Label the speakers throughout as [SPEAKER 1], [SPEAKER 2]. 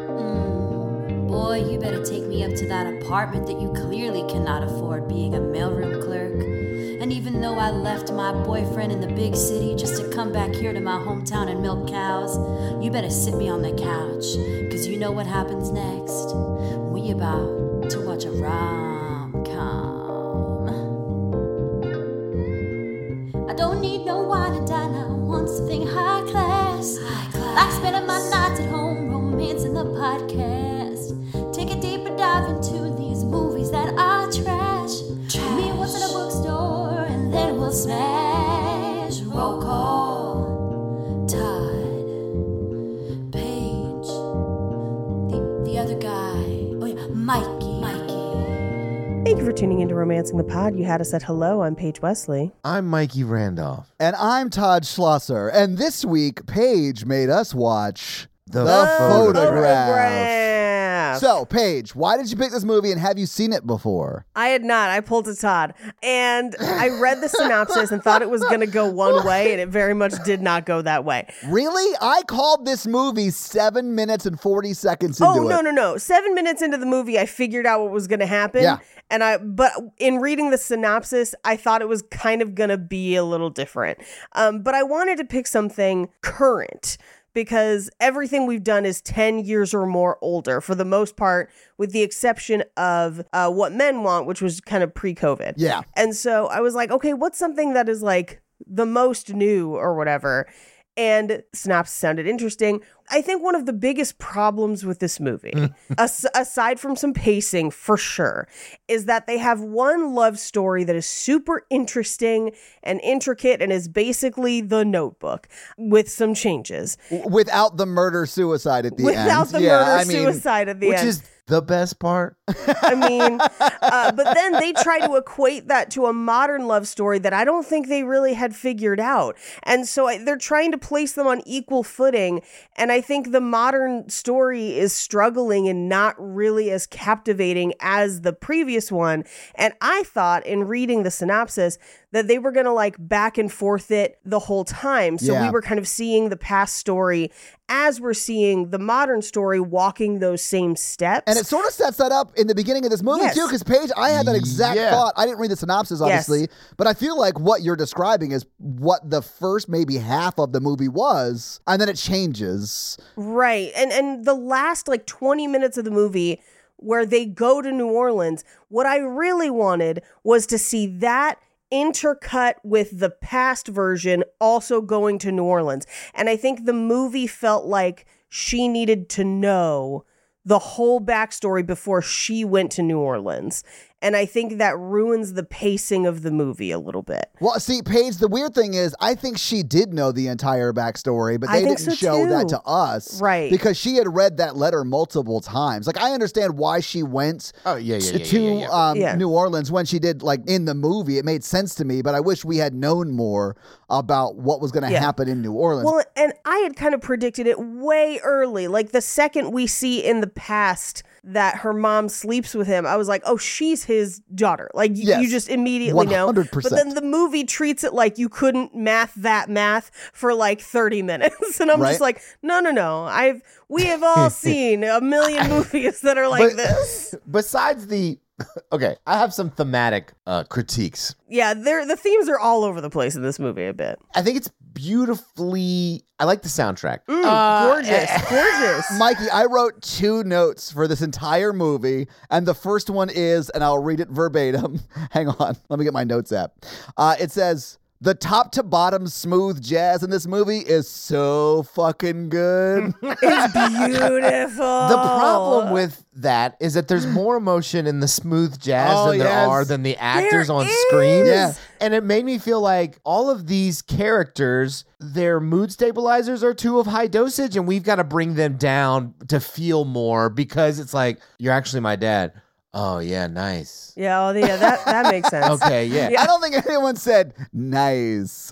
[SPEAKER 1] Mm, boy, you better take me up to that apartment that you clearly cannot afford being a mailroom clerk. And even though I left my boyfriend in the big city just to come back here to my hometown and milk cows, you better sit me on the couch, because you know what happens next. We about to watch a rom com. I don't need no wine and dine, I want something high class. High class. Like spending my nights at home, romance in the podcast. Take a deeper dive into these movies that I trash. trash. Me once in a bookstore and then we'll smash. Roll call. Todd. Paige. The, the other guy. Oh, yeah. Mikey. Mikey.
[SPEAKER 2] Thank you for tuning into Romancing the Pod. You had us at hello. I'm Paige Wesley.
[SPEAKER 3] I'm Mikey Randolph.
[SPEAKER 4] And I'm Todd Schlosser. And this week, Paige made us watch The,
[SPEAKER 3] The
[SPEAKER 4] photograph.
[SPEAKER 2] Photograph.
[SPEAKER 4] So, Paige, why did you pick this movie and have you seen it before?
[SPEAKER 2] I had not. I pulled a Todd. And I read the synopsis and thought it was going to go one way, and it very much did not go that way.
[SPEAKER 4] Really? I called this movie seven minutes and 40 seconds into
[SPEAKER 2] Oh, no,
[SPEAKER 4] it.
[SPEAKER 2] no, no. Seven minutes into the movie, I figured out what was going to happen.
[SPEAKER 4] Yeah.
[SPEAKER 2] And I, but in reading the synopsis, I thought it was kind of going to be a little different. Um, but I wanted to pick something current because everything we've done is 10 years or more older for the most part, with the exception of uh, What Men Want, which was kind of pre COVID.
[SPEAKER 4] Yeah.
[SPEAKER 2] And so I was like, okay, what's something that is like the most new or whatever? And Synopsis sounded interesting. I think one of the biggest problems with this
[SPEAKER 4] Mm.
[SPEAKER 2] movie, as- aside from some pacing for sure, is that they have one love story that is super interesting and intricate and is basically the notebook with some changes.
[SPEAKER 4] W- Without the murder suicide at the end.
[SPEAKER 2] Without the
[SPEAKER 4] Yeah,
[SPEAKER 2] murder
[SPEAKER 4] I mean,
[SPEAKER 2] suicide at the
[SPEAKER 3] which
[SPEAKER 2] end.
[SPEAKER 3] is the best part.
[SPEAKER 2] I mean, uh, but then they try to equate that to a modern love story that I don't think they really had figured out. And so I, they're trying to place them on equal footing. And I think the modern story is struggling and not really as captivating as the previous one. And I thought in reading the synopsis that they were going to like back and forth it the whole time. So we
[SPEAKER 4] Yeah.
[SPEAKER 2] were kind of seeing the past story as we're seeing the modern story walking those same steps.
[SPEAKER 4] And it sort of sets that up in the beginning of this movie
[SPEAKER 2] Yes.
[SPEAKER 4] too, because Paige, I had that exact
[SPEAKER 3] Yeah.
[SPEAKER 4] thought. I didn't read the synopsis, obviously, but I feel like what you're describing is what the first maybe half of the movie was, and then it changes.
[SPEAKER 2] Right. And and the last like 20 minutes of the movie where they go to New Orleans, what I really wanted was to see that intercut with the past version also going to New Orleans. And I think the movie felt like she needed to know the whole backstory before she went to New Orleans. And I think that ruins the pacing of the movie a little bit.
[SPEAKER 4] Well, see, Paige, the weird thing is, I think she did know the entire backstory, but
[SPEAKER 2] I
[SPEAKER 4] they
[SPEAKER 2] think
[SPEAKER 4] didn't
[SPEAKER 2] so,
[SPEAKER 4] show that
[SPEAKER 2] too.
[SPEAKER 4] to us,
[SPEAKER 2] Right.
[SPEAKER 4] Because she had read that letter multiple times. Like, I understand why she went
[SPEAKER 3] Oh yeah, yeah, yeah, yeah,
[SPEAKER 4] to
[SPEAKER 3] yeah, yeah.
[SPEAKER 4] Um,
[SPEAKER 2] Yeah.
[SPEAKER 4] New Orleans when she did like in the movie. It made sense to me, but I wish we had known more about what was going to
[SPEAKER 2] Yeah.
[SPEAKER 4] happen in New Orleans.
[SPEAKER 2] Well, and I had kind of predicted it way early. Like the second we see in the past that her mom sleeps with him, I was like, oh, she's his daughter. Like y-
[SPEAKER 4] Yes.
[SPEAKER 2] you just immediately know.
[SPEAKER 4] 100%.
[SPEAKER 2] But then the movie treats it like you couldn't math that math for like 30 minutes. And I'm just
[SPEAKER 4] Right.
[SPEAKER 2] like, no, no, no. I've we have all seen a million movies that are like
[SPEAKER 3] But-
[SPEAKER 2] this.
[SPEAKER 3] Besides the okay, I have some thematic uh, critiques.
[SPEAKER 2] Yeah, they're, the themes are all over the place in this movie a bit.
[SPEAKER 3] I think it's beautifully. I like the soundtrack.
[SPEAKER 2] Mm, gorgeous, gorgeous.
[SPEAKER 4] Mikey, I wrote two notes for this entire movie, and the first one is, and I'll read it verbatim. Hang on, let me get my notes app. Uh, it says, The top to bottom smooth jazz in this movie is so fucking good.
[SPEAKER 2] It's beautiful.
[SPEAKER 3] The
[SPEAKER 4] Oh.
[SPEAKER 3] problem with that is that there's more emotion in the smooth jazz
[SPEAKER 4] Oh,
[SPEAKER 3] than there
[SPEAKER 4] yes.
[SPEAKER 3] are than the actors on
[SPEAKER 2] is.
[SPEAKER 3] screen.
[SPEAKER 4] Yeah.
[SPEAKER 3] And it made me feel like all of these characters, their mood stabilizers are too of high dosage, and we've got to bring them down to feel more because it's like, you're actually my dad. Oh, yeah, nice.
[SPEAKER 2] Yeah, oh, yeah, that that makes sense.
[SPEAKER 3] Okay, yeah.
[SPEAKER 4] I don't think anyone said nice.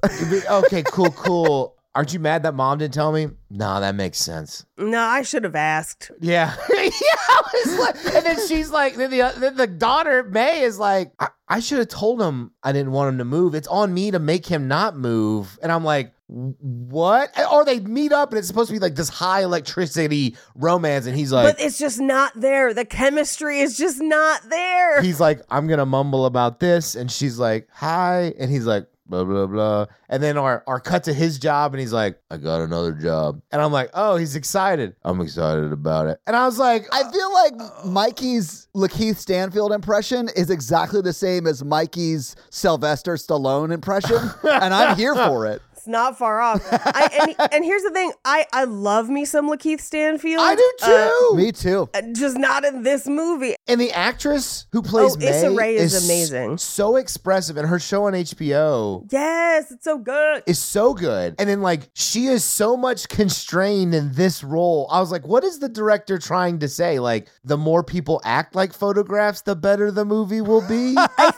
[SPEAKER 3] okay, cool, cool. Aren't you mad that mom didn't tell me? Nah, that makes sense.
[SPEAKER 2] No, I should have asked.
[SPEAKER 3] Yeah. yeah. I was like- and then she's like, then the, then the daughter, May, is like, I, I should have told him I didn't want him to move. It's on me to make him not move. And I'm like, what? Or they meet up and it's supposed to be like this high electricity romance. And he's like,
[SPEAKER 2] but it's just not there. The chemistry is just not there.
[SPEAKER 3] he's like, I'm going to mumble about this. And she's like, hi. And he's like, blah, blah, blah. And then our, our cut to his job. And he's like, I got another job. And I'm like, oh, he's excited. I'm excited about it. And I was like, I
[SPEAKER 4] I feel like Mikey's Lakeith Stanfield impression is exactly the same as Mikey's Sylvester Stallone impression, and I'm here for it.
[SPEAKER 2] It's not far off. I, and, and here's the thing. I I love me some Lakeith Stanfield.
[SPEAKER 3] I do too.
[SPEAKER 4] Me too.
[SPEAKER 2] Uh, just not in this movie.
[SPEAKER 3] and the actress who plays
[SPEAKER 2] Oh,
[SPEAKER 3] May
[SPEAKER 2] Issa Rae is
[SPEAKER 3] s-
[SPEAKER 2] amazing.
[SPEAKER 3] So expressive, and her show on HBO
[SPEAKER 2] Yes, it's so good.
[SPEAKER 3] is so good. And then like she is so much constrained in this role. I was like, what is the director trying to say? Like the more people act like photographs, the better the movie will be.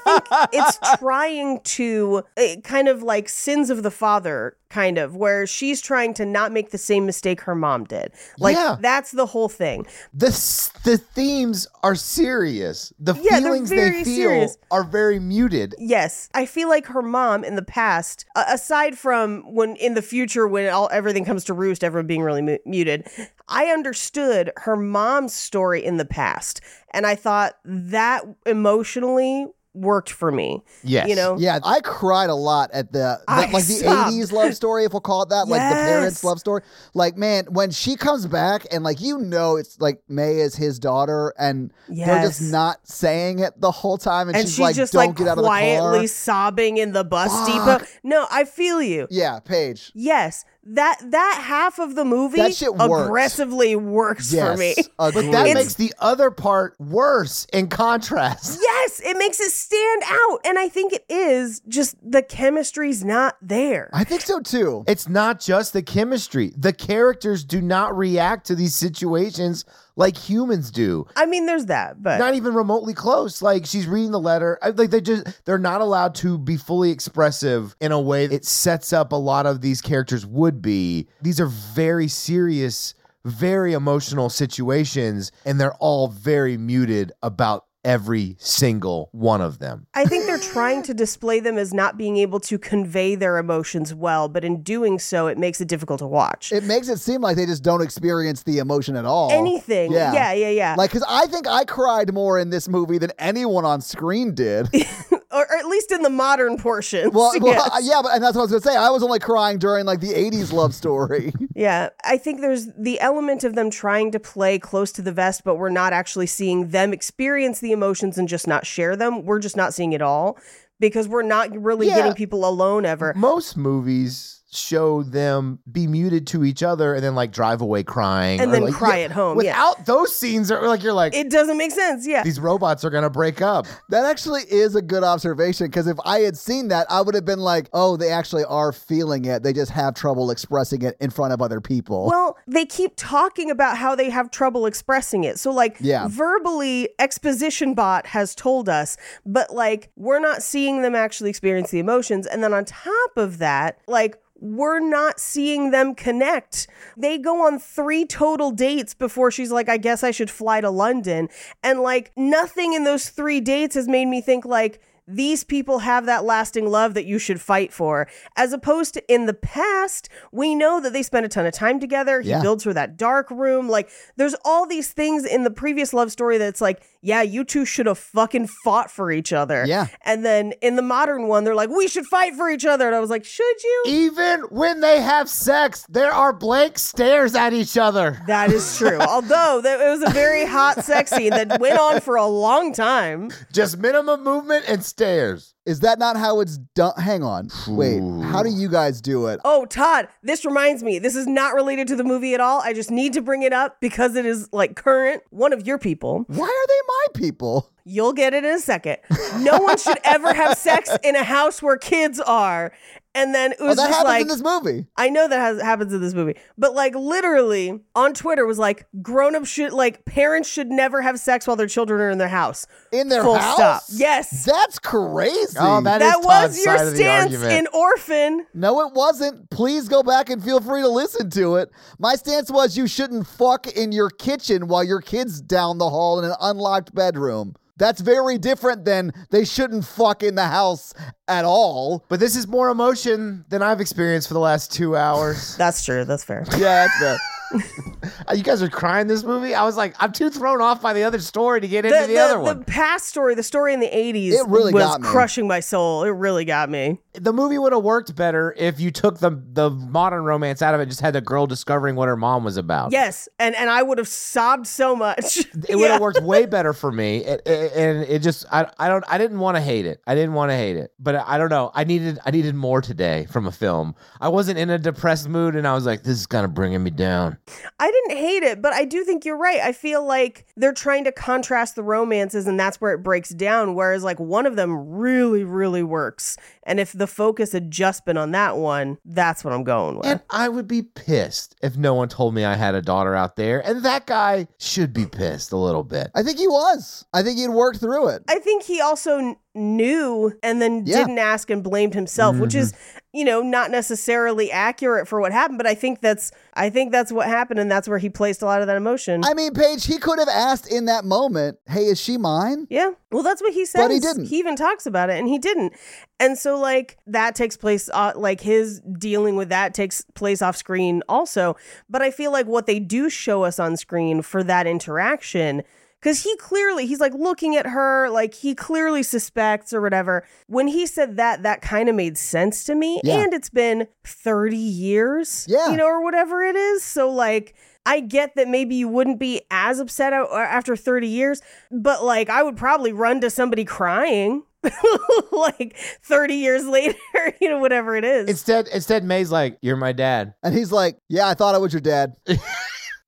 [SPEAKER 2] it's trying to uh, kind of like sins of the father kind of where she's trying to not make the same mistake her mom did like
[SPEAKER 3] Yeah.
[SPEAKER 2] that's the whole thing
[SPEAKER 3] the s- the themes are serious. The
[SPEAKER 2] Yeah, they're
[SPEAKER 3] feelings
[SPEAKER 2] very
[SPEAKER 3] they feel
[SPEAKER 2] serious.
[SPEAKER 3] are very muted.
[SPEAKER 2] yes i feel like her mom in the past uh, aside from when in the future when all everything comes to roost everyone being really mu- muted i understood her mom's story in the past and i thought that emotionally worked for me
[SPEAKER 3] Yes.
[SPEAKER 2] you know
[SPEAKER 4] Yeah, I cried a lot at the, the-
[SPEAKER 2] I
[SPEAKER 4] like the
[SPEAKER 2] sobbed.
[SPEAKER 4] 80s love story, if we'll call it that, like the
[SPEAKER 2] Yes.
[SPEAKER 4] parents' love story. Like, man, when she comes back and like you know it's like May is his daughter and they're
[SPEAKER 2] Yes.
[SPEAKER 4] just not saying it the whole time and,
[SPEAKER 2] and
[SPEAKER 4] she's
[SPEAKER 2] she's
[SPEAKER 4] like,
[SPEAKER 2] just
[SPEAKER 4] Don't
[SPEAKER 2] like
[SPEAKER 4] get out of the
[SPEAKER 2] quietly
[SPEAKER 4] car.
[SPEAKER 2] sobbing in the bus depot. No, I feel you.
[SPEAKER 4] Yeah, Paige.
[SPEAKER 2] Yes, that that half of the movie
[SPEAKER 4] That shit worked.
[SPEAKER 2] aggressively works
[SPEAKER 4] Yes.
[SPEAKER 2] for me.
[SPEAKER 3] But that
[SPEAKER 4] agreed.
[SPEAKER 3] makes the other part worse in contrast.
[SPEAKER 2] Yes, it makes it stand out, and I think it is just the chemistry's not there.
[SPEAKER 4] I think so too.
[SPEAKER 3] It's not just the chemistry. The characters do not react to these situations like humans do.
[SPEAKER 2] I mean, there's that, but
[SPEAKER 3] Not even remotely close. Like she's reading the letter. I- Like they just they're not allowed to be fully expressive in a way that sets up a lot of these characters would be. These are very serious, very emotional situations and they're all very muted about every single one of them.
[SPEAKER 2] I think they're trying to display them as not being able to convey their emotions well, but in doing so, it makes it difficult to watch.
[SPEAKER 4] It makes it seem like they just don't experience the emotion at all.
[SPEAKER 2] Anything, yeah, yeah, yeah.
[SPEAKER 4] Like, because I think I cried more in this movie than anyone on screen did.
[SPEAKER 2] or, or at least in the modern portion.
[SPEAKER 4] Well, well uh, yeah, but and that's what I was gonna say. I was only crying during like the '80s love story.
[SPEAKER 2] Yeah, I think there's the element of them trying to play close to the vest, but we're not actually seeing them experience the emotions and just not share them. We're just not seeing it all because we're not really
[SPEAKER 3] Yeah. Mm-hmm.
[SPEAKER 2] getting people alone ever.
[SPEAKER 3] Most movies show them be muted to each other and then like drive away crying
[SPEAKER 2] And
[SPEAKER 3] or,
[SPEAKER 2] then
[SPEAKER 3] like,
[SPEAKER 2] cry at home, yeah.
[SPEAKER 3] Without those scenes, are like you're like
[SPEAKER 2] It doesn't make sense. Yeah.
[SPEAKER 3] these robots are gonna break up.
[SPEAKER 4] that actually is a good observation because if I had seen that, I would have been like, "Oh, they actually are feeling it. They just have trouble expressing it in front of other people."
[SPEAKER 2] Well, they keep talking about how they have trouble expressing it. So, like,
[SPEAKER 4] Yeah.
[SPEAKER 2] verbally, exposition bot has told us, but like, we're not seeing them actually experience the emotions. And then on top of that, like, we're not seeing them connect. They go on three total dates before she's like, I guess I should fly to London. And like, nothing in those three dates has made me think, like, these people have that lasting love that you should fight for. As opposed to in the past, we know that they spend a ton of time together. He
[SPEAKER 4] Yeah.
[SPEAKER 2] builds her that dark room. Like, there's all these things in the previous love story that's like, yeah, you two should have fucking fought for each other.
[SPEAKER 4] Yeah.
[SPEAKER 2] And then in the modern one, they're like, we should fight for each other. And I was like, should you?
[SPEAKER 4] E-
[SPEAKER 3] Even when they have sex, there are blank stares at each other.
[SPEAKER 2] That is true. Although that, it was a very hot sex scene that went on for a long time.
[SPEAKER 3] Just minimum movement and stairs.
[SPEAKER 4] Is that not how it's done? Hang on. Wait, how do you guys do it?
[SPEAKER 2] Oh, Todd, this reminds me. This is not related to the movie at all. I just need to bring it up because it is like current. One of your people.
[SPEAKER 4] Why are they my people?
[SPEAKER 2] You'll get it in a second. No one should ever have sex in a house where kids are. And then it
[SPEAKER 4] Oh,
[SPEAKER 2] was
[SPEAKER 4] that
[SPEAKER 2] just
[SPEAKER 4] happens
[SPEAKER 2] like
[SPEAKER 4] in this movie.
[SPEAKER 2] I know that has happens in this movie, but like literally on Twitter was like grown up should like parents should never have sex while their children are in their house.
[SPEAKER 4] In their
[SPEAKER 2] Full
[SPEAKER 4] house?
[SPEAKER 2] stop. Yes.
[SPEAKER 4] That's crazy.
[SPEAKER 3] Oh, that,
[SPEAKER 2] that
[SPEAKER 3] is Todd's
[SPEAKER 2] was your
[SPEAKER 3] side of the
[SPEAKER 2] stance
[SPEAKER 3] argument.
[SPEAKER 2] in Orphan.
[SPEAKER 4] No, it wasn't. Please go back and feel free to listen to it. My stance was you shouldn't fuck in your kitchen while your kid's down the hall in an unlocked bedroom. That's very different than they shouldn't fuck in the house at all.
[SPEAKER 3] But this is more emotion than I've experienced for the last two hours.
[SPEAKER 2] That's true. That's fair.
[SPEAKER 4] Yeah, that's fair.
[SPEAKER 3] Uh, you guys are crying this movie. I was like, I'm too thrown off by the other story to get into the,
[SPEAKER 2] the,
[SPEAKER 3] other one.
[SPEAKER 2] the past story, the story in the 80s,
[SPEAKER 4] It really
[SPEAKER 2] was
[SPEAKER 4] got me.
[SPEAKER 2] crushing my soul. It really got me.
[SPEAKER 3] the movie would have worked better if you took the the modern romance out of it and just had the girl discovering what her mom was about.
[SPEAKER 2] Yes. And and I would have sobbed so much.
[SPEAKER 3] It would have worked way better for me, It- it- and it just I, I don't I didn't want to hate it. I didn't want to hate it, but I don't know. I needed I needed more today from a film. I wasn't in a depressed mood, and I was like, this is kind of bringing me down.
[SPEAKER 2] I didn't hate it, but I do think you're right. I feel like they're trying to contrast the romances, and that's where it breaks down. Whereas, like, one of them really, really works. And if the focus had just been on that one, that's what I'm going with.
[SPEAKER 3] And I would be pissed if no one told me I had a daughter out there, and that guy should be pissed a little bit.
[SPEAKER 4] I think he was. I think he'd worked through it.
[SPEAKER 2] I think he also kn- knew and then
[SPEAKER 4] Yeah. Mm-hmm.
[SPEAKER 2] didn't ask and blamed himself, which is, you know, not necessarily accurate for what happened, but I think that's I think that's what happened and that's where he placed a lot of that emotion.
[SPEAKER 4] I mean, Paige, he could have asked in that moment, hey, is she mine?
[SPEAKER 2] Yeah. Well, that's what he says.
[SPEAKER 4] But he didn't.
[SPEAKER 2] He even talks about it, and he didn't. And so, like, that takes place, uh, like, his dealing with that takes place off screen also. But I feel like what they do show us on screen for that interaction, because he clearly, he's like looking at her, like, he clearly suspects or whatever. When he said that, that kind of made sense to me.
[SPEAKER 4] Yeah.
[SPEAKER 2] And it's been 30 years,
[SPEAKER 4] Yeah.
[SPEAKER 2] you know, or whatever it is. So, like, I get that maybe you wouldn't be as upset out- after 30 years, but like I would probably run to somebody crying like 30 years later, you know, whatever it is.
[SPEAKER 3] Instead, instead, May's like, "You're my dad.
[SPEAKER 4] And he's like, yeah, I thought I was your dad.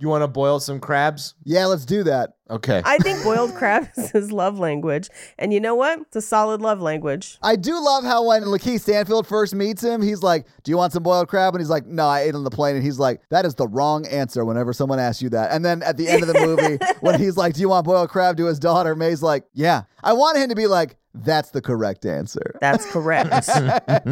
[SPEAKER 3] You want to boil some crabs?
[SPEAKER 4] Yeah, let's do that.
[SPEAKER 3] Okay."
[SPEAKER 2] I think boiled crab is his love language. And you know what? It's a solid love language.
[SPEAKER 4] I do love how when Lakeith Stanfield first meets him, he's like, Do you want some boiled crab? And he's like, No, I ate it on the plane. And he's like, That is the wrong answer whenever someone asks you that. And then at the end of the movie, when he's like, Do you want boiled crab to his daughter? May's like, Yeah. I want him to be like, That's the correct answer.
[SPEAKER 2] That's correct.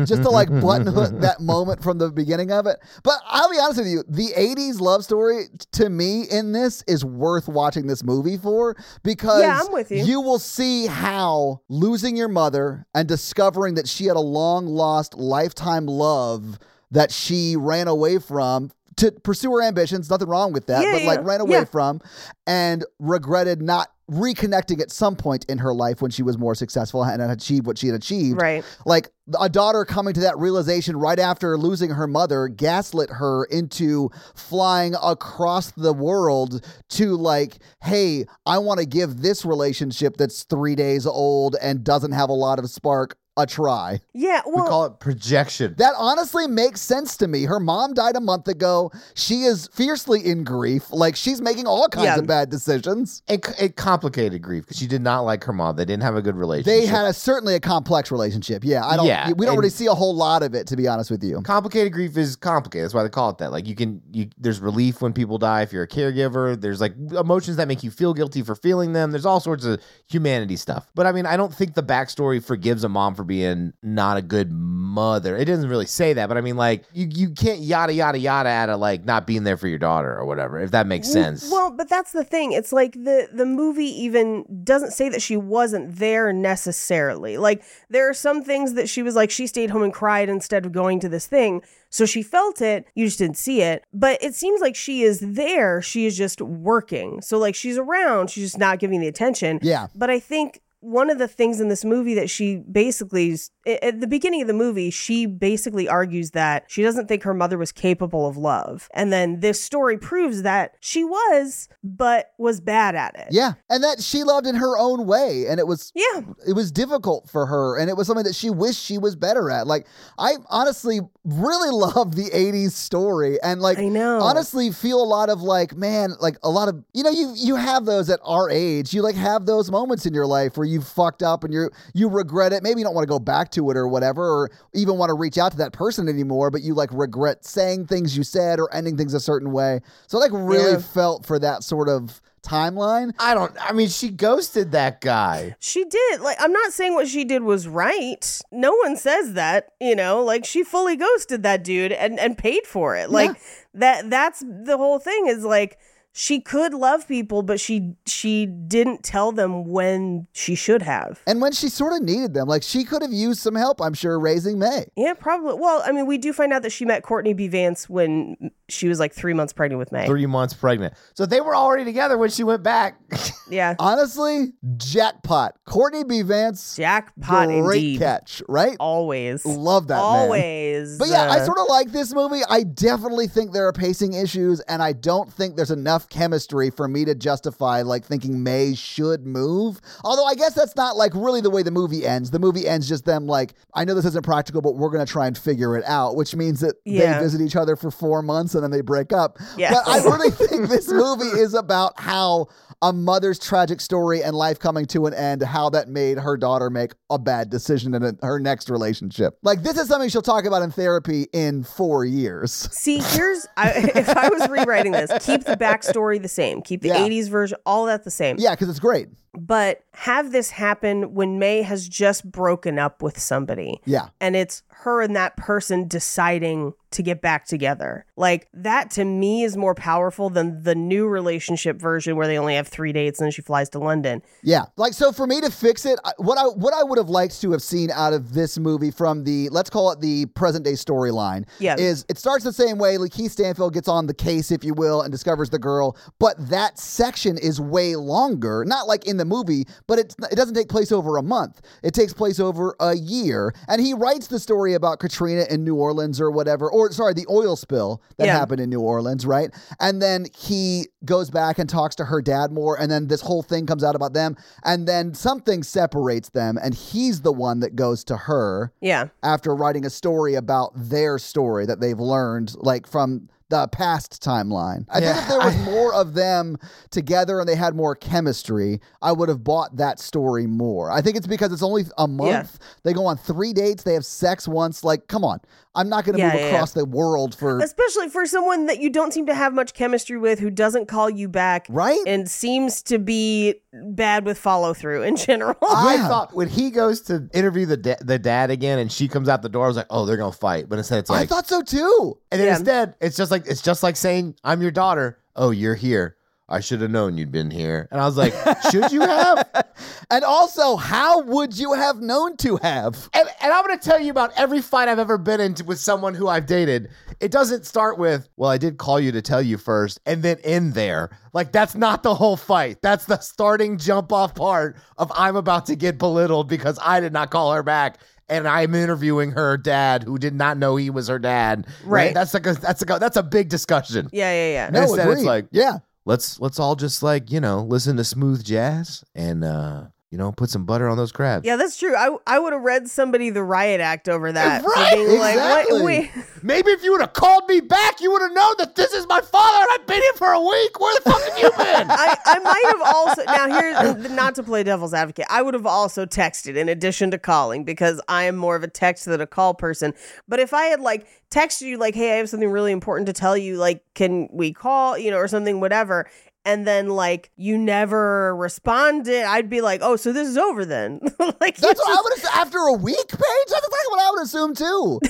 [SPEAKER 4] Just to like button hook that moment from the beginning of it. But I'll be honest with you, the 80s love story t- to me in this is worth watching this movie for because
[SPEAKER 2] Yeah, I'm with you.
[SPEAKER 4] you will see how losing your mother and discovering that she had a long lost lifetime love that she ran away from to pursue her ambitions, nothing wrong with that,
[SPEAKER 2] Yeah,
[SPEAKER 4] but
[SPEAKER 2] yeah,
[SPEAKER 4] like ran away
[SPEAKER 2] yeah.
[SPEAKER 4] from and regretted not reconnecting at some point in her life when she was more successful and had achieved what she had achieved
[SPEAKER 2] right.
[SPEAKER 4] like a daughter coming to that realization right after losing her mother gaslit her into flying across the world to like hey i want to give this relationship that's three days old and doesn't have a lot of spark a try
[SPEAKER 2] Yeah.
[SPEAKER 3] we
[SPEAKER 2] Well,
[SPEAKER 3] call it projection.
[SPEAKER 4] that honestly makes sense to me. Her mom died a month ago. She is fiercely in grief. Like she's making all kinds
[SPEAKER 2] Yeah.
[SPEAKER 4] of bad decisions.
[SPEAKER 3] it, it complicated grief because she did not like her mom. They didn't have a good relationship.
[SPEAKER 4] They had a certainly a complex relationship. Yeah, I don't.
[SPEAKER 3] Yeah,
[SPEAKER 4] we don't
[SPEAKER 3] and-
[SPEAKER 4] really see a whole lot of it, to be honest with you.
[SPEAKER 3] complicated grief is complicated. That's why they call it that. Like you can, you there's relief when people die if you're a caregiver. There's like emotions that make you feel guilty for feeling them. There's all sorts of humanity stuff. But I mean, I don't think the backstory forgives a mom for being not a good mother. It doesn't really say that, but I mean, like you you can't yada yada yada out of like not being there for your daughter or whatever. If that makes
[SPEAKER 2] Well-
[SPEAKER 3] sense.
[SPEAKER 2] Well, but that's the thing. It's like the the movie even doesn't say that she wasn't there necessarily. Like there are some things that she was like she stayed home and cried instead of going to this thing. So she felt it, you just didn't see it. But it seems like she is there. She is just working. So like she's around, she's just not giving the attention.
[SPEAKER 4] Yeah.
[SPEAKER 2] But I think one of the things in this movie that she basically s- a- at the beginning of the movie, she basically argues that she doesn't think her mother was capable of love. And then this story proves that she was, but was bad at it.
[SPEAKER 4] Yeah, and that she loved in her own way, and it was
[SPEAKER 2] Yeah.
[SPEAKER 4] it was difficult for her, and it was something that she wished she was better at. Like I honestly really love the '80s story, and like
[SPEAKER 2] I know.
[SPEAKER 4] honestly feel a lot of like man, like a lot of you know you you have those at our age. You like have those moments in your life where you fucked up and you you regret it. Maybe you don't want to go back to it or whatever, or even want to reach out to that person anymore, but you like regret saying things you said or ending things a certain way. So like really
[SPEAKER 2] Yeah.
[SPEAKER 4] felt for that sort of timeline.
[SPEAKER 3] I don't. I mean, she ghosted that guy.
[SPEAKER 2] She did. Like, I'm not saying what she did was right. No one says that, you know, like she fully ghosted that dude and, and paid for it. Like that that's the whole thing is like she could love people, but she she didn't tell them when she should have.
[SPEAKER 4] And when she sort of needed them, like she could have used some help, I'm sure, raising May.
[SPEAKER 2] Yeah, probably. Well, I mean, we do find out that she met Courtney B. Vance when she was like three months pregnant with May.
[SPEAKER 3] Three months pregnant. So they were already together when she went back.
[SPEAKER 2] Yeah.
[SPEAKER 4] Honestly, jackpot. Courtney B. Vance,
[SPEAKER 2] Jackpot
[SPEAKER 4] great
[SPEAKER 2] indeed.
[SPEAKER 4] catch, right?
[SPEAKER 2] Always.
[SPEAKER 4] Love that man.
[SPEAKER 2] Always.
[SPEAKER 4] But yeah, I
[SPEAKER 2] Uh,
[SPEAKER 4] sort of like this movie. I definitely think there are pacing issues, and I don't think there's enough chemistry for me to justify like thinking May should move. Although I guess that's not like really the way the movie ends. The movie ends just them like, I know this isn't practical, but we're gonna try and figure it out, which means that
[SPEAKER 2] Yeah.
[SPEAKER 4] they visit each other for four months and then they break up.
[SPEAKER 2] Yes.
[SPEAKER 4] But I really think this movie is about how a mother's tragic story and life coming to an end, how that made her daughter make a bad decision in her next relationship. Like, this is something she'll talk about in therapy in four years.
[SPEAKER 2] See, here's I, if I was rewriting this, keep the backstory the same, keep the
[SPEAKER 4] Yeah.
[SPEAKER 2] 80s version, all that the same.
[SPEAKER 4] Yeah, because it's great.
[SPEAKER 2] But have this happen when May has just broken up with somebody
[SPEAKER 4] Yeah.
[SPEAKER 2] and it's her and that person deciding to get back together. Like that to me is more powerful than the new relationship version where they only have three dates and then she flies to London.
[SPEAKER 4] Yeah. Like so for me to fix it, I- what I what I would have liked to have seen out of this movie from the let's call it the present day storyline
[SPEAKER 2] Yeah.
[SPEAKER 4] is it starts the same way like Keith Stanfield gets on the case if you will and discovers the girl, but that section is way longer, not like in the movie, but it's it doesn't take place over a month. It takes place over a year and he writes the story about Katrina in New Orleans or whatever or sorry, the oil spill that
[SPEAKER 2] Yeah.
[SPEAKER 4] happened happened in New Orleans, right? And then he goes back and talks to her dad more, and then this whole thing comes out about them, and then something separates them, and he's the one that goes to her
[SPEAKER 2] Yeah.
[SPEAKER 4] after writing a story about their story that they've learned, like from the past timeline. I think if there was more of them together and they had more chemistry, I would have bought that story more. I think it's because it's only a month. They go on three dates, they have sex once. Like, come on. I'm not going to
[SPEAKER 2] Yeah,
[SPEAKER 4] move
[SPEAKER 2] yeah,
[SPEAKER 4] across the world for
[SPEAKER 2] Especially for someone that you don't seem to have much chemistry with who doesn't call you back
[SPEAKER 4] Right?
[SPEAKER 2] and seems to be bad with follow through in general.
[SPEAKER 3] I
[SPEAKER 4] Yeah.
[SPEAKER 3] thought when he goes to interview the da- the dad again, and she comes out the door, I was like, oh, they're gonna fight. But instead, it's
[SPEAKER 4] I
[SPEAKER 3] like,
[SPEAKER 4] thought so too.
[SPEAKER 3] and then
[SPEAKER 2] Yeah.
[SPEAKER 3] instead, it's just like it's just like saying, I'm your daughter. Oh, you're here. I should have known you'd been here. And I was like, should you have?
[SPEAKER 4] And also, how would you have known to have?
[SPEAKER 3] And, and I'm going to tell you about every fight I've ever been in with someone who I've dated. It doesn't start with, well, I did call you to tell you first, and then end there. Like, that's not the whole fight. That's the starting jump off part of I'm about to get belittled because I did not call her back. And I'm interviewing her dad, who did not know he was her dad.
[SPEAKER 2] Right.
[SPEAKER 3] That's like a that's like a that's a big discussion.
[SPEAKER 2] Yeah, yeah, yeah.
[SPEAKER 3] No, Instead, it's
[SPEAKER 4] agreed.
[SPEAKER 3] like-
[SPEAKER 4] yeah,
[SPEAKER 3] Let's let's all just like you know listen to smooth jazz and uh you know put some butter on those crabs.
[SPEAKER 2] Yeah, that's true. I I would have read somebody the riot act over that. for
[SPEAKER 3] Right,
[SPEAKER 2] being like, what-
[SPEAKER 4] exactly.
[SPEAKER 2] wait.
[SPEAKER 3] Maybe if you would have called me back, you would have known that this is my father and I've been here for a week. Where the fuck have you been?
[SPEAKER 2] I, I might have also now here not to play devil's advocate. I would have also texted in addition to calling because I am more of a text than a call person. But if I had like texted you like, "Hey, I have something really important to tell you. Like, can we call?" You know, or something, whatever. And then like you never responded, I'd be like, "Oh, so this is over then?" like
[SPEAKER 4] that's
[SPEAKER 2] you
[SPEAKER 4] what I
[SPEAKER 2] just-
[SPEAKER 4] would have. After a week, Paige, that's exactly what I would assume too.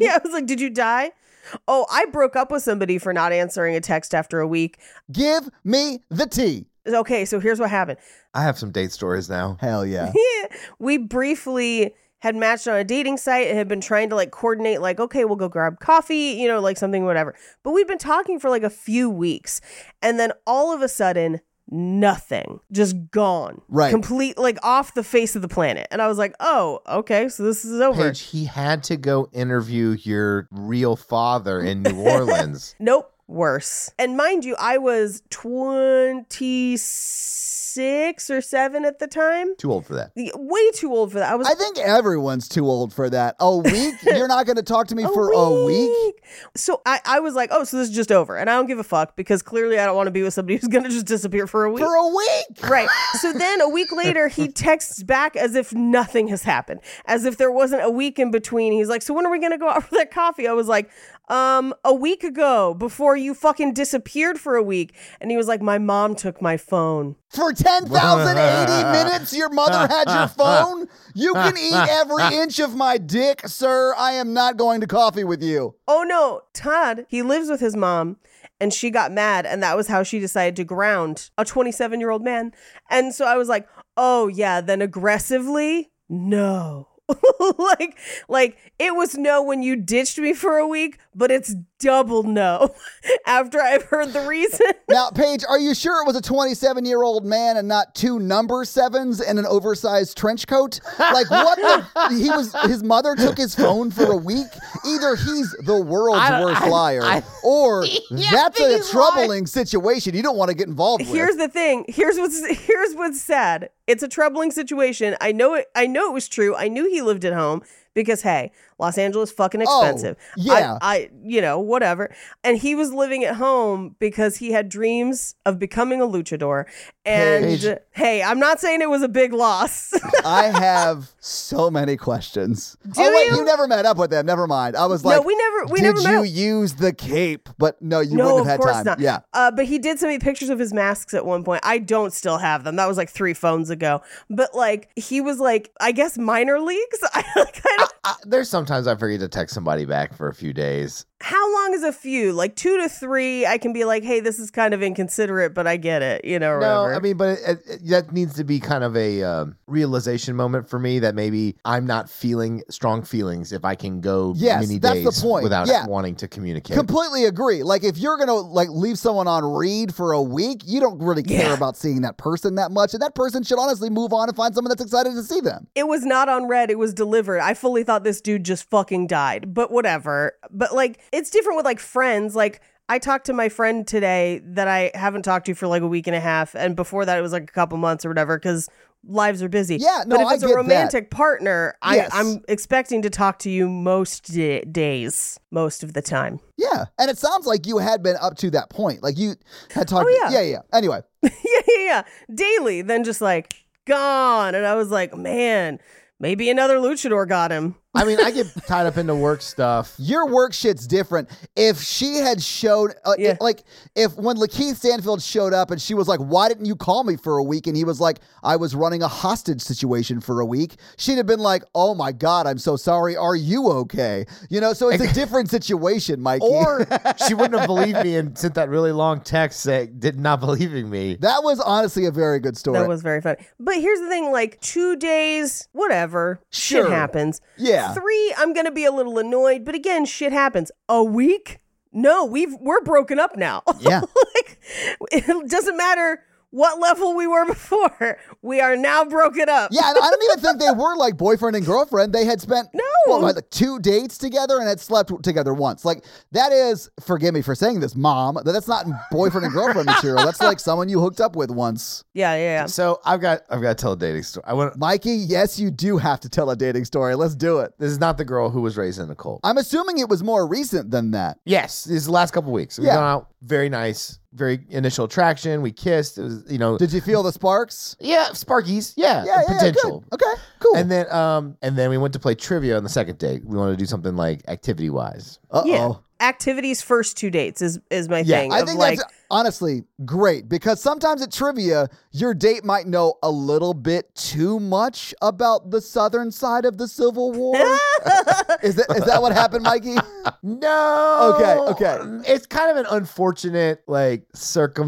[SPEAKER 2] Yeah, I was like, "Did you die?" Oh, I broke up with somebody for not answering a text after a week.
[SPEAKER 4] give me the tea.
[SPEAKER 2] okay, so here's what happened.
[SPEAKER 3] I have some date stories now.
[SPEAKER 4] Hell yeah.
[SPEAKER 2] we briefly had matched on a dating site and had been trying to like coordinate like okay we'll go grab coffee you know like something whatever but we'd been talking for like a few weeks and then all of a sudden nothing, just gone,
[SPEAKER 4] Right.
[SPEAKER 2] Complete, like off the face of the planet. And I was like, oh, okay, so this is over.
[SPEAKER 3] Paige, he had to go interview your real father in New Orleans.
[SPEAKER 2] Nope, worse. And mind you, I was twenty six or seven at the time.
[SPEAKER 3] Too old for that.
[SPEAKER 2] Way too old for that. I was
[SPEAKER 4] I think everyone's too old for that. A week? You're not going to talk to me for a week?
[SPEAKER 2] So I, I was like, oh, so this is just over. And I don't give a fuck because clearly I don't want to be with somebody who's going to just disappear for a week.
[SPEAKER 4] For a week?
[SPEAKER 2] right. So then a week later, he texts back as if nothing has happened, as if there wasn't a week in between. He's like, so when are we going to go out for that coffee? I was like, um, a week ago before you fucking disappeared for a week. And he was like, my mom took my phone.
[SPEAKER 4] For 10,080 minutes, your mother had your phone? You can eat every inch of my dick, sir. I am not going to coffee with you.
[SPEAKER 2] Oh no, Todd, he lives with his mom and she got mad and that was how she decided to ground a 27-year-old man. And so I was like, "Oh yeah, then aggressively? No." like like it was no when you ditched me for a week, but it's double no after I've heard the reason.
[SPEAKER 4] Now, Paige, are you sure it was a 27 year old man and not two number sevens and an oversized trench coat? Like, what the? He was, his mother took his phone for a week. Either he's the world's worst liar or that's a troubling situation you don't want to get involved with.
[SPEAKER 2] Here's the thing. Here's what's here's what's sad. It's a troubling situation. I know it. I know it was true. I knew he lived at home because hey, Los Angeles fucking expensive. I-
[SPEAKER 4] Oh, yeah.
[SPEAKER 2] I, you know whatever. And he was living at home because he had dreams of becoming a luchador. And
[SPEAKER 3] Paige.
[SPEAKER 2] hey, I'm not saying it was a big loss.
[SPEAKER 4] I have so many questions. oh wait, you? never met up with them. Never mind. I was
[SPEAKER 2] No,
[SPEAKER 4] like,
[SPEAKER 2] we never- we
[SPEAKER 4] did
[SPEAKER 2] never met
[SPEAKER 4] you
[SPEAKER 2] up."
[SPEAKER 4] use the cape? But no, you
[SPEAKER 2] no,
[SPEAKER 4] wouldn't
[SPEAKER 2] of
[SPEAKER 4] have had
[SPEAKER 2] course
[SPEAKER 4] time.
[SPEAKER 2] not.
[SPEAKER 4] Yeah.
[SPEAKER 2] Uh, but he did send me pictures of his masks at one point. I don't still have them. That was like three phones ago. But like he was like, I guess minor leagues. I, like, I don't,
[SPEAKER 3] I, there's sometimes I forget to text somebody back for a few days.
[SPEAKER 2] how long is a few? Like two to three, I can be like, hey, this is kind of inconsiderate, but I get it, you know, or
[SPEAKER 3] No,
[SPEAKER 2] whatever.
[SPEAKER 3] I mean, but it, it, that needs to be kind of a um, realization moment for me that maybe I'm not feeling strong feelings if I can go
[SPEAKER 4] Yes,
[SPEAKER 3] many
[SPEAKER 4] that's
[SPEAKER 3] days
[SPEAKER 4] the point.
[SPEAKER 3] without
[SPEAKER 4] Yeah.
[SPEAKER 3] wanting to communicate.
[SPEAKER 4] Completely agree. Like if you're gonna like leave someone on read for a week, you don't really care
[SPEAKER 2] Yeah.
[SPEAKER 4] about seeing that person that much, and that person should honestly move on and find someone that's excited to see them.
[SPEAKER 2] it was not on red, it was delivered. I fully thought this dude just fucking died, but whatever. But like, it's different with like friends. Like, I talked to my friend today that I haven't talked to for like a week and a half. And before that, it was like a couple months or whatever because lives are busy.
[SPEAKER 4] Yeah, no,
[SPEAKER 2] but if
[SPEAKER 4] I
[SPEAKER 2] it's
[SPEAKER 4] get
[SPEAKER 2] a
[SPEAKER 4] that.
[SPEAKER 2] romantic partner,
[SPEAKER 4] Yes.
[SPEAKER 2] I, I'm expecting to talk to you most da- days, most of the time.
[SPEAKER 4] Yeah, and it sounds like you had been up to that point. Like you had talked.
[SPEAKER 2] Oh, yeah.
[SPEAKER 4] yeah, yeah. Anyway,
[SPEAKER 2] yeah, yeah, yeah. Daily, then just like gone. And I was like, man, maybe another luchador got him.
[SPEAKER 3] I mean, I get tied up into work stuff.
[SPEAKER 4] Your work shit's different. If she had showed, uh,
[SPEAKER 2] Yeah.
[SPEAKER 4] like, if when Lakeith Stanfield showed up and she was like, "Why didn't you call me for a week?" and he was like, "I was running a hostage situation for a week," she'd have been like, "Oh my god, I'm so sorry. Are you okay?" You know. So it's a different situation, Mikey.
[SPEAKER 3] Or she wouldn't have believed me and sent that really long text that did not believing me.
[SPEAKER 4] that was honestly a very good story.
[SPEAKER 2] That was very funny. But here's the thing like, two days, whatever,
[SPEAKER 4] Sure.
[SPEAKER 2] shit happens.
[SPEAKER 4] Yeah.
[SPEAKER 2] Three, I'm going to be a little annoyed. But again, shit happens. A week? No, we've we're broken up now.
[SPEAKER 3] Yeah.
[SPEAKER 2] like it doesn't matter what level we were before. We are now broken up.
[SPEAKER 4] Yeah, and I don't even think they were like boyfriend and girlfriend. They had spent no well, like like, two dates together and had slept together once. Like that is, forgive me for saying this, mom. but That's not boyfriend and girlfriend material. That's like someone you hooked up with once.
[SPEAKER 2] Yeah, yeah, yeah.
[SPEAKER 3] So I've got I've got to tell a dating story. I went.
[SPEAKER 4] Mikey, yes, you do have to tell a dating story. Let's do it.
[SPEAKER 3] This is not the girl who was raised in a cult.
[SPEAKER 4] I'm assuming it was more recent than that.
[SPEAKER 3] Yes, this is the last couple weeks. We've
[SPEAKER 4] Yeah.
[SPEAKER 3] gone out. Very nice. Very initial attraction. We kissed. It was you know.
[SPEAKER 4] Did you feel the sparks?
[SPEAKER 3] yeah, Sparkies. Yeah,
[SPEAKER 4] Yeah, yeah, yeah,
[SPEAKER 3] Uh, potential.
[SPEAKER 4] good. Okay, cool.
[SPEAKER 3] And then um and then we went to play trivia on the second date. We wanted to do something like activity wise.
[SPEAKER 4] Uh oh.
[SPEAKER 2] Yeah. Activities first two dates is is my
[SPEAKER 3] Yeah,
[SPEAKER 2] thing.
[SPEAKER 4] I
[SPEAKER 2] of
[SPEAKER 4] think
[SPEAKER 2] like,
[SPEAKER 4] that's honestly great because sometimes at trivia, your date might know a little bit too much about the southern side of the Civil War. is that is that what happened, Mikey?
[SPEAKER 3] No.
[SPEAKER 4] Okay, okay.
[SPEAKER 3] Um, It's kind of an unfortunate like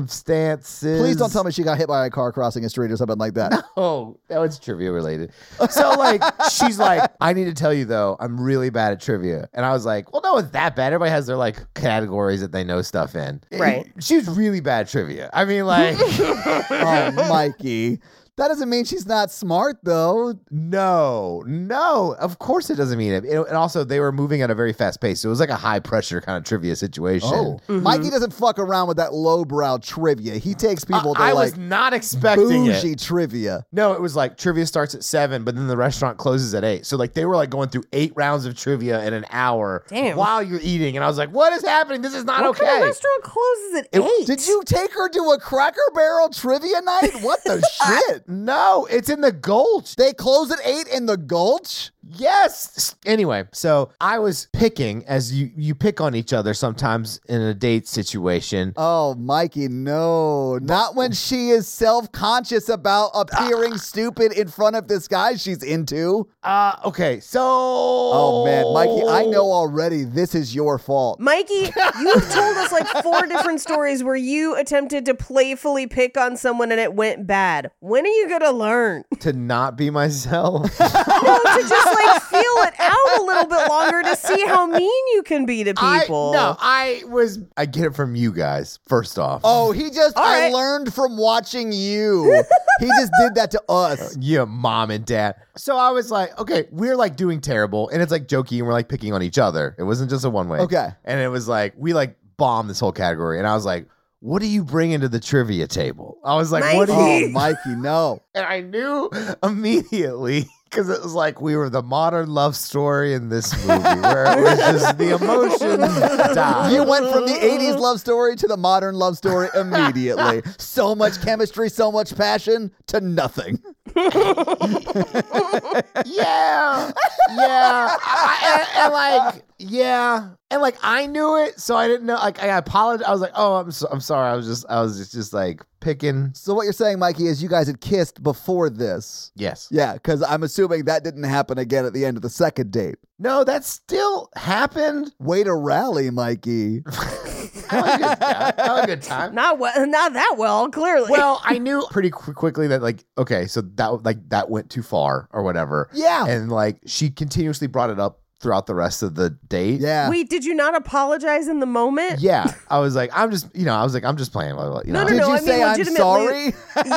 [SPEAKER 3] circumstances.
[SPEAKER 4] Please don't tell me she got hit by a car crossing a street or something like that.
[SPEAKER 3] Oh, that was trivia related. So like she's like, I need to tell you though, I'm really bad at trivia. And I was like, Well, no one's that bad. Everybody has their like categories that they know stuff in.
[SPEAKER 2] Right.
[SPEAKER 3] She was really bad trivia. I mean, like,
[SPEAKER 4] Oh, Mikey. That doesn't mean she's not smart, though.
[SPEAKER 3] no, no. Of course, it doesn't mean it. And and also, they were moving at a very fast pace, so it was like a high pressure kind of trivia situation.
[SPEAKER 4] Oh. Mikey doesn't fuck around with that lowbrow trivia. He takes people to
[SPEAKER 3] I, I
[SPEAKER 4] like
[SPEAKER 3] was not expecting it.
[SPEAKER 4] bougie trivia.
[SPEAKER 3] No, it was like trivia starts at seven, but then the restaurant closes at eight. So like they were like going through eight rounds of trivia in an hour
[SPEAKER 2] Damn.
[SPEAKER 3] while you're eating, and I was like, "What is happening? This is not
[SPEAKER 2] What
[SPEAKER 3] okay."
[SPEAKER 2] kind of restaurant closes at
[SPEAKER 3] It-
[SPEAKER 2] eight?
[SPEAKER 4] Did you take her to a Cracker Barrel trivia night? What the shit?
[SPEAKER 3] no, it's in the gulch.
[SPEAKER 4] They close at eight in the Gulch.
[SPEAKER 3] Yes. Anyway, so I was picking as you you pick on each other sometimes in a date situation.
[SPEAKER 4] Oh, Mikey, no! Not when she is self-conscious about appearing stupid in front of this guy she's into.
[SPEAKER 3] Uh okay. So Oh
[SPEAKER 4] Oh man, Mikey, I know already. This is your fault.
[SPEAKER 2] Mikey, you've told us like four different stories where you attempted to playfully pick on someone and it went bad. When are you gonna learn?
[SPEAKER 3] to not be myself.
[SPEAKER 2] No, to just like feel it out a little bit longer to see how mean you can be to people.
[SPEAKER 3] I, no, I was I get it from you guys, first off.
[SPEAKER 4] Oh, he just
[SPEAKER 2] All
[SPEAKER 4] I
[SPEAKER 2] right.
[SPEAKER 4] learned from watching you. he just did that to us.
[SPEAKER 3] Yeah, mom and dad. So I was like, okay, we're like doing terrible, and it's like jokey, and we're like picking on each other. It wasn't just a one way.
[SPEAKER 4] Okay.
[SPEAKER 3] and it was like we like bombed this whole category, and I was like, what do you bring into the trivia table? I was like, what do
[SPEAKER 4] Oh,
[SPEAKER 3] you?
[SPEAKER 4] Mikey, no.
[SPEAKER 3] And I knew immediately because it was like we were the modern love story in this movie, where it was just the emotions died.
[SPEAKER 4] You went from the 80s love story to the modern love story immediately. so much chemistry, so much passion to nothing.
[SPEAKER 3] yeah, yeah, I, and, and like, yeah, and like I knew it, so I didn't know. Like, I apologized. I was like, oh, I'm so, I'm sorry. I was just, I was just, just like picking.
[SPEAKER 4] So, what you're saying, Mikey, is you guys had kissed before this.
[SPEAKER 3] Yes.
[SPEAKER 4] Yeah, because I'm assuming that didn't happen again at the end of the second date.
[SPEAKER 3] No, that still happened.
[SPEAKER 4] Way to rally, Mikey.
[SPEAKER 3] Have a good time. Have a good time.
[SPEAKER 2] Not well, not that well, clearly.
[SPEAKER 3] Well, I knew pretty qu- quickly that like, okay, so that like that went too far or whatever.
[SPEAKER 4] Yeah.
[SPEAKER 3] And like she continuously brought it up throughout the rest of the date.
[SPEAKER 4] Yeah.
[SPEAKER 2] Wait, did you not apologize in the moment?
[SPEAKER 3] Yeah. I was like, I'm just, you know, I was like, I'm just playing. blah, blah, You
[SPEAKER 2] No,
[SPEAKER 3] know,
[SPEAKER 2] no,
[SPEAKER 4] Did
[SPEAKER 2] no,
[SPEAKER 4] you
[SPEAKER 2] I mean
[SPEAKER 4] say I'm
[SPEAKER 2] legitimately-
[SPEAKER 4] sorry?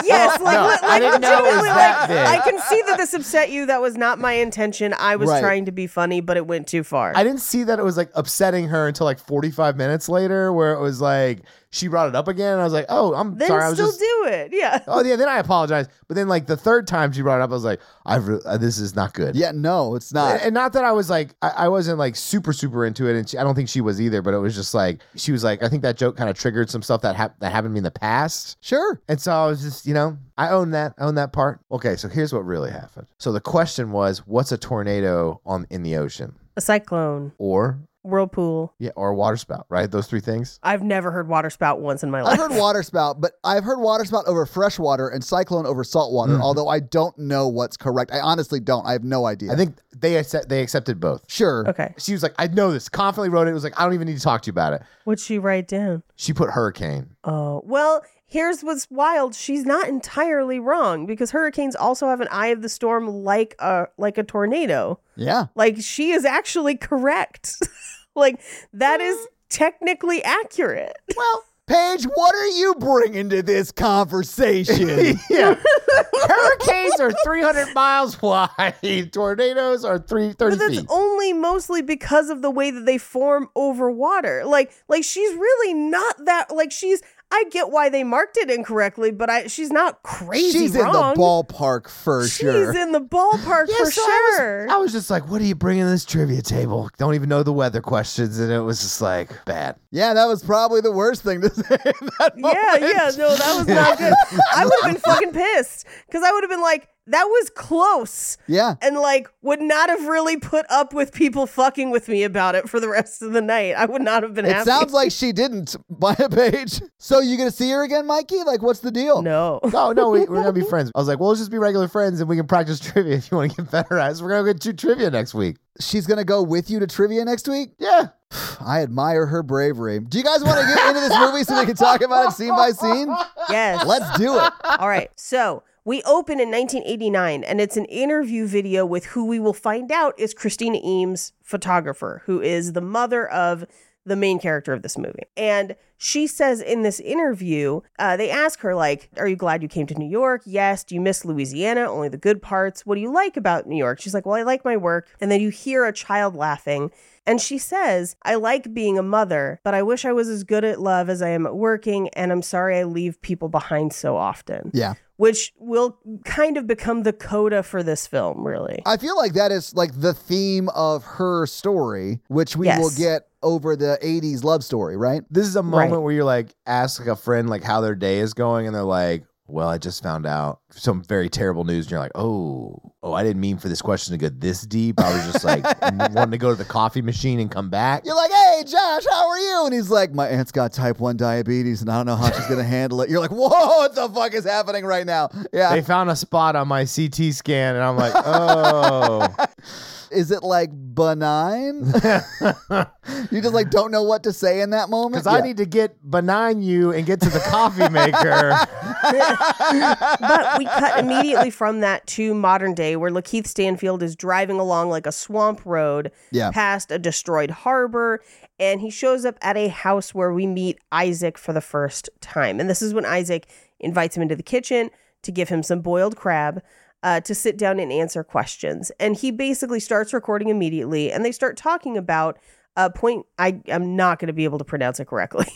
[SPEAKER 2] Yes, like,
[SPEAKER 3] No,
[SPEAKER 2] le- like
[SPEAKER 3] I didn't know it was
[SPEAKER 2] legitimately, like,
[SPEAKER 3] that big.
[SPEAKER 2] I can see that this upset you. That was not my intention. I was
[SPEAKER 4] Right.
[SPEAKER 2] trying to be funny, but it went too far.
[SPEAKER 3] I didn't see that it was like upsetting her until like 45 minutes later, where it was like she brought it up again. And I was like, oh, I'm
[SPEAKER 2] then
[SPEAKER 3] sorry. I was
[SPEAKER 2] still
[SPEAKER 3] just.
[SPEAKER 2] do it. Yeah.
[SPEAKER 3] Oh yeah, then I apologized. But then, like the third time she brought it up, I was like, "I've re- uh, this is not good."
[SPEAKER 4] Yeah, no, it's
[SPEAKER 3] and,
[SPEAKER 4] not.
[SPEAKER 3] and not that I was like, I, I wasn't like super super into it, and she, I don't think she was either. But it was just like she was like, I think that joke kind of triggered some stuff that hap- that happened to me in the past.
[SPEAKER 4] Sure.
[SPEAKER 3] And so I was just, you know, I own that, I own that part. Okay, so here's what really happened. So the question was, what's a tornado on in the ocean,
[SPEAKER 2] A cyclone,
[SPEAKER 3] or
[SPEAKER 2] whirlpool.
[SPEAKER 3] yeah, or a waterspout? Right, those three things.
[SPEAKER 2] I've never heard water spout once in my life.
[SPEAKER 4] I've heard water spout, but I've heard water spout over fresh water and cyclone over salt water, although I don't know what's correct. I honestly don't. I have no idea.
[SPEAKER 3] I think they accept, they accepted both.
[SPEAKER 4] sure.
[SPEAKER 2] okay.
[SPEAKER 3] She was like, I know this. Confidently wrote it. It was like, I don't even need to talk to you about it.
[SPEAKER 2] What'd she write down?
[SPEAKER 3] She put hurricane.
[SPEAKER 2] Oh, well, here's what's wild. She's not entirely wrong because hurricanes also have an eye of the storm like a like a tornado.
[SPEAKER 4] Yeah.
[SPEAKER 2] Like she is actually correct. like that is technically accurate.
[SPEAKER 4] Well, Paige, what are you bringing to this conversation?
[SPEAKER 3] Yeah. Hurricanes are 300 miles wide. Tornadoes are three
[SPEAKER 2] But
[SPEAKER 3] thirty
[SPEAKER 2] that's
[SPEAKER 3] feet.
[SPEAKER 2] only mostly because of the way that they form over water. Like like she's really not that like she's I get why they marked it incorrectly, but I she's not crazy
[SPEAKER 4] She's in
[SPEAKER 2] wrong.
[SPEAKER 4] the ballpark for
[SPEAKER 2] She's
[SPEAKER 4] sure.
[SPEAKER 2] in the ballpark
[SPEAKER 3] Yeah,
[SPEAKER 2] for
[SPEAKER 3] so
[SPEAKER 2] sure.
[SPEAKER 3] I was, I was just like, what are you bringing to this trivia table? Don't even know the weather questions. And it was just like, bad.
[SPEAKER 4] yeah, that was probably the worst thing to say. in that
[SPEAKER 2] Yeah,
[SPEAKER 4] moment.
[SPEAKER 2] yeah, no, that was not good. I would have been fucking pissed because I would have been like, that was close.
[SPEAKER 4] Yeah.
[SPEAKER 2] And like, would not have really put up with people fucking with me about it for the rest of the night. I would not have been
[SPEAKER 4] It
[SPEAKER 2] happy.
[SPEAKER 4] sounds like she didn't by a page. So you gonna see her again, Mikey? Like, what's the deal?
[SPEAKER 2] no.
[SPEAKER 3] No, no, we, we're going to be friends. I was like, well, let's just be regular friends and we can practice trivia if you want to get better at it. So we're going to do trivia next week.
[SPEAKER 4] She's gonna go with you to trivia next week.
[SPEAKER 3] Yeah.
[SPEAKER 4] I admire her bravery. Do you guys want to get into this movie so we can talk about it scene by scene?
[SPEAKER 2] Yes.
[SPEAKER 4] Let's do it.
[SPEAKER 2] All right. So we open in 1989, and it's an interview video with who we will find out is Christina Eames, photographer, who is the mother of the main character of this movie. And she says in this interview, uh, they ask her, like, Are you glad you came to New York? Yes. Do you miss Louisiana? Only the good parts. What do you like about New York? She's like, Well, I like my work. And then you hear a child laughing. And she says, I like being a mother, but I wish I was as good at love as I am at working. And I'm sorry I leave people behind so often.
[SPEAKER 4] Yeah.
[SPEAKER 2] Which will kind of become the coda for this film, really.
[SPEAKER 4] I feel like that is like the theme of her story, which we
[SPEAKER 2] Yes.
[SPEAKER 4] will get over the 80s love story, right?
[SPEAKER 3] This is a moment
[SPEAKER 2] Right.
[SPEAKER 3] where you're like, ask like a friend like how their day is going, and they're like, "Well, I just found out some very terrible news," and you're like, "Oh, oh, I didn't mean for this question to go this deep. I was just like wanting to go to the coffee machine and come back."
[SPEAKER 4] You're like, hey, Josh, how are you? And he's like, my aunt's got type 1 diabetes and I don't know how she's going to handle it. You're like, whoa, what the fuck is happening right now? Yeah.
[SPEAKER 3] They found a spot on my CT scan, and I'm like, "Oh,
[SPEAKER 4] Is it like benign? you just like don't know what to say in that moment?
[SPEAKER 3] because I
[SPEAKER 4] Yeah.
[SPEAKER 3] need to get benign you and get to the coffee maker."
[SPEAKER 2] but we cut immediately from that to modern day where Lakeith Stanfield is driving along like a swamp road
[SPEAKER 4] Yeah.
[SPEAKER 2] past a destroyed harbor and he shows up at a house where we meet Isaac for the first time. And this is when Isaac invites him into the kitchen to give him some boiled crab. Uh, to sit down and answer questions. And he basically starts recording immediately and they start talking about a point I, I'm not going to be able to pronounce it correctly.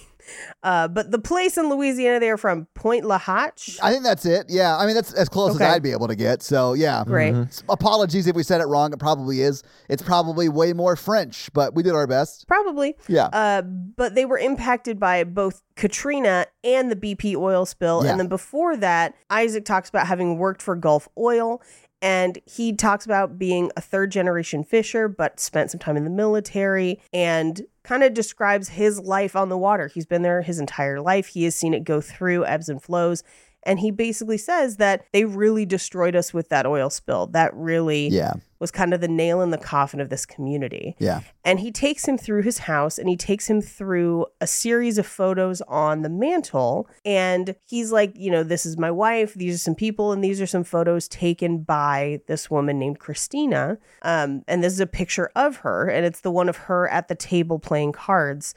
[SPEAKER 2] Uh, but the place in Louisiana they're from, Point La Hatch.
[SPEAKER 4] I think that's it. Yeah. I mean, that's as close
[SPEAKER 2] Okay.
[SPEAKER 4] as I'd be able to get. So, yeah. Mm-hmm.
[SPEAKER 2] Great.
[SPEAKER 4] S- Apologies if we said it wrong. It probably is. It's probably way more French, but we did our best.
[SPEAKER 2] Probably.
[SPEAKER 4] Yeah.
[SPEAKER 2] Uh, but they were impacted by both Katrina and the BP oil spill.
[SPEAKER 4] Yeah.
[SPEAKER 2] And then before that, Isaac talks about having worked for Gulf Oil. And he talks about being a third generation fisher, but spent some time in the military and kind of describes his life on the water. He's been there his entire life. He has seen it go through ebbs and flows. And he basically says that they really destroyed us with that oil spill. That really
[SPEAKER 4] yeah.
[SPEAKER 2] was kind of the nail in the coffin of this community
[SPEAKER 4] Yeah.
[SPEAKER 2] and he takes him through his house and he takes him through a series of photos on the mantle and he's like you know this is my wife these are some people and these are some photos taken by this woman named christina um, and this is a picture of her and it's the one of her at the table playing cards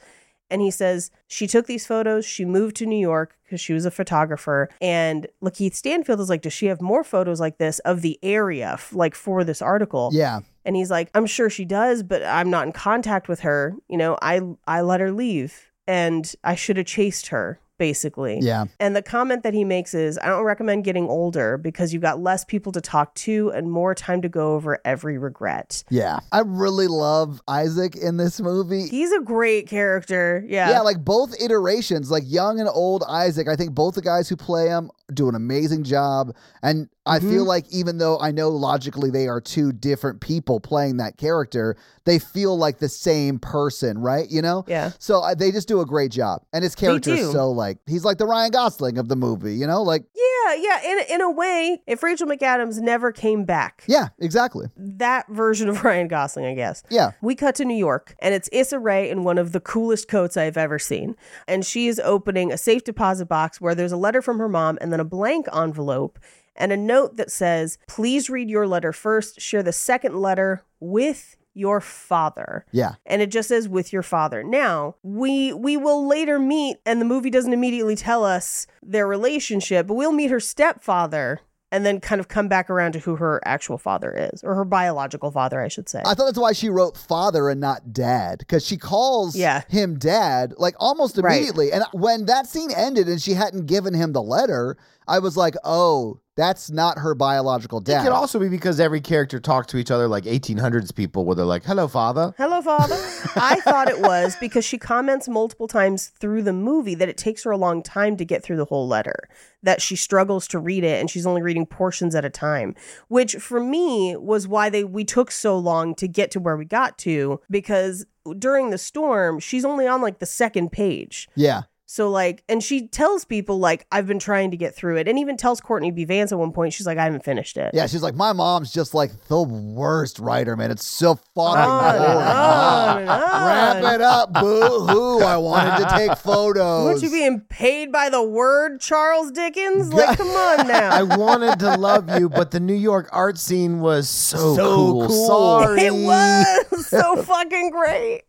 [SPEAKER 2] and he says she took these photos. She moved to New York because she was a photographer. And Lakeith Stanfield is like, does she have more photos like this of the area, f- like for this article?
[SPEAKER 4] Yeah.
[SPEAKER 2] And he's like, I'm sure she does, but I'm not in contact with her. You know, I I let her leave and I should have chased her, basically.
[SPEAKER 4] Yeah.
[SPEAKER 2] And the comment that he makes is, I don't recommend getting older because you've got less people to talk to and more time to go over every regret.
[SPEAKER 4] Yeah. I really love Isaac in this movie.
[SPEAKER 2] He's a great character. Yeah.
[SPEAKER 4] yeah, like both iterations, like young and old Isaac. I think both the guys who play him do an amazing job. And I
[SPEAKER 2] Mm-hmm.
[SPEAKER 4] feel like even though I know logically they are two different people playing that character, they feel like the same person, right? You know?
[SPEAKER 2] Yeah.
[SPEAKER 4] So I, they just do a great job. And his character is
[SPEAKER 2] do.
[SPEAKER 4] so like, he's like the Ryan Gosling of the movie, you know? Like,
[SPEAKER 2] yeah, yeah. In in a way, if Rachel McAdams never came back,
[SPEAKER 4] yeah, exactly.
[SPEAKER 2] that version of Ryan Gosling, I guess.
[SPEAKER 4] Yeah.
[SPEAKER 2] We cut to New York, and it's Issa Rae in one of the coolest coats I've ever seen. And she is opening a safe deposit box where there's a letter from her mom and then a blank envelope and a note that says, Please read your letter first, share the second letter with your father.
[SPEAKER 4] Yeah.
[SPEAKER 2] And it just says with your father. Now, we we will later meet and the movie doesn't immediately tell us their relationship, but we'll meet her stepfather and then kind of come back around to who her actual father is or her biological father, I should say.
[SPEAKER 4] I thought that's why she wrote father and not dad because she calls
[SPEAKER 2] Yeah.
[SPEAKER 4] him dad like almost
[SPEAKER 2] Right.
[SPEAKER 4] immediately. And when that scene ended and she hadn't given him the letter, I was like, oh, that's not her biological
[SPEAKER 3] It
[SPEAKER 4] dad.
[SPEAKER 3] could also be because every character talked to each other like 1800s people, where they're like, "Hello, father."
[SPEAKER 2] Hello, Father. I thought it was because she comments multiple times through the movie that it takes her a long time to get through the whole letter, that she struggles to read it and she's only reading portions at a time, which for me was why they we took so long to get to where we got to because during the storm, she's only on like the second page.
[SPEAKER 4] yeah.
[SPEAKER 2] So like, and she tells people like I've been trying to get through it, and even tells Courtney B. Vance at one point she's like I haven't finished it.
[SPEAKER 4] Yeah. She's like, my mom's just like the worst writer, man. It's so fucking
[SPEAKER 2] On and
[SPEAKER 4] boring. Ah,
[SPEAKER 2] on and on.
[SPEAKER 4] Wrap it up, boo hoo. I wanted to take photos.
[SPEAKER 2] Weren't you being paid by the word, Charles Dickens? Like, come on
[SPEAKER 3] I
[SPEAKER 2] now.
[SPEAKER 3] wanted to love you, but the New York art scene was so,
[SPEAKER 4] So
[SPEAKER 3] cool.
[SPEAKER 4] cool.
[SPEAKER 3] Sorry.
[SPEAKER 2] it was so fucking great.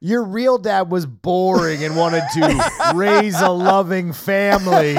[SPEAKER 3] Your real dad was boring and wanted to raise a loving family.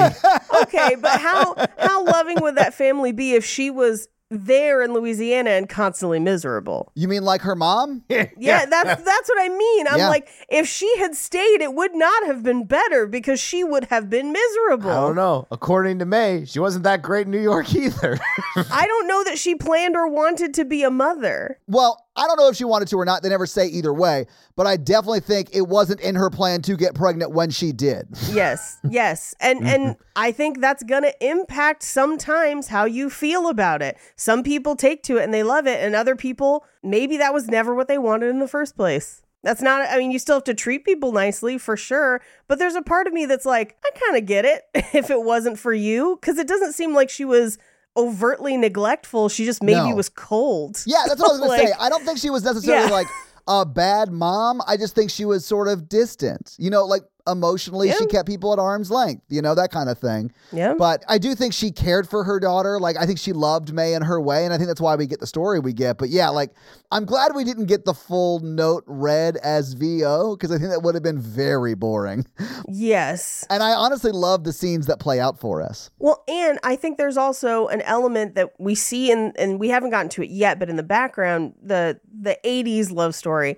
[SPEAKER 2] Okay, but how how loving would that family be if she was there in Louisiana and constantly miserable?
[SPEAKER 4] You mean like her mom?
[SPEAKER 2] Yeah, that's that's what I mean. I'm
[SPEAKER 4] Yeah.
[SPEAKER 2] like, if she had stayed, it would not have been better because she would have been miserable.
[SPEAKER 3] I don't know. According to May, she wasn't that great in New York either.
[SPEAKER 2] I don't know that she planned or wanted to be a mother.
[SPEAKER 4] Well, I don't know if she wanted to or not. They never say either way, but I definitely think it wasn't in her plan to get pregnant when she did.
[SPEAKER 2] Yes, yes. And
[SPEAKER 4] Mm-hmm.
[SPEAKER 2] and I think that's going to impact sometimes how you feel about it. Some people take to it and they love it and other people maybe that was never what they wanted in the first place. That's not I mean you still have to treat people nicely for sure, but there's a part of me that's like I kind of get it if it wasn't for you cuz it doesn't seem like she was overtly neglectful. She just maybe
[SPEAKER 4] No.
[SPEAKER 2] was cold.
[SPEAKER 4] Yeah, that's what I was gonna
[SPEAKER 2] Like-
[SPEAKER 4] say. I don't think she was necessarily
[SPEAKER 2] Yeah.
[SPEAKER 4] like a bad mom. I just think she was sort of distant. You know, like emotionally, she
[SPEAKER 2] Yeah.
[SPEAKER 4] kept people at arm's length. You know, that kind of thing.
[SPEAKER 2] Yeah.
[SPEAKER 4] But I do think she cared for her daughter. Like I think she loved May in her way, and I think that's why we get the story we get. But yeah, like I'm glad we didn't get the full note read as VO because I think that would have been very boring.
[SPEAKER 2] yes.
[SPEAKER 4] And I honestly love the scenes that play out for us.
[SPEAKER 2] Well, and I think there's also an element that we see in and we haven't gotten to it yet, but in the background, the the 80s love story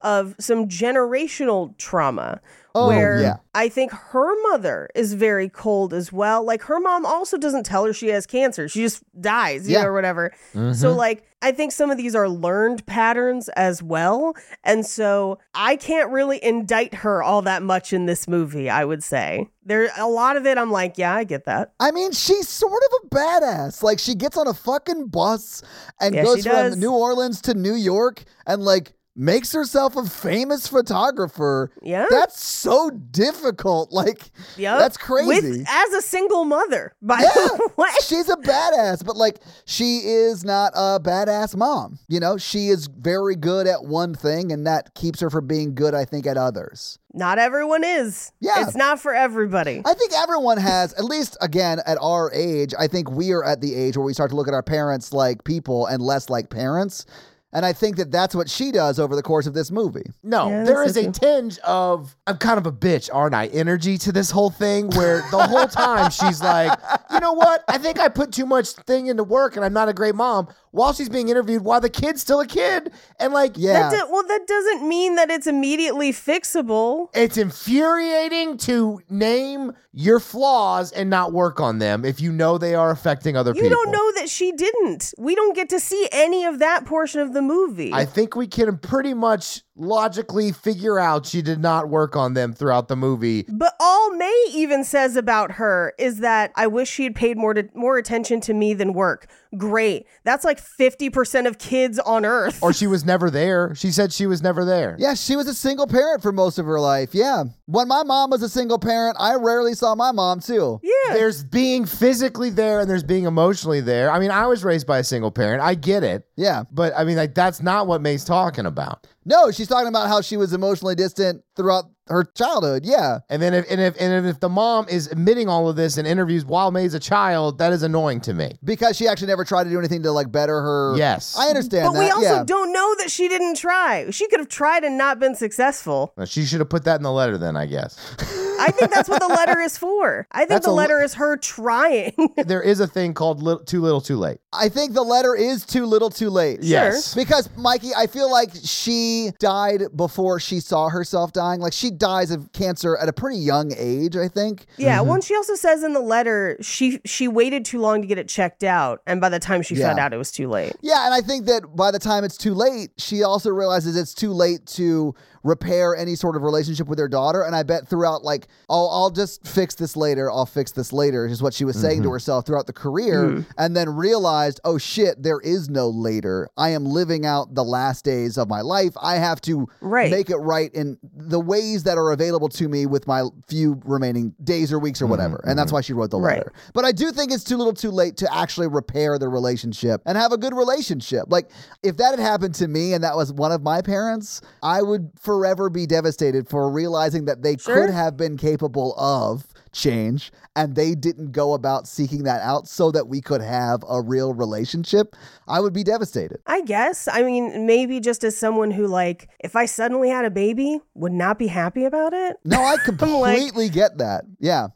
[SPEAKER 2] of some generational trauma
[SPEAKER 4] Oh,
[SPEAKER 2] where
[SPEAKER 4] yeah.
[SPEAKER 2] I think her mother is very cold as well. Like her mom also doesn't tell her she has cancer. She just dies, you
[SPEAKER 4] Yeah. Mm-hmm.
[SPEAKER 2] know, or whatever. So like I think some of these are learned patterns as well. And so I can't really indict her all that much in this movie, I would say. There a lot of it I'm like, yeah, I get that.
[SPEAKER 4] I mean, she's sort of a badass. Like, she gets on a fucking bus and
[SPEAKER 2] Yeah,
[SPEAKER 4] goes
[SPEAKER 2] she
[SPEAKER 4] from
[SPEAKER 2] does.
[SPEAKER 4] New Orleans to New York and, like, makes herself a famous photographer.
[SPEAKER 2] Yeah.
[SPEAKER 4] That's so difficult. Like,
[SPEAKER 2] Yep.
[SPEAKER 4] that's crazy.
[SPEAKER 2] With, as a single mother, by the way.
[SPEAKER 4] She's a badass, but, like, she is not a badass mom. You know, she is very good at one thing, and that keeps her from being good, I think, at others.
[SPEAKER 2] Not everyone is.
[SPEAKER 4] Yeah.
[SPEAKER 2] It's not for everybody.
[SPEAKER 4] I think everyone has, at least again, at our age, I think we are at the age where we start to look at our parents like people and less like parents. And I think that that's what she does over the course of this movie.
[SPEAKER 3] No,
[SPEAKER 2] Yeah,
[SPEAKER 3] there
[SPEAKER 2] that's
[SPEAKER 3] is a tinge of I'm kind of a bitch, aren't I? Energy to this whole thing where the whole time she's like, you know what? I think I put too much thing into work and I'm not a great mom while she's being interviewed while the kid's still a kid. And like,
[SPEAKER 4] Yeah.
[SPEAKER 2] That do- well, that doesn't mean that it's immediately fixable.
[SPEAKER 3] it's infuriating to name your flaws and not work on them if you know they are affecting other
[SPEAKER 2] You
[SPEAKER 3] people.
[SPEAKER 2] don't know that she didn't. We don't get to see any of that portion of the movie.
[SPEAKER 3] I think we can pretty much logically figure out she did not work on them throughout the movie.
[SPEAKER 2] But all May even says about her is that I wish she had paid more to, more attention to me than work. Great. That's like 50% of kids on earth.
[SPEAKER 3] Or she was never there. She said she was never there.
[SPEAKER 4] Yeah, she was a single parent for most of her life. Yeah. When my mom was a single parent, I rarely saw my mom too.
[SPEAKER 2] yeah.
[SPEAKER 3] There's being physically there and there's being emotionally there. I mean, I was raised by a single parent. I get it.
[SPEAKER 4] Yeah.
[SPEAKER 3] But I mean, like, that's not what May's talking about.
[SPEAKER 4] No, she's talking about how she was emotionally distant throughout her childhood. Yeah.
[SPEAKER 3] And then if and if and if the mom is admitting all of this in interviews while May's a child, that is annoying to me.
[SPEAKER 4] Because she actually never tried to do anything to like better her.
[SPEAKER 3] Yes.
[SPEAKER 4] I understand
[SPEAKER 2] But
[SPEAKER 4] that.
[SPEAKER 2] we also
[SPEAKER 4] yeah.
[SPEAKER 2] don't know that she didn't try. She could have tried and not been successful.
[SPEAKER 3] Well, She should have put that in the letter then, I guess.
[SPEAKER 2] I think that's what the letter is for. I think
[SPEAKER 3] That's a
[SPEAKER 2] the
[SPEAKER 3] li-
[SPEAKER 2] letter is her trying.
[SPEAKER 3] there is a thing called lit too little too late.
[SPEAKER 4] I think the letter is too little too late.
[SPEAKER 3] Yes.
[SPEAKER 4] Because Mikey, I feel like she died before she saw herself dying. Like she dies of cancer at a pretty young age, I think.
[SPEAKER 2] yeah, well, and she also says in the letter she she waited too long to get it checked out, and by the time she found
[SPEAKER 4] Yeah.
[SPEAKER 2] out, it was too late.
[SPEAKER 4] Yeah, and I think that by the time it's too late, she also realizes it's too late to repair any sort of relationship with her daughter. And I bet throughout, like, oh, I'll just fix this later. I'll fix this later is what she was saying to herself throughout the career, and then realized, oh shit, there is no later. I am living out the last days of my life. I have to
[SPEAKER 2] Right.
[SPEAKER 4] make it right in the ways that are available to me with my few remaining days or weeks or whatever. And that's why she wrote the
[SPEAKER 2] Right.
[SPEAKER 4] letter. But I do think it's too little too late to actually repair the relationship and have a good relationship. Like, if that had happened to me and that was one of my parents, I would forever be devastated for realizing that they
[SPEAKER 2] Sure.
[SPEAKER 4] could have been capable of change and they didn't go about seeking that out so that we could have a real relationship, I would be devastated.
[SPEAKER 2] I guess. I mean, maybe just as someone who, like, if I suddenly had a baby, would not be happy about it.
[SPEAKER 4] No, I completely get that. Yeah.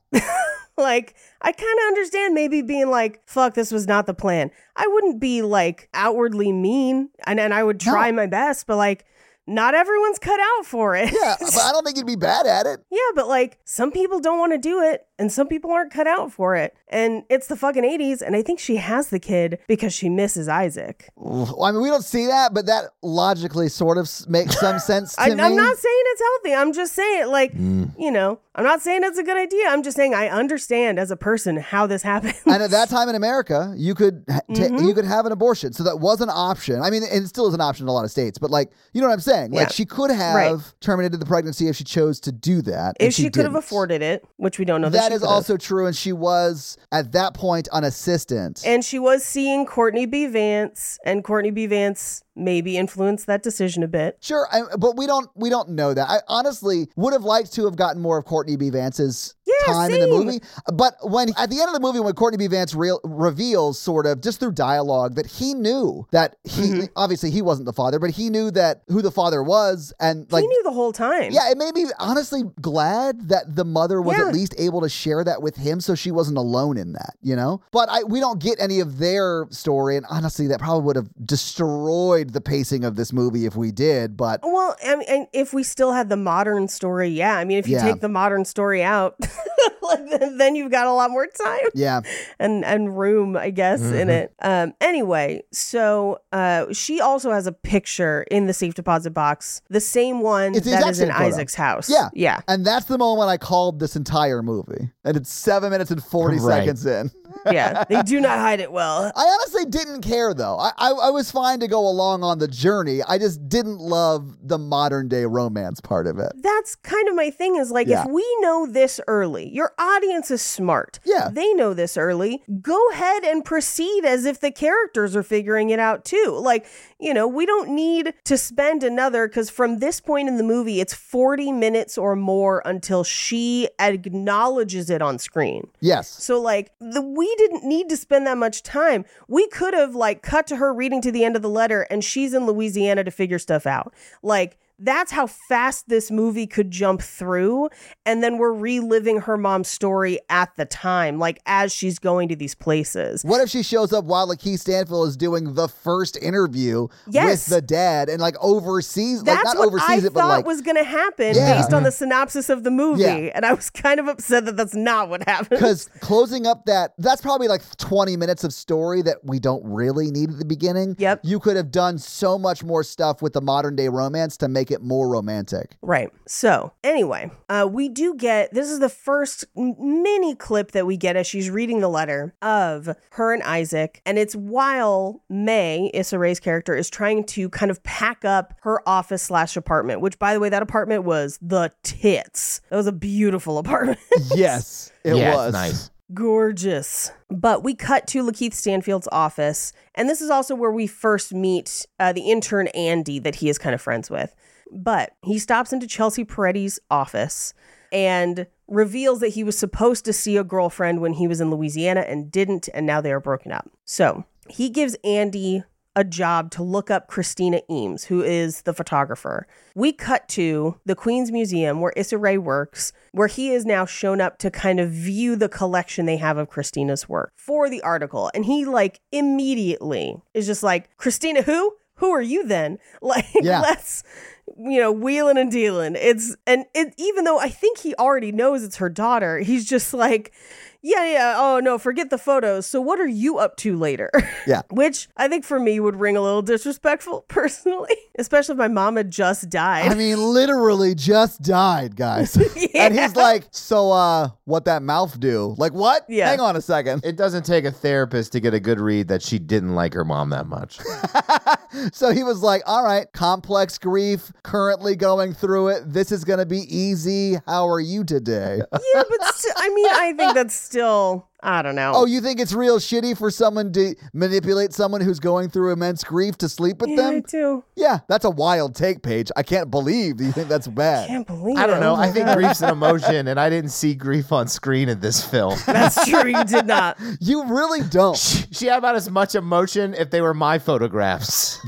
[SPEAKER 2] like, I kind of understand maybe being like, fuck, this was not the plan. I wouldn't be like outwardly mean and, and I would try my best, but like, not everyone's cut out for it.
[SPEAKER 4] Yeah, but I don't think you'd be bad at it.
[SPEAKER 2] Yeah, but like some people don't want to do it and some people aren't cut out for it. And it's the fucking 80s. And I think she has the kid because she misses Isaac.
[SPEAKER 4] Well, I mean, we don't see that, but that logically sort of s- makes some sense to
[SPEAKER 2] I,
[SPEAKER 4] me.
[SPEAKER 2] I'm not saying it's healthy. I'm just saying, like, you know, I'm not saying it's a good idea. I'm just saying I understand as a person how this happened.
[SPEAKER 4] and at that time in America, you could ha- ta-
[SPEAKER 2] Mm-hmm.
[SPEAKER 4] you could have an abortion, so that was an option. I mean, and it still is an option in a lot of states, but like you know what I'm saying. Like
[SPEAKER 2] Yeah.
[SPEAKER 4] she could have
[SPEAKER 2] Right.
[SPEAKER 4] terminated the pregnancy if she chose to do that. and
[SPEAKER 2] if she, could have
[SPEAKER 4] didn't.
[SPEAKER 2] afforded it, which we don't know that,
[SPEAKER 4] that
[SPEAKER 2] she
[SPEAKER 4] is
[SPEAKER 2] could've.
[SPEAKER 4] also true, and she was at that point an assistant.
[SPEAKER 2] And she was seeing Courtney B. Vance, and Courtney B. Vance maybe influenced that decision a bit.
[SPEAKER 4] Sure, I, but we don't we don't know that. I honestly would have liked to have gotten more of Courtney B. Vance's
[SPEAKER 2] Yeah,
[SPEAKER 4] time in the
[SPEAKER 2] same.
[SPEAKER 4] movie. But when at the end of the movie, when Courtney B. Vance real reveals sort of just through dialogue that he knew that he
[SPEAKER 2] Mm-hmm.
[SPEAKER 4] obviously he wasn't the father, but he knew that who the father was, and like
[SPEAKER 2] he knew the whole time.
[SPEAKER 4] yeah, it made me honestly glad that the mother was
[SPEAKER 2] Yeah.
[SPEAKER 4] at least able to share that with him, so she wasn't alone in that, you know. But I we don't get any of their story, and honestly, that probably would have destroyed the pacing of this movie if we did. But
[SPEAKER 2] Well, I mean, and if we still had the modern story, yeah. I mean, if you
[SPEAKER 4] Yeah.
[SPEAKER 2] take the modern story out, like, then- then you've got a lot more time.
[SPEAKER 4] yeah,
[SPEAKER 2] and and room, I guess,
[SPEAKER 4] Mm-hmm.
[SPEAKER 2] in it. Um, anyway, so uh, she also has a picture in the safe deposit box, the same one
[SPEAKER 4] It's the
[SPEAKER 2] that
[SPEAKER 4] exact
[SPEAKER 2] is in
[SPEAKER 4] same photo.
[SPEAKER 2] Isaac's house.
[SPEAKER 4] Yeah.
[SPEAKER 2] yeah.
[SPEAKER 4] and that's the moment I called this entire movie, and it's seven minutes and forty
[SPEAKER 3] Right.
[SPEAKER 4] seconds in.
[SPEAKER 2] yeah, they do not hide it well.
[SPEAKER 4] I honestly didn't care though. I, I I was fine to go along on the journey. I just didn't love the modern day romance part of it.
[SPEAKER 2] That's kind of my thing is like,
[SPEAKER 4] Yeah.
[SPEAKER 2] if we know this early, your audience is smart.
[SPEAKER 4] Yeah.
[SPEAKER 2] They know this early. Go ahead and proceed as if the characters are figuring it out too. Like, you know, we don't need to spend another, because from this point in the movie, it's 40 minutes or more until she acknowledges it on screen.
[SPEAKER 4] Yes.
[SPEAKER 2] So like the we didn't need to spend that much time. We could have like cut to her reading to the end of the letter and she's in Louisiana to figure stuff out. Like that's how fast this movie could jump through and then we're reliving her mom's story at the time like as she's going to these places.
[SPEAKER 4] What if she shows up while Lakeith Stanfield is doing the first interview
[SPEAKER 2] Yes.
[SPEAKER 4] with the dad and like oversees,
[SPEAKER 2] That's
[SPEAKER 4] like not
[SPEAKER 2] what I
[SPEAKER 4] oversees it, but
[SPEAKER 2] thought
[SPEAKER 4] like
[SPEAKER 2] was going to happen
[SPEAKER 4] Yeah. Mm-hmm.
[SPEAKER 2] based on the synopsis of the movie
[SPEAKER 4] Yeah.
[SPEAKER 2] and I was kind of upset that that's not what happened.
[SPEAKER 4] because closing up that that's probably like 20 minutes of story that we don't really need at the beginning.
[SPEAKER 2] Yep.
[SPEAKER 4] You could have done so much more stuff with the modern day romance to make it more romantic.
[SPEAKER 2] Right. So, anyway, uh, we do get this is the first m- mini clip that we get as she's reading the letter of her and Isaac. And it's while May, Issa Rae's character, is trying to kind of pack up her office slash apartment, which, by the way, that apartment was the tits. That was a beautiful apartment.
[SPEAKER 4] yes, it
[SPEAKER 3] yeah,
[SPEAKER 4] was.
[SPEAKER 3] It's nice.
[SPEAKER 2] Gorgeous. But we cut to Lakeith Stanfield's office. And this is also where we first meet uh, the intern Andy that he is kind of friends with. But he stops into Chelsea Peretti's office and reveals that he was supposed to see a girlfriend when he was in Louisiana and didn't. And now they are broken up. So he gives Andy a job to look up Christina Eames, who is the photographer. We cut to the Queen's Museum where Issa Rae works, where he is now shown up to kind of view the collection they have of Christina's work for the article. And he like immediately is just like, Christina who? Who are you then? Like
[SPEAKER 4] Yeah.
[SPEAKER 2] let's you know, wheeling and dealing. It's and it, even though I think he already knows it's her daughter, he's just like, yeah, yeah, oh no, forget the photos. So what are you up to later?
[SPEAKER 4] Yeah.
[SPEAKER 2] Which I think for me would ring a little disrespectful personally, especially if my mom had just died.
[SPEAKER 4] I mean, literally just died, guys. And he's like, so uh what that mouth do? Like what?
[SPEAKER 2] Yeah.
[SPEAKER 4] Hang on a second.
[SPEAKER 3] It doesn't take a therapist to get a good read that she didn't like her mom that much.
[SPEAKER 4] so he was like, all right, complex grief, currently going through it. This is gonna be easy. How are you today?
[SPEAKER 2] yeah, but st- I mean, I think that's still I don't know.
[SPEAKER 4] Oh, you think it's real shitty for someone to manipulate someone who's going through immense grief to sleep with
[SPEAKER 2] yeah, I
[SPEAKER 4] them?
[SPEAKER 2] do.
[SPEAKER 4] Yeah, that's a wild take, Paige. I can't believe you think that's bad.
[SPEAKER 2] Can't believe.
[SPEAKER 3] I
[SPEAKER 2] it.
[SPEAKER 3] don't
[SPEAKER 2] Oh
[SPEAKER 3] know.
[SPEAKER 2] my
[SPEAKER 3] I think
[SPEAKER 2] God.
[SPEAKER 3] grief's an emotion, and I didn't see grief on screen in this film.
[SPEAKER 2] that's true. You did not.
[SPEAKER 4] You really don't.
[SPEAKER 3] she, she had about as much emotion if they were my photographs.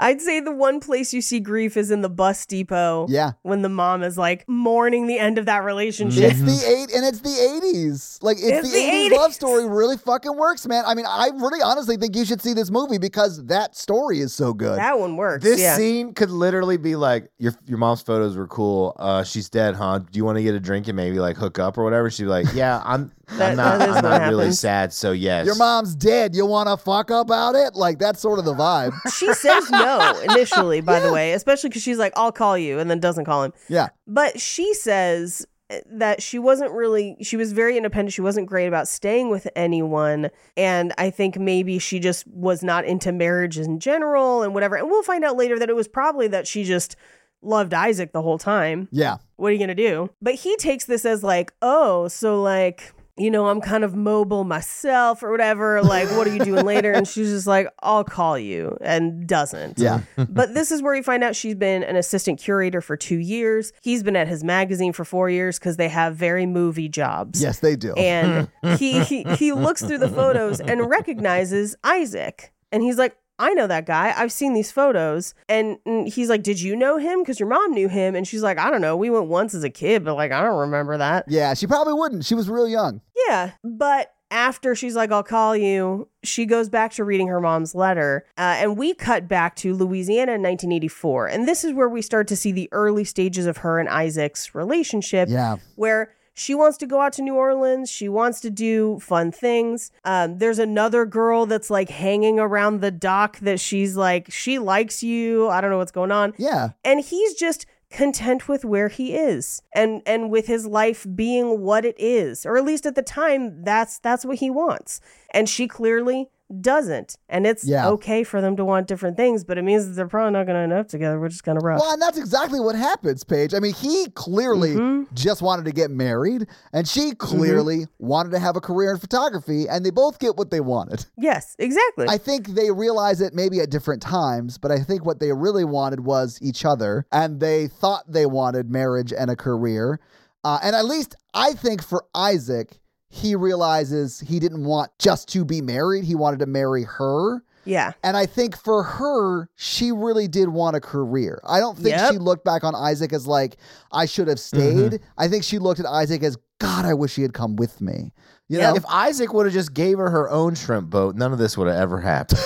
[SPEAKER 2] I'd say the one place you see grief is in the bus depot.
[SPEAKER 4] Yeah.
[SPEAKER 2] When the mom is like mourning the end of that relationship.
[SPEAKER 4] It's the eight and it's the eighties. Like it's,
[SPEAKER 2] It's
[SPEAKER 4] the,
[SPEAKER 2] the
[SPEAKER 4] 80s,
[SPEAKER 2] 80s.
[SPEAKER 4] love story really fucking works, man. I mean, I really honestly think you should see this movie because that story is so good.
[SPEAKER 2] That one works.
[SPEAKER 3] This
[SPEAKER 2] yeah.
[SPEAKER 3] scene could literally be like your your mom's photos were cool. Uh, she's dead, huh? Do you want to get a drink and maybe like hook up or whatever? She'd be like, Yeah, I'm.
[SPEAKER 2] That-
[SPEAKER 3] I'm not.
[SPEAKER 2] that is
[SPEAKER 3] I'm
[SPEAKER 2] what
[SPEAKER 3] not really
[SPEAKER 2] happens.
[SPEAKER 3] sad. So yes,
[SPEAKER 4] Your mom's dead. You want to fuck about it? Like that's sort of the vibe.
[SPEAKER 2] she says no initially, by the way, especially because she's like, I'll call you, and then doesn't call him.
[SPEAKER 4] Yeah.
[SPEAKER 2] But she says eh, that she wasn't really, she was very independent. She wasn't great about staying with anyone. And I think maybe she just was not into marriages in general and whatever. And we'll find out later that it was probably that she just loved Isaac the whole time.
[SPEAKER 4] Yeah.
[SPEAKER 2] What are you going to do? But he takes this as like, oh, so like, you know, I'm kind of mobile myself or whatever. Like, what are you doing later? And she's just like, I'll call you and doesn't.
[SPEAKER 4] Yeah.
[SPEAKER 2] But this is where you find out she's been an assistant curator for two years. He's been at his magazine for four years because they have very movie jobs.
[SPEAKER 4] Yes, they do.
[SPEAKER 2] And he, he he looks through the photos and recognizes Isaac. And he's like, I know that guy. I've seen these photos. And, and he's like, Did you know him? Because your mom knew him. And she's like, I don't know. We went once as a kid, but like, I don't remember that.
[SPEAKER 4] yeah, she probably wouldn't. She was real young.
[SPEAKER 2] Yeah. But after she's like, I'll call you, she goes back to reading her mom's letter. Uh, and we cut back to Louisiana in 1984. And this is where we start to see the early stages of her and Isaac's relationship,
[SPEAKER 4] Yeah.
[SPEAKER 2] where she wants to go out to New Orleans. She wants to do fun things. Um, there's another girl that's like hanging around the dock that she's like, she likes you. I don't know what's going on
[SPEAKER 4] Yeah.
[SPEAKER 2] and he's just content with where he is and and with his life being what it is or at least at the time that's that's what he wants and she clearly doesn't and it's
[SPEAKER 4] Yeah.
[SPEAKER 2] okay for them to want different things but it means that they're probably not going to end up together which is kind of rough
[SPEAKER 4] Well, and that's exactly what happens, Paige. I mean, he clearly just wanted to get married, and she clearly wanted to have a career in photography, and they both get what they wanted.
[SPEAKER 2] yes exactly
[SPEAKER 4] I think they realize it maybe at different times, but I think what they really wanted was each other, and they thought they wanted marriage and a career. Uh, and at least I think for Isaac, he realizes he didn't want just to be married, he wanted to marry her.
[SPEAKER 2] yeah
[SPEAKER 4] And I think for her, she really did want a career. I don't think
[SPEAKER 2] Yep. Mm-hmm.
[SPEAKER 4] she looked back on Isaac as like, I should have stayed. I think she looked at Isaac as, God, I wish he had come with me. You know?
[SPEAKER 3] if Isaac would have just gave her her own shrimp boat, none of this would have ever happened.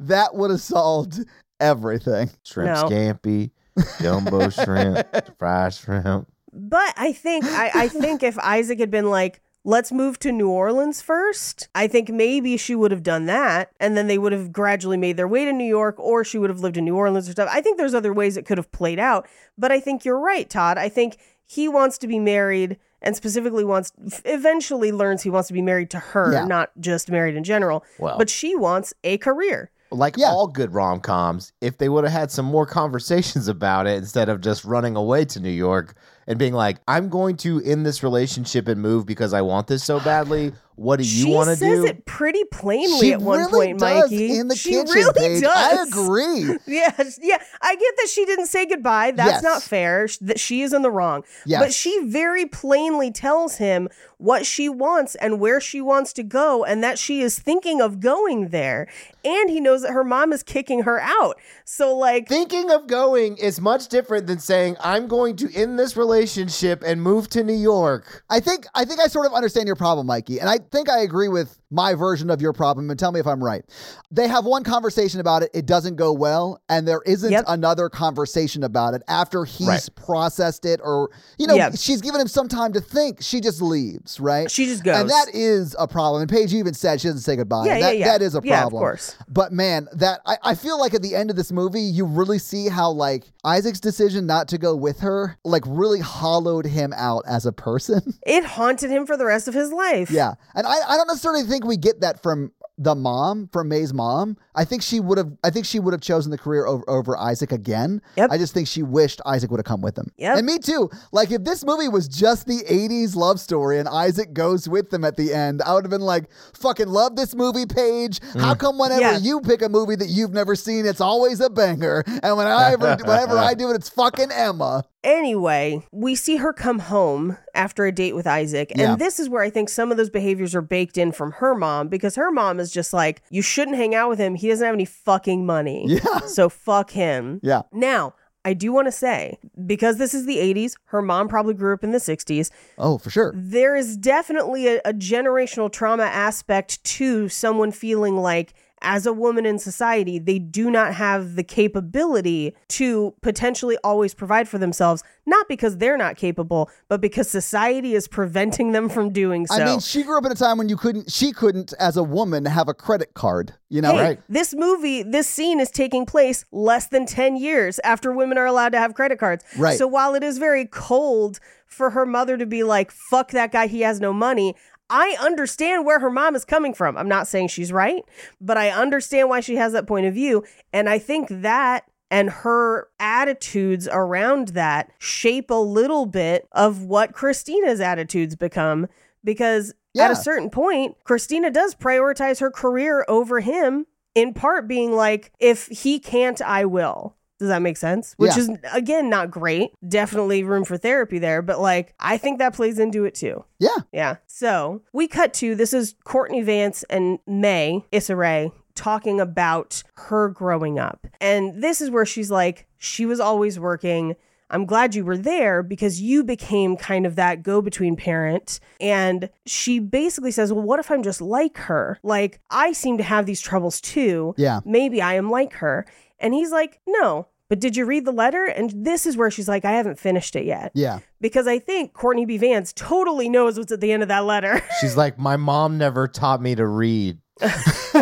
[SPEAKER 4] that would have solved everything.
[SPEAKER 3] shrimp
[SPEAKER 2] No.
[SPEAKER 3] scampi, jumbo shrimp, fried shrimp.
[SPEAKER 2] but i think I, I think if isaac had been like let's move to new orleans first i think maybe she would have done that and then they would have gradually made their way to new york or she would have lived in new orleans or stuff i think there's other ways it could have played out but i think you're right todd i think he wants to be married and specifically wants f- eventually learns he wants to be married to her
[SPEAKER 4] Yeah.
[SPEAKER 2] not just married in general
[SPEAKER 3] Well.
[SPEAKER 2] but she wants a career
[SPEAKER 3] Like
[SPEAKER 4] Yeah.
[SPEAKER 3] all good rom coms, if they would have had some more conversations about it instead of just running away to New York and being like, I'm going to end this relationship and move because I want this so badly. What do you
[SPEAKER 2] she
[SPEAKER 3] want to
[SPEAKER 2] says
[SPEAKER 3] do?
[SPEAKER 2] it pretty plainly
[SPEAKER 4] she
[SPEAKER 2] at one
[SPEAKER 4] really
[SPEAKER 2] point,
[SPEAKER 4] does
[SPEAKER 2] Mikey.
[SPEAKER 4] in the
[SPEAKER 2] she
[SPEAKER 4] kitchen.
[SPEAKER 2] really
[SPEAKER 4] Paige.
[SPEAKER 2] does.
[SPEAKER 4] I agree.
[SPEAKER 2] Yes, yeah. I get that she didn't say goodbye. That's
[SPEAKER 4] Yes.
[SPEAKER 2] not fair. Sh- That she is in the wrong.
[SPEAKER 4] Yes.
[SPEAKER 2] But she very plainly tells him what she wants and where she wants to go, and that she is thinking of going there. And he knows that her mom is kicking her out. So like,
[SPEAKER 3] Thinking of going is much different than saying, I'm going to end this relationship and move to New York.
[SPEAKER 4] I think I think I sort of understand your problem, Mikey, and I think I agree with my version of your problem. And tell me if I'm right. They have one conversation about it; it doesn't go well, and there isn't
[SPEAKER 2] Yep.
[SPEAKER 4] another conversation about it after he's
[SPEAKER 3] Right.
[SPEAKER 4] processed it, or you know,
[SPEAKER 2] Yep.
[SPEAKER 4] she's given him some time to think. She just leaves, right?
[SPEAKER 2] She just
[SPEAKER 4] and
[SPEAKER 2] goes.
[SPEAKER 4] that is a problem. And Paige you even said she doesn't say goodbye.
[SPEAKER 2] Yeah, yeah,
[SPEAKER 4] that,
[SPEAKER 2] yeah.
[SPEAKER 4] that is a problem.
[SPEAKER 2] Yeah, of course.
[SPEAKER 4] But man, that I, I feel like at the end of this movie, you really see how like Isaac's decision not to go with her like really hollowed him out as a person.
[SPEAKER 2] it haunted him for the rest of his life.
[SPEAKER 4] yeah. And I, I don't necessarily think we get that from the mom from May's mom, I think she would have. I think she would have chosen the career over, over Isaac again.
[SPEAKER 2] Yep.
[SPEAKER 4] I just think she wished Isaac would have come with them.
[SPEAKER 2] Yep.
[SPEAKER 4] And me too. Like if this movie was just the '80s love story and Isaac goes with them at the end, I would have been like, "Fucking love this movie, Paige. How come whenever
[SPEAKER 2] Yeah.
[SPEAKER 4] you pick a movie that you've never seen, it's always a banger, and whenever whenever I do it, it's fucking Emma."
[SPEAKER 2] Anyway, we see her come home after a date with Isaac. And
[SPEAKER 4] Yeah.
[SPEAKER 2] this is where I think some of those behaviors are baked in from her mom because her mom is just like, you shouldn't hang out with him. He doesn't have any fucking money.
[SPEAKER 4] Yeah.
[SPEAKER 2] So fuck him.
[SPEAKER 4] Yeah.
[SPEAKER 2] Now, I do want to say, because this is the 80s, her mom probably grew up in the 60s.
[SPEAKER 4] Oh, for sure.
[SPEAKER 2] There is definitely a, a generational trauma aspect to someone feeling like, as a woman in society, they do not have the capability to potentially always provide for themselves, not because they're not capable, but because society is preventing them from doing so.
[SPEAKER 4] I mean, she grew up in a time when you couldn't, she couldn't, as a woman, have a credit card. You know,
[SPEAKER 2] Hey, This movie, this scene is taking place less than 10 years after women are allowed to have credit cards.
[SPEAKER 4] Right.
[SPEAKER 2] So while it is very cold for her mother to be like, fuck that guy, he has no money, I understand where her mom is coming from. I'm not saying she's right, but I understand why she has that point of view. And I think that. And her attitudes around that shape a little bit of what Christina's attitudes become because at
[SPEAKER 4] Yeah.
[SPEAKER 2] a certain point, Christina does prioritize her career over him, in part being like, if he can't, I will. Does that make sense? Which
[SPEAKER 4] Yeah.
[SPEAKER 2] is, again, not great. Definitely room for therapy there, but like, I think that plays into it too.
[SPEAKER 4] Yeah.
[SPEAKER 2] Yeah. So we cut to this is Courtney Vance and May Issa Rae talking about her growing up. And this is where she's like, she was always working. I'm glad you were there because you became kind of that go between parent. And she basically says, Well, what if I'm just like her? Like, I seem to have these troubles too.
[SPEAKER 4] Yeah.
[SPEAKER 2] Maybe I am like her. And he's like, No, but did you read the letter? And this is where she's like, I haven't finished it yet
[SPEAKER 4] yeah.
[SPEAKER 2] because I think Courtney B. Vance totally knows what's at the end of that letter.
[SPEAKER 3] She's like, my mom never taught me to read.
[SPEAKER 2] That's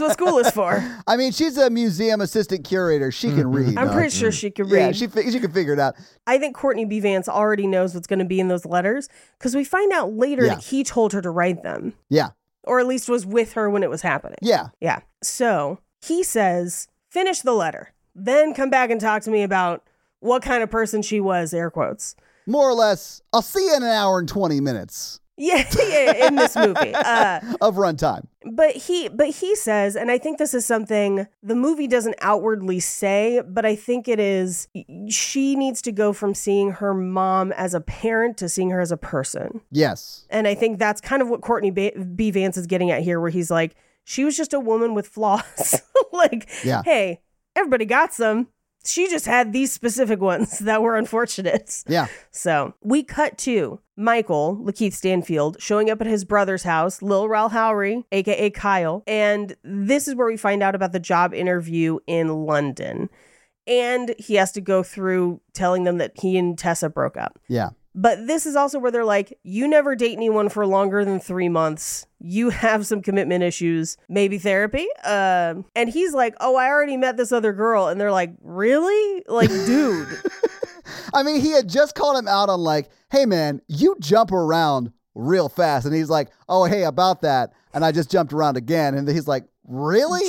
[SPEAKER 2] what school is for.
[SPEAKER 4] I mean, she's a museum assistant curator. She can read.
[SPEAKER 2] Mm-hmm. I'm
[SPEAKER 4] uh,
[SPEAKER 2] pretty sure she could read.
[SPEAKER 4] Yeah, she fi- she can figure it out.
[SPEAKER 2] I think Courtney B. Vance already knows what's going to be in those letters because we find out later
[SPEAKER 4] Yeah.
[SPEAKER 2] that he told her to write them,
[SPEAKER 4] Yeah,
[SPEAKER 2] or at least was with her when it was happening.
[SPEAKER 4] yeah,
[SPEAKER 2] Yeah. So he says, finish the letter, then come back and talk to me about what kind of person she was, air quotes.
[SPEAKER 4] more or less. I'll see you in an hour and twenty minutes
[SPEAKER 2] Yeah, yeah in this movie. Uh,
[SPEAKER 4] of runtime.
[SPEAKER 2] but he but he says and i think this is something the movie doesn't outwardly say but i think it is she needs to go from seeing her mom as a parent to seeing her as a person
[SPEAKER 4] Yes.
[SPEAKER 2] and i think that's kind of what courtney B-, B vance is getting at here where he's like she was just a woman with flaws like
[SPEAKER 4] Yeah.
[SPEAKER 2] hey everybody got some she just had these specific ones that were unfortunate
[SPEAKER 4] Yeah.
[SPEAKER 2] so we cut to Michael, Lakeith Stanfield, showing up at his brother's house, Lil Ral Howery, aka Kyle. And this is where we find out about the job interview in London. And he has to go through telling them that he and Tessa broke up.
[SPEAKER 4] Yeah.
[SPEAKER 2] But this is also where they're like, you never date anyone for longer than three months. You have some commitment issues, maybe therapy. Um, and he's like, oh, I already met this other girl. And they're like, really? Like, dude.
[SPEAKER 4] I mean, he had just called him out on like, "Hey, man, you jump around real fast," and he's like, "Oh, hey, about that," and I just jumped around again, and he's like, "Really?"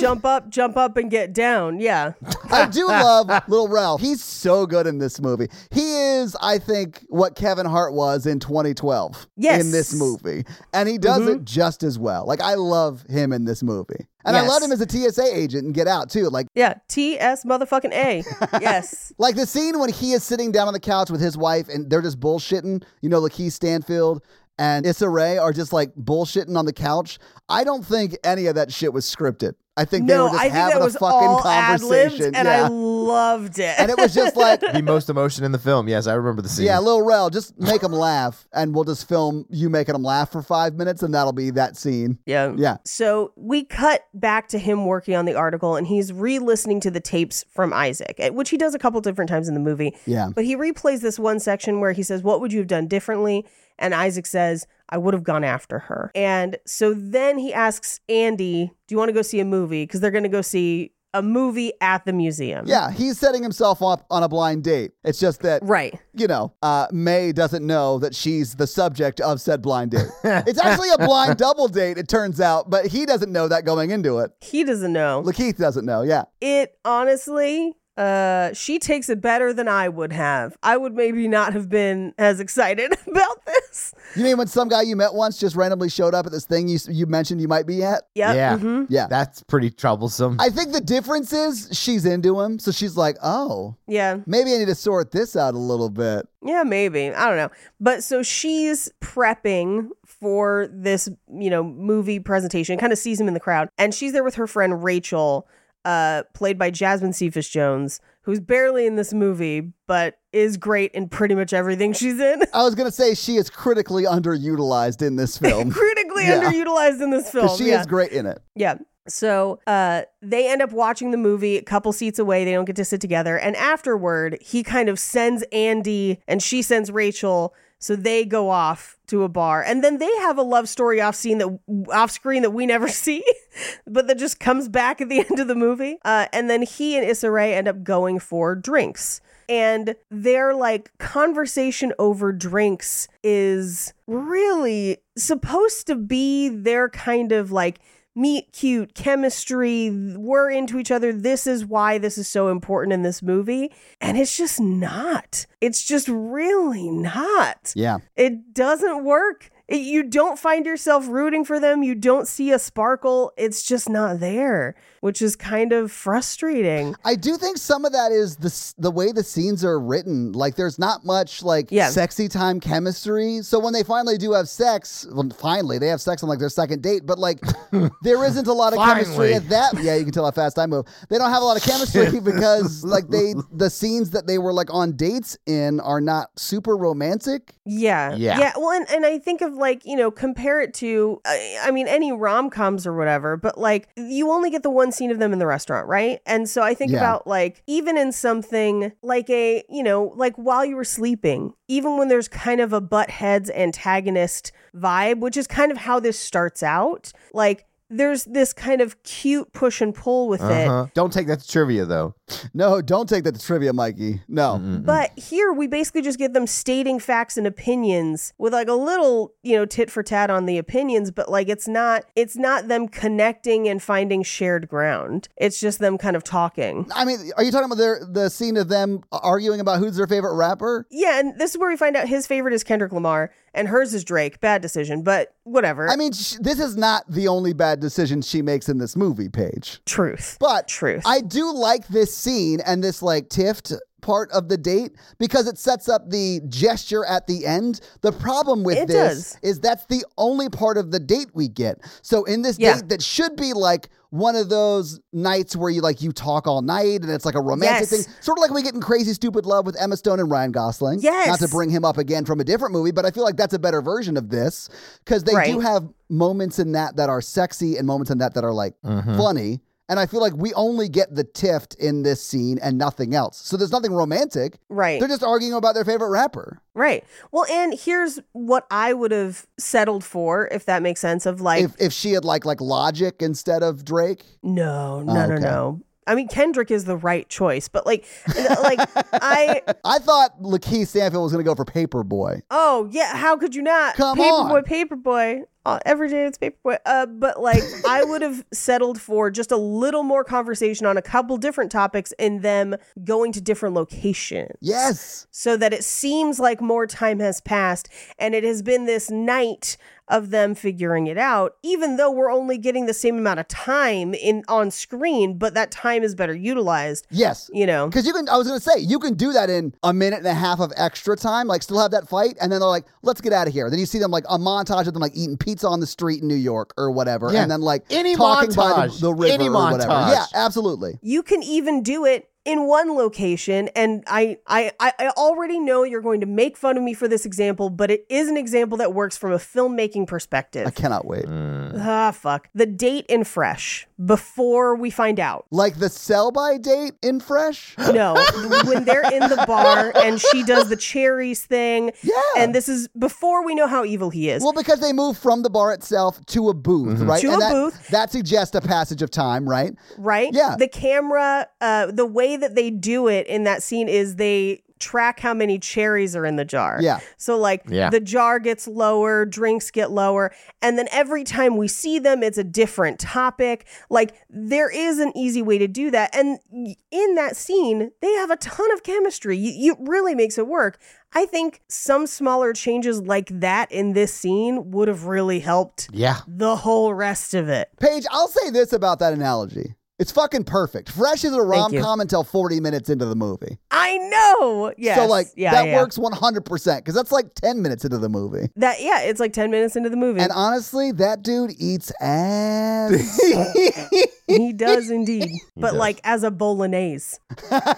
[SPEAKER 2] jump up, jump up, and get down. Yeah.
[SPEAKER 4] I do love Little Ralph. He's so good in this movie. He is, I think, what Kevin Hart was in 2012
[SPEAKER 2] Yes. Mm-hmm.
[SPEAKER 4] in this movie. And he does it just as well. Like, I love him in this movie. And I
[SPEAKER 2] Yes.
[SPEAKER 4] love him as a TSA agent and Get Out, too. Like,
[SPEAKER 2] Yeah. T S motherfucking A. Yes.
[SPEAKER 4] like the scene when he is sitting down on the couch with his wife and they're just bullshitting. You know, Lakeith Stanfield and Issa Rae are just like bullshitting on the couch. I don't think any of that shit was scripted. I think they
[SPEAKER 2] no,
[SPEAKER 4] were just
[SPEAKER 2] I think
[SPEAKER 4] having
[SPEAKER 2] that was
[SPEAKER 4] a fucking
[SPEAKER 2] all ad libbed,
[SPEAKER 4] conversation.
[SPEAKER 2] and
[SPEAKER 4] yeah.
[SPEAKER 2] I loved it.
[SPEAKER 4] and it was just like
[SPEAKER 3] The most emotion in the film. Yes, I remember the scene.
[SPEAKER 4] Yeah, Lil Rel, just make them laugh, and we'll just film you making them laugh for five minutes, and that'll be that scene.
[SPEAKER 2] yeah.
[SPEAKER 4] Yeah.
[SPEAKER 2] So we cut back to him working on the article, and he's re-listening to the tapes from Isaac, eh, which he does a couple different times in the movie.
[SPEAKER 4] Yeah.
[SPEAKER 2] But he replays this one section where he says, "What would you have done differently?" And Isaac says, "I would have gone after her." And so then he asks Andy, "Do you want to go see a movie?" Because they're going to go see a movie at the museum.
[SPEAKER 4] Yeah, he's setting himself up on a blind date. It's just that,
[SPEAKER 2] Right.
[SPEAKER 4] you know, uh, May doesn't know that she's the subject of said blind date. it's actually a blind double date, it turns out, but he doesn't know that going into it.
[SPEAKER 2] He doesn't know.
[SPEAKER 4] Lakeith doesn't know, yeah.
[SPEAKER 2] It honestly, uh, she takes it better than I would have. I would maybe not have been as excited about this.
[SPEAKER 4] You mean when some guy you met once just randomly showed up at this thing you, s- you mentioned you might be at?
[SPEAKER 2] Yep.
[SPEAKER 3] Yeah.
[SPEAKER 2] mhm.
[SPEAKER 4] Yeah.
[SPEAKER 3] That's pretty troublesome.
[SPEAKER 4] I think the difference is she's into him, so she's like, oh,
[SPEAKER 2] Yeah.
[SPEAKER 4] maybe I need to sort this out a little bit.
[SPEAKER 2] Yeah, maybe. I don't know. But so she's prepping for this, you know, movie presentation, kind of sees him in the crowd. And she's there with her friend Rachel, uh, played by Jasmine Cephas Jones, who's barely in this movie, but is great in pretty much everything she's in.
[SPEAKER 4] I was going to say she is critically underutilized in this film.
[SPEAKER 2] Critically
[SPEAKER 4] Yeah.
[SPEAKER 2] underutilized in this film.
[SPEAKER 4] Because she
[SPEAKER 2] yeah.
[SPEAKER 4] is great in it.
[SPEAKER 2] Yeah. So uh, they end up watching the movie a couple seats away. They don't get to sit together. And afterward, he kind of sends Andy and she sends Rachel. So they go off to a bar. And then they have a love story off scene that off screen that we never see, but that just comes back at the end of the movie. Uh, and then he and Issa Rae end up going for drinks. And their like conversation over drinks is really supposed to be their kind of like meet cute chemistry we're into each other this is why this is so important in this movie and it's just not it's just really not
[SPEAKER 4] Yeah.
[SPEAKER 2] it doesn't work It- you don't find yourself rooting for them you don't see a sparkle it's just not there which is kind of frustrating
[SPEAKER 4] I do think some of that is the s- the way the scenes are written. Like, there's not much like
[SPEAKER 2] Yeah.
[SPEAKER 4] sexy time chemistry. So when they finally do have sex, well, finally they have sex on like their second date, but like there isn't a lot of chemistry
[SPEAKER 3] Finally.
[SPEAKER 4] at that. Yeah, you can tell how fast I move. They don't have a lot of chemistry because like they the scenes that they were like on dates in are not super romantic.
[SPEAKER 2] Yeah.
[SPEAKER 3] Yeah.
[SPEAKER 2] Yeah. Well, and, and I think of like, you know, compare it to, I, I mean, any rom coms or whatever, but like you only get the one scene of them in the restaurant, right? And so I think
[SPEAKER 4] Yeah.
[SPEAKER 2] about like, even in something like a, you know, like while you were sleeping, even when there's kind of a butt heads antagonist vibe, which is kind of how this starts out, like, there's this kind of cute push and pull with it.
[SPEAKER 3] Uh-huh. Don't take that to trivia though.
[SPEAKER 4] No, don't take that to trivia, Mikey. No.
[SPEAKER 2] But here we basically just get them stating facts and opinions with like a little, you know, tit for tat on the opinions, but like it's not it's not them connecting and finding shared ground. It's just them kind of talking.
[SPEAKER 4] I mean, are you talking about their, the scene of them arguing about who's their favorite rapper?
[SPEAKER 2] Yeah, and this is where we find out his favorite is Kendrick Lamar and hers is Drake. Bad decision, but whatever.
[SPEAKER 4] I mean, sh- this is not the only bad decision she makes in this movie, Paige.
[SPEAKER 2] truth.
[SPEAKER 4] But
[SPEAKER 2] Truth.
[SPEAKER 4] I do like this scene and this like tift part of the date because it sets up the gesture at the end. The problem with
[SPEAKER 2] It
[SPEAKER 4] this
[SPEAKER 2] does.
[SPEAKER 4] is that's the only part of the date we get. So in this
[SPEAKER 2] Yeah.
[SPEAKER 4] date that should be like one of those nights where you like you talk all night and it's like a
[SPEAKER 2] Yes.
[SPEAKER 4] romantic thing. Sort of like we get in Crazy Stupid Love with Emma Stone and Ryan Gosling. Not to
[SPEAKER 2] Yes.
[SPEAKER 4] bring him up again from a different movie, but I feel like that's a better version of this because they do
[SPEAKER 2] Right.
[SPEAKER 4] have moments in that that are sexy and moments in that that are like funny. And I feel like we only get the tift in this scene and nothing else. So there's nothing romantic.
[SPEAKER 2] right.
[SPEAKER 4] They're just arguing about their favorite rapper.
[SPEAKER 2] right. Well, and here's what I would have settled for if that makes sense of like
[SPEAKER 4] if if she had like like Logic instead of Drake,
[SPEAKER 2] No, no, no,
[SPEAKER 4] Oh, okay.
[SPEAKER 2] no. I mean, Kendrick is the right choice, but like, like I.
[SPEAKER 4] I thought Lakeith Stanfield was going to go for Paperboy.
[SPEAKER 2] Oh yeah, how could you not?
[SPEAKER 4] Come
[SPEAKER 2] Paperboy,
[SPEAKER 4] on.
[SPEAKER 2] Paperboy. Uh, every day it's Paperboy. Uh, but like, I would have settled for just a little more conversation on a couple different topics and them going to different locations.
[SPEAKER 4] Yes.
[SPEAKER 2] so that it seems like more time has passed and it has been this night of them figuring it out even though we're only getting the same amount of time in on screen but that time is better utilized
[SPEAKER 4] Yes.
[SPEAKER 2] you know
[SPEAKER 4] Because you can, I was going to say, you can do that in a minute and a half of extra time, like still have that fight, and then they're like, let's get out of here. Then you see them like a montage of them like eating pizza on the street in New York or whatever,
[SPEAKER 3] Yeah.
[SPEAKER 4] and then like
[SPEAKER 3] Any
[SPEAKER 4] talking by the,
[SPEAKER 3] montage.
[SPEAKER 4] the river
[SPEAKER 3] Any
[SPEAKER 4] or whatever.
[SPEAKER 3] montage.
[SPEAKER 4] Yeah, absolutely.
[SPEAKER 2] you can even do it in one location and I, I i I already know you're going to make fun of me for this example but it is an example that works from a filmmaking perspective
[SPEAKER 4] I cannot wait.
[SPEAKER 2] ah fuck the date in fresh before we find out
[SPEAKER 4] Like the sell by date in Fresh?
[SPEAKER 2] no when they're in the bar and she does the cherries thing
[SPEAKER 4] Yeah.
[SPEAKER 2] and this is before we know how evil he is
[SPEAKER 4] Well, because they move from the bar itself to a booth, right?
[SPEAKER 2] To
[SPEAKER 4] and
[SPEAKER 2] a
[SPEAKER 4] that,
[SPEAKER 2] booth.
[SPEAKER 4] That suggests a passage of time, right?
[SPEAKER 2] right?
[SPEAKER 4] Yeah.
[SPEAKER 2] The camera, uh, the way that they do it in that scene is they track how many cherries are in the jar.
[SPEAKER 4] Yeah.
[SPEAKER 2] So like
[SPEAKER 3] Yeah.
[SPEAKER 2] the jar gets lower, drinks get lower, and then every time we see them, it's a different topic. Like there is an easy way to do that, and y- in that scene, they have a ton of chemistry. You, it really makes it work. I think some smaller changes like that in this scene would have really helped
[SPEAKER 3] Yeah.
[SPEAKER 2] the whole rest of it.
[SPEAKER 4] Paige, I'll say this about that analogy. It's fucking perfect. Fresh is a rom
[SPEAKER 2] you.
[SPEAKER 4] com until 40 minutes into the movie.
[SPEAKER 2] I know. Yes.
[SPEAKER 4] so, like,
[SPEAKER 2] yeah,
[SPEAKER 4] that
[SPEAKER 2] yeah.
[SPEAKER 4] works 100% because that's like 10 minutes into the movie.
[SPEAKER 2] That yeah, it's like ten minutes into the movie.
[SPEAKER 4] And honestly, that dude eats ass.
[SPEAKER 2] he does indeed, but
[SPEAKER 3] does.
[SPEAKER 2] like as a bolognese.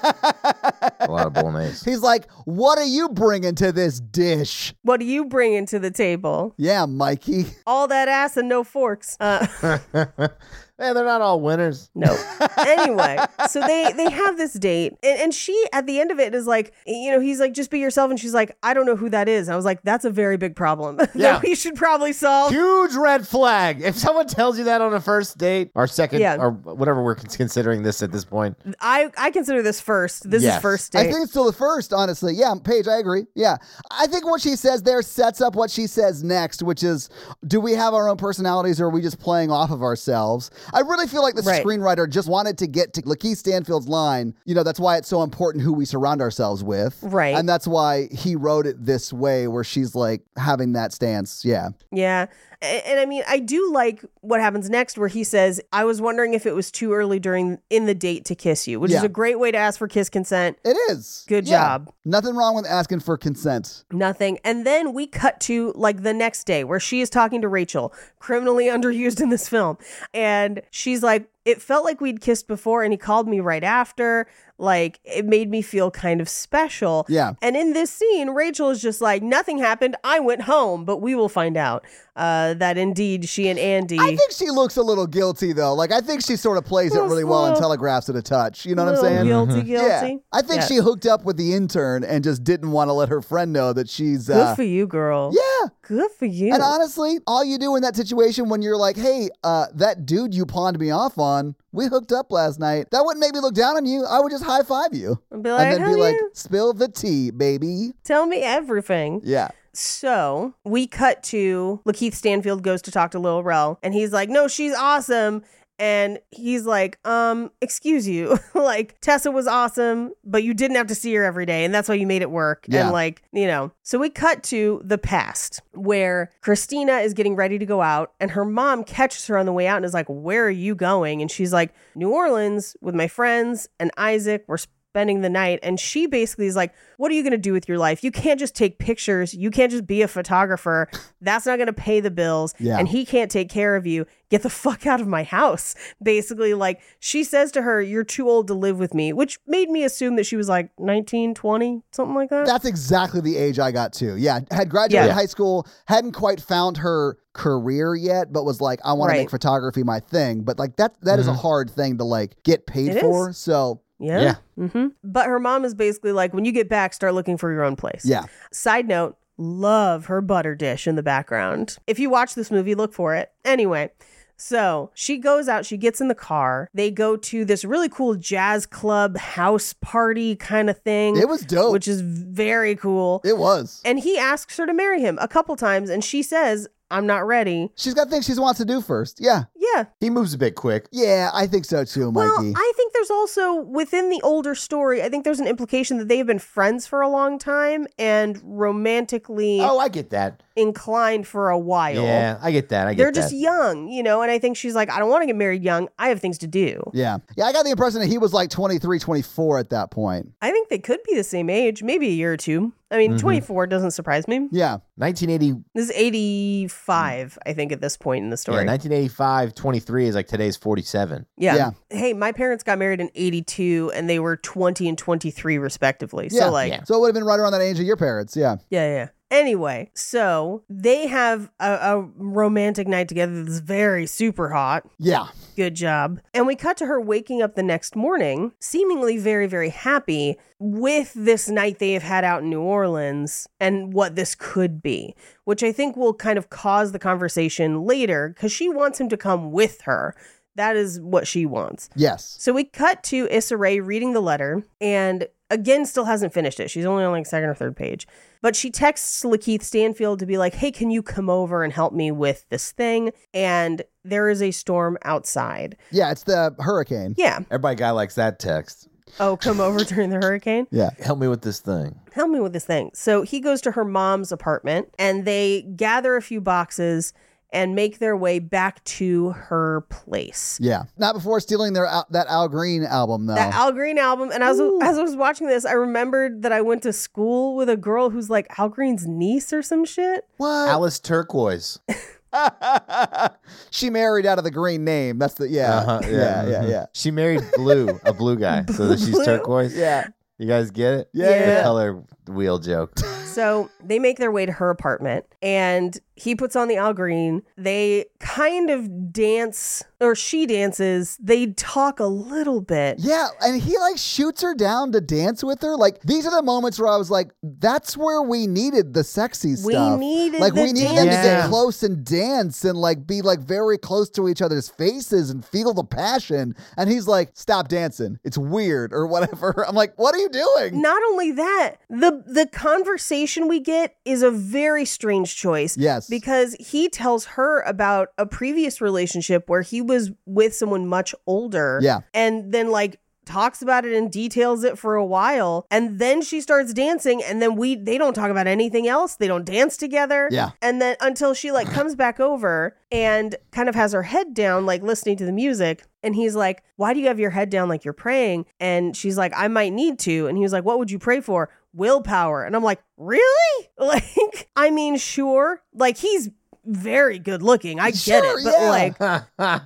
[SPEAKER 3] A lot of bolognese.
[SPEAKER 4] He's like, what are you bringing to this dish?
[SPEAKER 2] What do you bring into the table?
[SPEAKER 4] Yeah, Mikey.
[SPEAKER 2] All that ass and no forks. Uh,
[SPEAKER 3] Man, they're not all winners.
[SPEAKER 2] no. anyway, so they they have this date, and, and she at the end of it is like, you know, he's like, just be yourself, and she's like, I don't know who that is. I was like, that's a very big problem
[SPEAKER 3] Yeah.
[SPEAKER 2] that we should probably solve.
[SPEAKER 3] Huge red flag. If someone tells you that on a first date or second
[SPEAKER 2] Yeah.
[SPEAKER 3] or whatever we're cons- considering this at this point,
[SPEAKER 2] I I consider this first. This
[SPEAKER 3] Yes.
[SPEAKER 2] is first
[SPEAKER 4] I
[SPEAKER 2] date.
[SPEAKER 4] think it's still the first, honestly. Yeah, Paige, I agree. Yeah. I think what she says there sets up what she says next, which is do we have our own personalities or are we just playing off of ourselves? I really feel like the
[SPEAKER 2] Right.
[SPEAKER 4] screenwriter just wanted to get to Lakeith Stanfield's line. You know, that's why it's so important who we surround ourselves with.
[SPEAKER 2] Right.
[SPEAKER 4] And that's why he wrote it this way, where she's like having that stance. Yeah.
[SPEAKER 2] Yeah. A- And, I mean, I do like what happens next where he says, I was wondering if it was too early during in the date to kiss you, which is
[SPEAKER 4] Yeah.
[SPEAKER 2] a great way to ask for kiss consent.
[SPEAKER 4] It is.
[SPEAKER 2] Good
[SPEAKER 4] Yeah.
[SPEAKER 2] job.
[SPEAKER 4] Nothing wrong with asking for consent.
[SPEAKER 2] Nothing. And then we cut to like the next day where she is talking to Rachel, criminally underused in this film. And she's like, It felt like we'd kissed before, and he called me right after. Like, it made me feel kind of special.
[SPEAKER 4] Yeah.
[SPEAKER 2] And in this scene, Rachel is just like, Nothing happened. I went home, but we will find out uh, that indeed she and Andy.
[SPEAKER 4] I think she looks a little guilty though. Like I think she sort of plays it
[SPEAKER 2] Little
[SPEAKER 4] really well and
[SPEAKER 2] slow.
[SPEAKER 4] telegraphs it a touch. You know what I'm
[SPEAKER 2] Little
[SPEAKER 4] saying?
[SPEAKER 2] Guilty,
[SPEAKER 4] Yeah.
[SPEAKER 2] guilty.
[SPEAKER 4] I think
[SPEAKER 2] Yeah.
[SPEAKER 4] she hooked up with the intern and just didn't want to let her friend know that she's
[SPEAKER 2] Good
[SPEAKER 4] uh
[SPEAKER 2] for you, girl.
[SPEAKER 4] Yeah.
[SPEAKER 2] Good for you.
[SPEAKER 4] And honestly, all you do in that situation when you're like, "Hey, uh that dude you pawned me off on, we hooked up last night." That wouldn't make me look down on you. I would just high five you.
[SPEAKER 2] And be like,
[SPEAKER 4] and then be
[SPEAKER 2] "Hell
[SPEAKER 4] like,
[SPEAKER 2] yeah."
[SPEAKER 4] "Spill the tea, baby."
[SPEAKER 2] Tell me everything.
[SPEAKER 4] Yeah.
[SPEAKER 2] So we cut to Lakeith Stanfield goes to talk to Lil Rel, and he's like, "No, she's awesome." And he's like, um, excuse you. like, Tessa was awesome, but you didn't have to see her every day. And that's why you made it work.
[SPEAKER 4] Yeah.
[SPEAKER 2] And, like, you know. So we cut to the past where Christina is getting ready to go out, and her mom catches her on the way out and is like, Where are you going? And she's like, New Orleans with my friends and Isaac. We're spending the night and she basically is like what are you going to do with your life you can't just take pictures you can't just be a photographer that's not going to pay the bills
[SPEAKER 4] Yeah.
[SPEAKER 2] and he can't take care of you get the fuck out of my house basically like she says to her you're too old to live with me which made me assume that she was like 19 20 something like that
[SPEAKER 4] That's exactly the age I got to. Yeah. Had
[SPEAKER 2] Uh,
[SPEAKER 4] graduated
[SPEAKER 2] Yeah.
[SPEAKER 4] high school, hadn't quite found her career yet, but was like, I want to
[SPEAKER 2] Right. Mm-hmm.
[SPEAKER 4] make photography my thing. But like that that is a hard thing to like get paid
[SPEAKER 2] It
[SPEAKER 4] for. So
[SPEAKER 2] yeah, hmm but her mom is basically like when you get back start looking for your own place
[SPEAKER 4] yeah.
[SPEAKER 2] Side note, love her butter dish in the background. If you watch this movie, look for it. Anyway, so she goes out, she gets in the car. They go to this really cool jazz club house party kind of thing.
[SPEAKER 4] It was dope.
[SPEAKER 2] Which is very cool.
[SPEAKER 4] It was.
[SPEAKER 2] and he asks her to marry him a couple times, and she says, I'm not ready.
[SPEAKER 4] She's got things she wants to do first. Yeah.
[SPEAKER 2] Yeah.
[SPEAKER 3] he moves a bit quick.
[SPEAKER 4] Yeah, I think so too,
[SPEAKER 2] Well,
[SPEAKER 4] Mikey.
[SPEAKER 2] I think there's also within the older story, I think there's an implication that they've been friends for a long time and romantically
[SPEAKER 3] Oh, I get that.
[SPEAKER 2] inclined for a while.
[SPEAKER 3] Yeah, I get that. I get
[SPEAKER 2] they're
[SPEAKER 3] that.
[SPEAKER 2] just young, you know, and I think she's like, I don't want to get married young. I have things to do.
[SPEAKER 4] yeah. Yeah, I got the impression that he was like 23, 24 at that point.
[SPEAKER 2] I think they could be the same age, maybe a year or two. I
[SPEAKER 3] Mm-hmm.
[SPEAKER 2] mean, 24 doesn't surprise me.
[SPEAKER 4] Yeah.
[SPEAKER 3] 1980,
[SPEAKER 2] This is 85, I think, at this point in the
[SPEAKER 3] yeah,
[SPEAKER 2] story.
[SPEAKER 3] 1985 like 23 is like today's 47.
[SPEAKER 2] Yeah.
[SPEAKER 4] Yeah.
[SPEAKER 2] Hey, my parents got married in 82 and they were 20 and 23 respectively.
[SPEAKER 4] Yeah.
[SPEAKER 2] so like yeah.
[SPEAKER 4] So it would have been right around that age of your parents. Yeah.
[SPEAKER 2] yeah, Anyway, so they have a, a romantic night together that's very super hot.
[SPEAKER 4] Yeah.
[SPEAKER 2] Good job. And we cut to her waking up the next morning, seemingly very, very happy with this night they have had out in New Orleans and what this could be, which I think will kind of cause the conversation later because she wants him to come with her. That is what she wants.
[SPEAKER 4] Yes.
[SPEAKER 2] So we cut to Issa Rae reading the letter and again still hasn't finished it. She's only on like second or third page. But she texts Lakeith Stanfield to be like, hey, can you come over and help me with this thing? And there is a storm outside.
[SPEAKER 4] Yeah. It's the hurricane.
[SPEAKER 2] Yeah.
[SPEAKER 3] Everybody guy likes that text.
[SPEAKER 2] Oh, come over during the hurricane.
[SPEAKER 4] Yeah.
[SPEAKER 3] Help me with this thing.
[SPEAKER 2] Help me with this thing. So he goes to her mom's apartment and they gather a few boxes and make their way back to her place.
[SPEAKER 4] Yeah. Not before stealing their Al- that Al Green album though.
[SPEAKER 2] That Al Green album. And as, as I was watching this, I remembered that I went to school with a girl who's like Al Green's niece or some shit.
[SPEAKER 4] what?
[SPEAKER 3] Alice Turquoise.
[SPEAKER 4] she married out of the green name. That's the yeah.
[SPEAKER 3] Uh-huh,
[SPEAKER 4] yeah. Yeah.
[SPEAKER 3] mhm.
[SPEAKER 4] Yeah.
[SPEAKER 3] She married blue, a blue guy, so that she's
[SPEAKER 2] Blue?
[SPEAKER 3] turquoise.
[SPEAKER 4] Yeah.
[SPEAKER 3] You guys get it?
[SPEAKER 4] Yeah, yeah,
[SPEAKER 3] The
[SPEAKER 4] yeah.
[SPEAKER 3] color wheel joke.
[SPEAKER 2] So they make their way to her apartment and he puts on the Al Green. They kind of dance or she dances. They talk a little bit.
[SPEAKER 4] Yeah, and he like shoots her down to dance with her. Like these are the moments where I was like, "That's where we needed the sexy
[SPEAKER 2] We
[SPEAKER 4] stuff.
[SPEAKER 2] needed
[SPEAKER 4] like we
[SPEAKER 2] the
[SPEAKER 4] needed them to get
[SPEAKER 3] dancing.
[SPEAKER 4] close and dance and like be like very close to each other's faces and feel the passion." And he's like, "Stop dancing. It's weird or whatever." I'm like, "What are you doing?"
[SPEAKER 2] Not only that, the the conversation we get is a very strange choice.
[SPEAKER 4] Yes.
[SPEAKER 2] Because he tells her about a previous relationship where he was with someone much older.
[SPEAKER 4] Yeah.
[SPEAKER 2] And then like talks about it and details it for a while and then she starts dancing and then we they don't talk about anything else they don't dance together
[SPEAKER 4] Yeah.
[SPEAKER 2] and then until she like comes back over and kind of has her head down like listening to the music and he's like why do you have your head down like you're praying and she's like i might need to and he was like what would you pray for willpower and i'm like really like i mean sure like he's very good looking i get
[SPEAKER 4] Sure,
[SPEAKER 2] it but
[SPEAKER 4] yeah.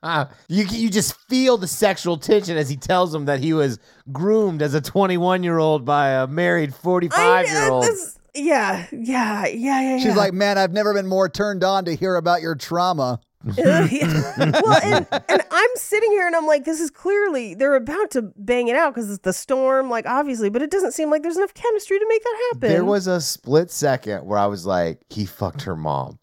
[SPEAKER 2] like
[SPEAKER 3] you you just feel the sexual tension as he tells him that he was groomed as a 21 year old by a married 45 year old.
[SPEAKER 2] this- yeah yeah yeah yeah
[SPEAKER 4] She's
[SPEAKER 2] yeah.
[SPEAKER 4] like, "Man, I've never been more turned on to hear about your trauma."
[SPEAKER 2] Ugh, yeah. well, and, and I'm sitting here and I'm like, this is clearly they're about to bang it out because it's the storm, like obviously, but it doesn't seem like there's enough chemistry to make that happen.
[SPEAKER 3] There was a split second where I was like, he fucked her mom.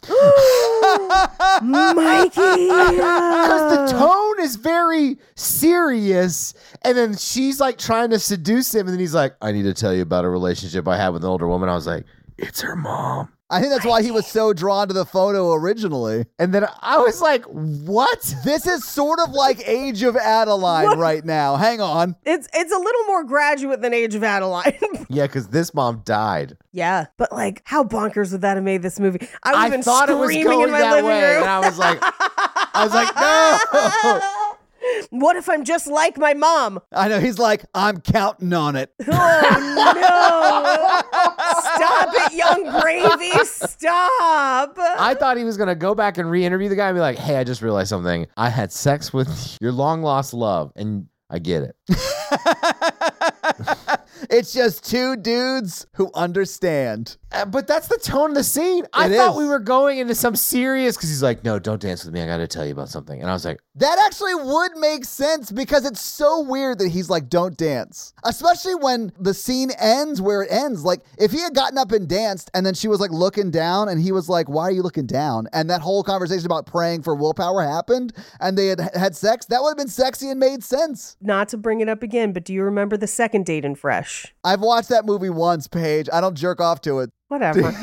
[SPEAKER 2] Mikey.
[SPEAKER 3] Because
[SPEAKER 2] Uh.
[SPEAKER 3] the tone is very serious. And then she's like trying to seduce him. And then he's like, I need to tell you about a relationship I had with an older woman. I was like, it's her mom.
[SPEAKER 4] I think that's why he was so drawn to the photo originally.
[SPEAKER 3] And then I was like, what?
[SPEAKER 4] This is sort of like Age of Adeline right now. Hang on.
[SPEAKER 2] it's it's a little more graduate than Age of Adeline.
[SPEAKER 3] Yeah, because this mom died.
[SPEAKER 2] yeah, but like, how bonkers would that have made this movie? I would have
[SPEAKER 3] I
[SPEAKER 2] been
[SPEAKER 3] thought it was
[SPEAKER 2] screaming
[SPEAKER 3] going
[SPEAKER 2] in my
[SPEAKER 3] that
[SPEAKER 2] living
[SPEAKER 3] way.
[SPEAKER 2] room.
[SPEAKER 3] And I was like, I was like, no.
[SPEAKER 2] what if I'm just like my mom?
[SPEAKER 4] I know he's like, I'm counting on it.
[SPEAKER 2] Oh no! Stop it, young gravy! Stop!
[SPEAKER 3] I thought he was going to go back and re interview the guy and be like, hey, I just realized something. I had sex with your long lost love. And I get it.
[SPEAKER 4] it's just two dudes who understand.
[SPEAKER 3] Uh, but that's the tone of the scene. I
[SPEAKER 4] It
[SPEAKER 3] thought
[SPEAKER 4] is.
[SPEAKER 3] we were going into some serious because he's like, no, don't dance with me. I got to tell you about something. And I was like,
[SPEAKER 4] That actually would make sense because it's so weird that he's like, don't dance. Especially when the scene ends where it ends. Like, if he had gotten up and danced and then she was like looking down and he was like, why are you looking down? And that whole conversation about praying for willpower happened and they had had sex, that would have been sexy and made sense.
[SPEAKER 2] not to bring it up again, but do you remember the second date in Fresh?
[SPEAKER 4] I've watched that movie once, Paige. I don't jerk off to it.
[SPEAKER 2] Whatever.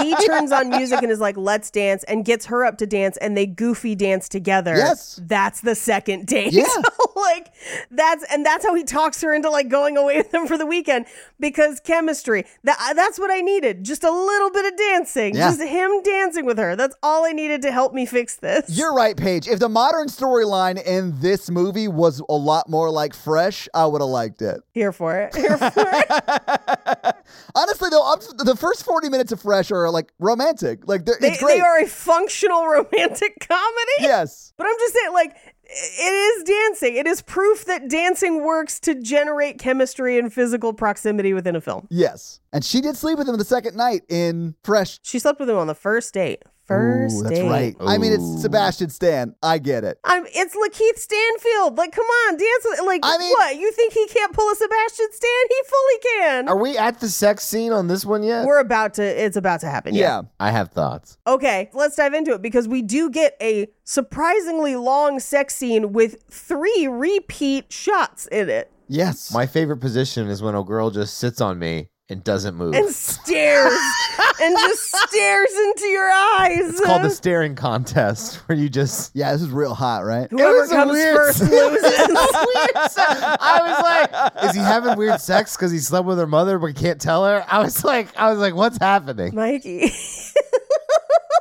[SPEAKER 2] he turns on music and is like, let's dance, and gets her up to dance, and they goofy dance together.
[SPEAKER 4] Yes.
[SPEAKER 2] That's the second date.
[SPEAKER 4] Yeah.
[SPEAKER 2] like, that's, and that's how he talks her into like going away with him for the weekend because chemistry. That, I- that's what I needed. Just a little bit of dancing.
[SPEAKER 4] Yeah.
[SPEAKER 2] Just him dancing with her. That's all I needed to help me fix this.
[SPEAKER 4] You're right, Paige. If the modern storyline in this movie was a lot more like Fresh, I would have liked it.
[SPEAKER 2] here for it. Here for it.
[SPEAKER 4] Honestly, though, up the first forty minutes of Fresh are like romantic. Like they're-
[SPEAKER 2] They,
[SPEAKER 4] it's great.
[SPEAKER 2] they are a functional romantic comedy.
[SPEAKER 4] Yes.
[SPEAKER 2] But I'm just saying, like, it is dancing. It is proof that dancing works to generate chemistry and physical proximity within a film.
[SPEAKER 4] Yes. And she did sleep with him the second night in Fresh.
[SPEAKER 2] She slept with him on the first date. First
[SPEAKER 4] Ooh,
[SPEAKER 2] date.
[SPEAKER 4] that's right. I mean, it's Sebastian Stan. I get it.
[SPEAKER 2] I'm, it's Lakeith Stanfield. Like, come on, dance with like
[SPEAKER 4] I mean-
[SPEAKER 2] what? You think he can't pull a Sebastian Stan? He fully can.
[SPEAKER 3] Are we at the sex scene on this one yet?
[SPEAKER 2] We're about to. It's about to happen.
[SPEAKER 4] Yeah.
[SPEAKER 3] I have thoughts.
[SPEAKER 2] Okay, let's dive into it because we do get a surprisingly long sex scene with three repeat shots in it
[SPEAKER 4] Yes.
[SPEAKER 3] My favorite position is when a girl just sits on me and doesn't move.
[SPEAKER 2] and stares and just stares into your eyes.
[SPEAKER 3] it's called the staring contest where you just.
[SPEAKER 4] yeah, this is real hot, right?
[SPEAKER 2] Whoever
[SPEAKER 3] was a
[SPEAKER 2] comes
[SPEAKER 3] weird
[SPEAKER 2] first
[SPEAKER 3] scene.
[SPEAKER 2] loses.
[SPEAKER 3] I was like, is he having weird sex because he slept with her mother but can't tell her? I was like, I was like, what's happening?
[SPEAKER 2] Mikey.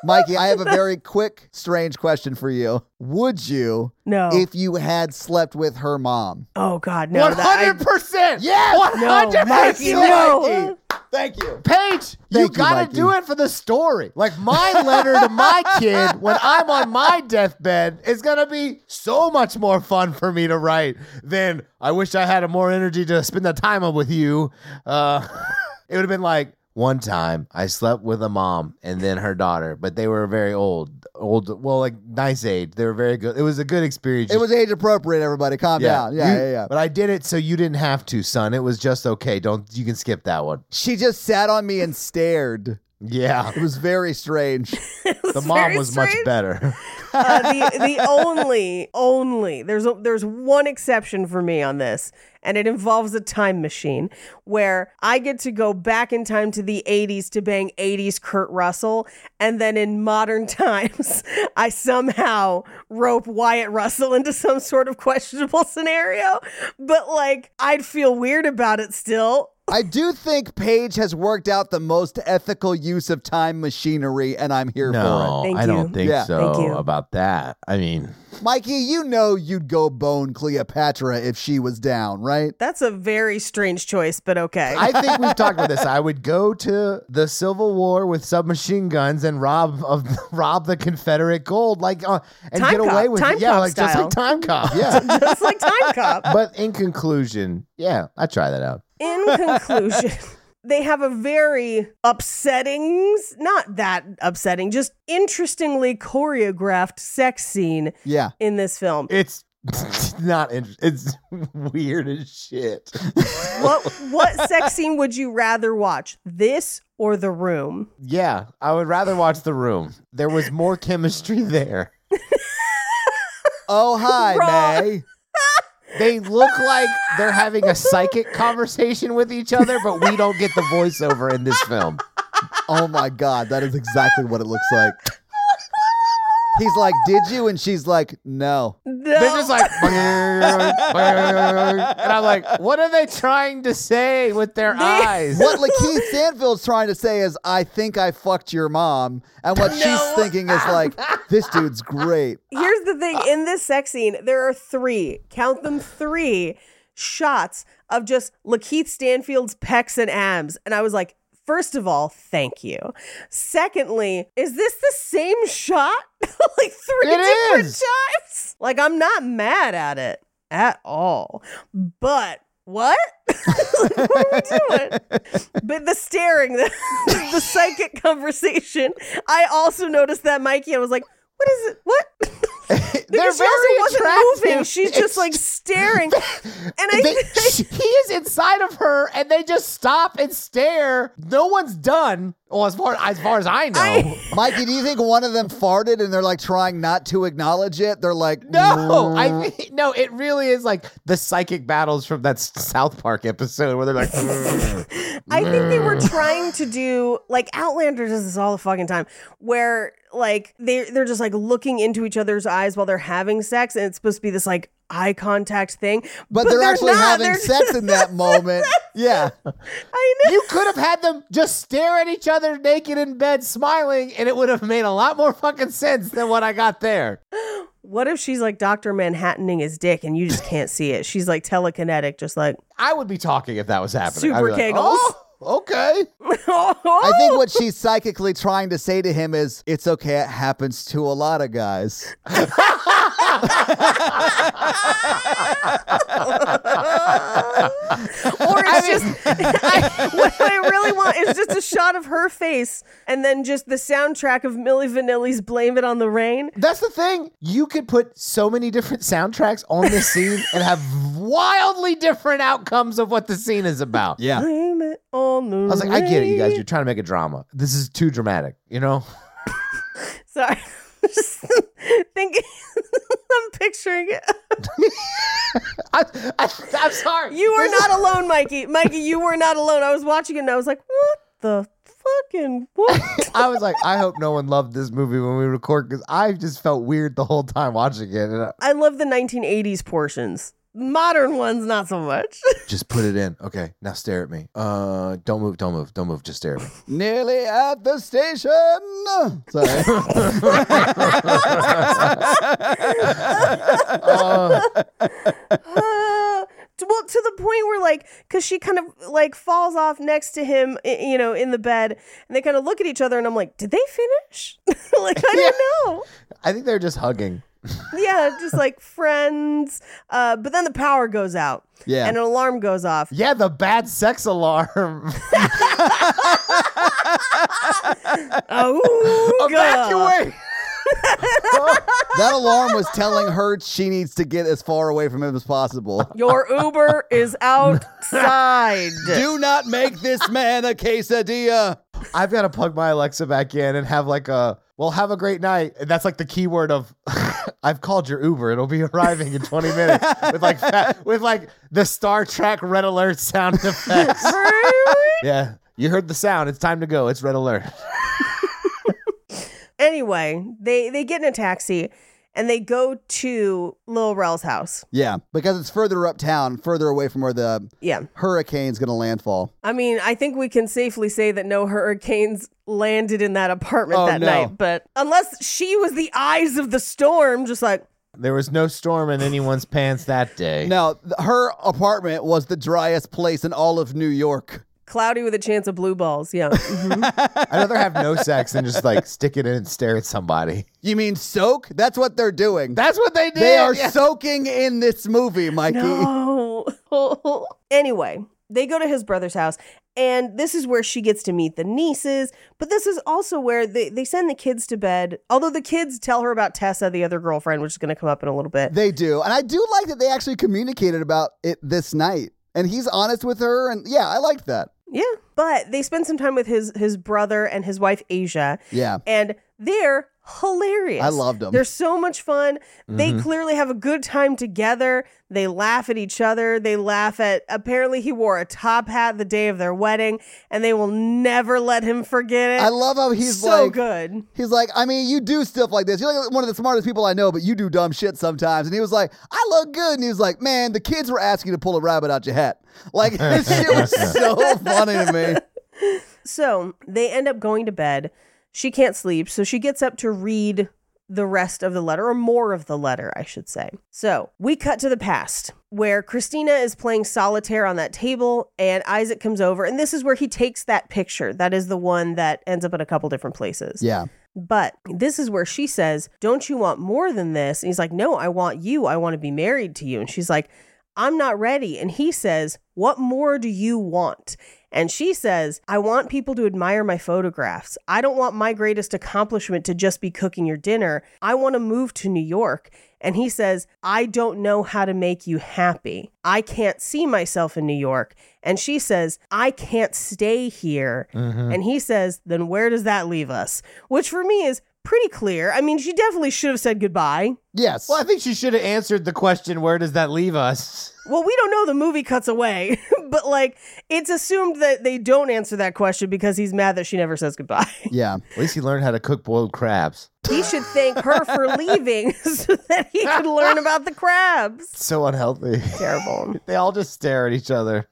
[SPEAKER 4] Mikey, I have a very quick, strange question for you. Would you,
[SPEAKER 2] No.
[SPEAKER 4] if you had slept with her mom?
[SPEAKER 2] oh God, no.
[SPEAKER 3] One
[SPEAKER 2] that- I-
[SPEAKER 3] hundred percent.
[SPEAKER 4] Yes!
[SPEAKER 3] One hundred
[SPEAKER 2] Mikey, no.
[SPEAKER 3] percent.
[SPEAKER 4] Thank you.
[SPEAKER 3] Paige, you
[SPEAKER 4] Thank you,
[SPEAKER 3] gotta
[SPEAKER 4] Mikey.
[SPEAKER 3] do it for the story. Like my letter to my kid when I'm on my deathbed is gonna be so much more fun for me to write than I wish I had more energy to spend the time with you. Uh, it would have been like one time I slept with a mom and then her daughter, but they were very old, old, well, like nice age. They were very good. It was a good experience.
[SPEAKER 4] It was age appropriate, everybody. Calm down. Yeah,
[SPEAKER 3] you-
[SPEAKER 4] yeah, yeah.
[SPEAKER 3] But I did it so you didn't have to, son. It was just okay. Don't you can skip that one.
[SPEAKER 4] She just sat on me and stared.
[SPEAKER 3] Yeah.
[SPEAKER 4] It was very strange.
[SPEAKER 3] The
[SPEAKER 2] It's
[SPEAKER 3] mom
[SPEAKER 2] very
[SPEAKER 3] was much
[SPEAKER 2] strange.
[SPEAKER 3] better.
[SPEAKER 2] Uh, the the only only there's a, there's one exception for me on this, and it involves a time machine where I get to go back in time to the 80s to bang 80s Kurt Russell, and then in modern times I somehow rope Wyatt Russell into some sort of questionable scenario. But like I'd feel weird about it still.
[SPEAKER 4] I do think Paige has worked out the most ethical use of time machinery, and I'm here
[SPEAKER 3] No,
[SPEAKER 2] Thank
[SPEAKER 3] I
[SPEAKER 2] you.
[SPEAKER 3] don't think
[SPEAKER 4] Yeah.
[SPEAKER 3] so
[SPEAKER 2] Thank you.
[SPEAKER 3] about that. I mean,
[SPEAKER 4] for it. Mikey, you know you'd go bone Cleopatra if she was down, right?
[SPEAKER 2] That's a very strange choice, but okay.
[SPEAKER 3] I think we've talked about this. I would go to the Civil War with submachine guns and rob of rob the Confederate gold, like uh, and
[SPEAKER 2] Time
[SPEAKER 3] get away
[SPEAKER 2] cop-
[SPEAKER 3] with
[SPEAKER 2] time
[SPEAKER 3] it. Yeah,
[SPEAKER 2] cop
[SPEAKER 3] like just
[SPEAKER 2] style.
[SPEAKER 3] like time cop. Yeah.
[SPEAKER 2] That's like time cop.
[SPEAKER 3] but in conclusion, yeah, I try that out.
[SPEAKER 2] In conclusion, they have a very upsetting, not that upsetting, just interestingly choreographed sex scene
[SPEAKER 4] Yeah.
[SPEAKER 2] in this film.
[SPEAKER 3] It's not. In, it's weird as shit.
[SPEAKER 2] What what sex scene would you rather watch? This or The Room?
[SPEAKER 3] Yeah, I would rather watch The Room. There was more chemistry there.
[SPEAKER 4] Oh, hi,
[SPEAKER 2] Wrong.
[SPEAKER 4] May.
[SPEAKER 3] They look like they're having a psychic conversation with each other, but we don't get the voiceover in this film.
[SPEAKER 4] Oh my God, that is exactly what it looks like. He's like, Did you? And she's like, No.
[SPEAKER 2] No.
[SPEAKER 3] They're just like, and I'm like, what are they trying to say with their eyes?
[SPEAKER 4] What Lakeith Stanfield's trying to say is, I think I fucked your mom. And what she's thinking is like, This dude's great.
[SPEAKER 3] Uh,
[SPEAKER 2] Here's the thing in this sex scene, there are three, count them three shots of just Lakeith Stanfield's pecs and abs. And I was like, first of all, thank you. Secondly, is this the same shot? like three
[SPEAKER 3] It
[SPEAKER 2] different
[SPEAKER 3] is.
[SPEAKER 2] shots? Like, I'm not mad at it at all. But what? Like, what are we doing? But the staring, the, the psychic conversation. I also noticed that Mikey. I was like, what is it? What?
[SPEAKER 3] They're
[SPEAKER 2] Because she also
[SPEAKER 3] very
[SPEAKER 2] wasn't
[SPEAKER 3] attractive.
[SPEAKER 2] moving. She's
[SPEAKER 3] It's-
[SPEAKER 2] just like staring. And I
[SPEAKER 3] They-
[SPEAKER 2] think
[SPEAKER 3] she- he is inside of her, and they just stop and stare. No one's done. Well, as far as far as I know,
[SPEAKER 4] Mikey, do you think one of them farted and they're like trying not to acknowledge it? They're like, "Mm."
[SPEAKER 3] No, I think no. It really is like the psychic battles from that S- South Park episode where they're like,
[SPEAKER 2] I think they were trying to do like Outlander does this all the fucking time, where like they they're just like looking into each other's eyes while they're having sex, and it's supposed to be this like eye contact thing.
[SPEAKER 4] But, they're, actually
[SPEAKER 2] not.
[SPEAKER 4] having
[SPEAKER 2] They're
[SPEAKER 4] sex
[SPEAKER 2] just-
[SPEAKER 4] in that moment. yeah.
[SPEAKER 2] I know.
[SPEAKER 3] "You could have had them just stare at each other naked in bed, smiling, and it would have made a lot more fucking sense than what I got there."
[SPEAKER 2] What if she's like Doctor Manhattaning his dick, and you just can't see it? She's like telekinetic, just like
[SPEAKER 3] I would be talking if that was happening. I'd
[SPEAKER 2] super
[SPEAKER 3] be like,
[SPEAKER 2] kegels.
[SPEAKER 3] "Oh, okay.
[SPEAKER 4] I think what she's psychically trying to say to him is, it's okay, it happens to a lot of guys.
[SPEAKER 2] or it's just I, what I really want is just a shot of her face and then just the soundtrack of Millie Vanilli's "Blame It on the Rain."
[SPEAKER 3] That's the thing. You could put so many different soundtracks on this scene and have wildly different outcomes of what the scene is about.
[SPEAKER 4] Yeah.
[SPEAKER 2] Blame it on the rain.
[SPEAKER 3] I was like, I get it, you guys. You're trying to make a drama. This is too dramatic, you know?
[SPEAKER 2] Sorry. Just thinking, I'm picturing it.
[SPEAKER 3] I, I, I'm sorry.
[SPEAKER 2] You were not alone, Mikey. Mikey, you were not alone. I was watching it and I was like, what the fucking what?
[SPEAKER 3] I was like, I hope no one loved this movie when we record because I just felt weird the whole time watching it. And I,
[SPEAKER 2] I love the 1980s portions. Modern ones, not so much.
[SPEAKER 3] just put it in. Okay, now stare at me. Uh, don't move, don't move, don't move. Just stare at me.
[SPEAKER 4] Nearly at the station. Sorry.
[SPEAKER 2] Uh, t- well, to the point where, like, because she kind of like falls off next to him, i- you know, in the bed, and they kind of look at each other, and I'm like, did they finish? like, I don't know.
[SPEAKER 3] I think they're just hugging.
[SPEAKER 2] yeah, just like friends. Uh, but then the power goes out.
[SPEAKER 4] Yeah.
[SPEAKER 2] And an alarm goes off.
[SPEAKER 3] Yeah, the bad sex alarm.
[SPEAKER 2] Oh,
[SPEAKER 3] Evacuate.
[SPEAKER 4] that alarm was telling her she needs to get as far away from him as possible.
[SPEAKER 2] Your Uber is outside.
[SPEAKER 4] Do not make this man a quesadilla.
[SPEAKER 3] I've got to plug my Alexa back in and have like a well, have a great night. And that's like the keyword of I've called your Uber. It'll be arriving in 20 minutes with like fat, with like the Star Trek red alert sound effects. yeah. You heard the sound. It's time to go. It's red alert.
[SPEAKER 2] anyway, they they get in a taxi and they go to Lil Rel's house.
[SPEAKER 4] Yeah, because it's further uptown, further away from where the
[SPEAKER 2] Yeah.
[SPEAKER 4] hurricane's going to landfall.
[SPEAKER 2] I mean, I think we can safely say that no hurricanes landed in that apartment
[SPEAKER 4] Oh,
[SPEAKER 2] that
[SPEAKER 4] no.
[SPEAKER 2] night, but unless she was the eyes of the storm, just like
[SPEAKER 3] There was no storm in anyone's pants that day.
[SPEAKER 4] Now, th- her apartment was the driest place in all of New York.
[SPEAKER 2] cloudy with a chance of blue balls. Yeah.
[SPEAKER 3] I'd rather have no sex than just like stick it in and stare at somebody.
[SPEAKER 4] You mean soak? That's what they're doing.
[SPEAKER 3] That's what they did.
[SPEAKER 4] they are
[SPEAKER 3] Yeah.
[SPEAKER 4] soaking in this movie, Mikey.
[SPEAKER 2] No. anyway, they go to his brother's house, and this is where she gets to meet the nieces. But this is also where they, they send the kids to bed. Although the kids tell her about Tessa, the other girlfriend, which is going to come up in a little bit.
[SPEAKER 4] They do. And I do like that they actually communicated about it this night. And he's honest with her. And yeah, I like that.
[SPEAKER 2] yeah. But they spend some time with his his brother and his wife Asia,
[SPEAKER 4] Yeah.
[SPEAKER 2] and they're hilarious.
[SPEAKER 4] I loved 'em. Mm-hmm.
[SPEAKER 2] They're so much fun. They clearly have a good time together. They laugh at each other. They laugh at apparently he wore a top hat the day of their wedding and they will never let him forget it.
[SPEAKER 4] I love how he's
[SPEAKER 2] so
[SPEAKER 4] like,
[SPEAKER 2] good.
[SPEAKER 4] He's like, I mean, you do stuff like this. You're like one of the smartest people I know, but you do dumb shit sometimes. And he was like, I look good. And he was like, man, the kids were asking you to pull a rabbit out your hat. Like, this shit was so funny to me.
[SPEAKER 2] So they end up going to bed. She can't sleep, so she gets up to read the rest of the letter, or more of the letter, I should say. So we cut to the past where Christina is playing solitaire on that table, and Isaac comes over, and this is where he takes that picture. That is the one that ends up in a couple different places.
[SPEAKER 4] Yeah.
[SPEAKER 2] But this is where she says, Don't you want more than this? And he's like, No, I want you. I want to be married to you. And she's like, I'm not ready. And he says, What more do you want? And she says, I want people to admire my photographs. I don't want my greatest accomplishment to just be cooking your dinner. I want to move to New York. And he says, I don't know how to make you happy. I can't see myself in New York. And she says, I can't stay here. And he says, then where does that leave us? Which for me is pretty clear. I mean, she definitely should have said goodbye.
[SPEAKER 4] Yes.
[SPEAKER 3] Well, I think she should have answered the question, where does that leave us?
[SPEAKER 2] Well, we don't know. The movie cuts away, but like it's assumed that they don't answer that question because he's mad that she never says goodbye.
[SPEAKER 4] Yeah.
[SPEAKER 3] At least he learned how to cook boiled crabs.
[SPEAKER 2] he should thank her for leaving so that he could learn about the crabs.
[SPEAKER 3] So unhealthy.
[SPEAKER 2] Terrible.
[SPEAKER 3] They all just stare at each other.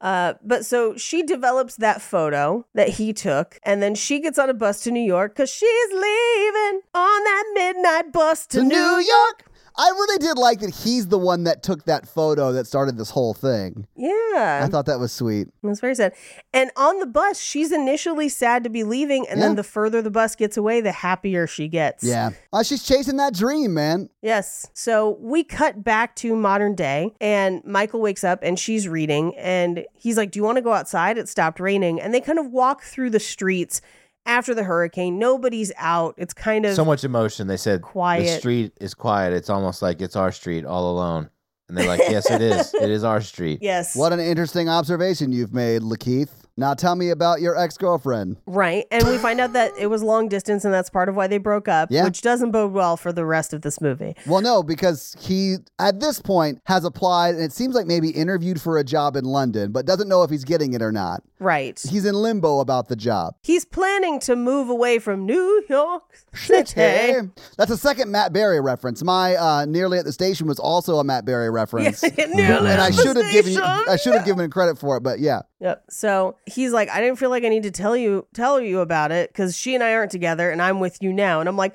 [SPEAKER 2] Uh, but so she develops that photo that he took, and then she gets on a bus to New York because she's leaving on that midnight bus to, New York.
[SPEAKER 4] I really did like that he's the one that took that photo that started this whole thing.
[SPEAKER 2] Yeah.
[SPEAKER 4] I thought that was sweet.
[SPEAKER 2] That's very sad. And on the bus, she's initially sad to be leaving, and
[SPEAKER 4] Yeah.
[SPEAKER 2] then the further the bus gets away, the happier she gets.
[SPEAKER 4] Yeah. Uh, she's chasing that dream, man.
[SPEAKER 2] Yes. So we cut back to modern day, and Michael wakes up and she's reading, and he's like, Do you want to go outside? It stopped raining. And they kind of walk through the streets after the hurricane. Nobody's out. It's kind of.
[SPEAKER 3] so much emotion. They said the
[SPEAKER 2] Quiet.
[SPEAKER 3] street is quiet. It's almost like it's our street all alone. And they're like, yes, it is. It is our street.
[SPEAKER 2] yes.
[SPEAKER 4] What an interesting observation you've made, Lakeith. Now tell me about your ex girlfriend.
[SPEAKER 2] Right. And we find out that it was long distance, and that's part of why they broke up,
[SPEAKER 4] Yeah.
[SPEAKER 2] which doesn't bode well for the rest of this movie.
[SPEAKER 4] Well, no, because he at this point has applied and it seems like maybe interviewed for a job in London, but doesn't know if he's getting it or not.
[SPEAKER 2] Right.
[SPEAKER 4] He's in limbo about the job.
[SPEAKER 2] He's planning to move away from New York City.
[SPEAKER 4] That's a second Matt Berry reference. My uh, nearly at the station was also a Matt Berry reference.
[SPEAKER 2] Nearly
[SPEAKER 4] and I
[SPEAKER 2] at the
[SPEAKER 4] should have given you,
[SPEAKER 2] station.
[SPEAKER 4] I should have given him credit for it, but yeah.
[SPEAKER 2] Yep. So he's like, I didn't feel like I need to tell you tell you about it because she and I aren't together, and I'm with you now. And I'm like,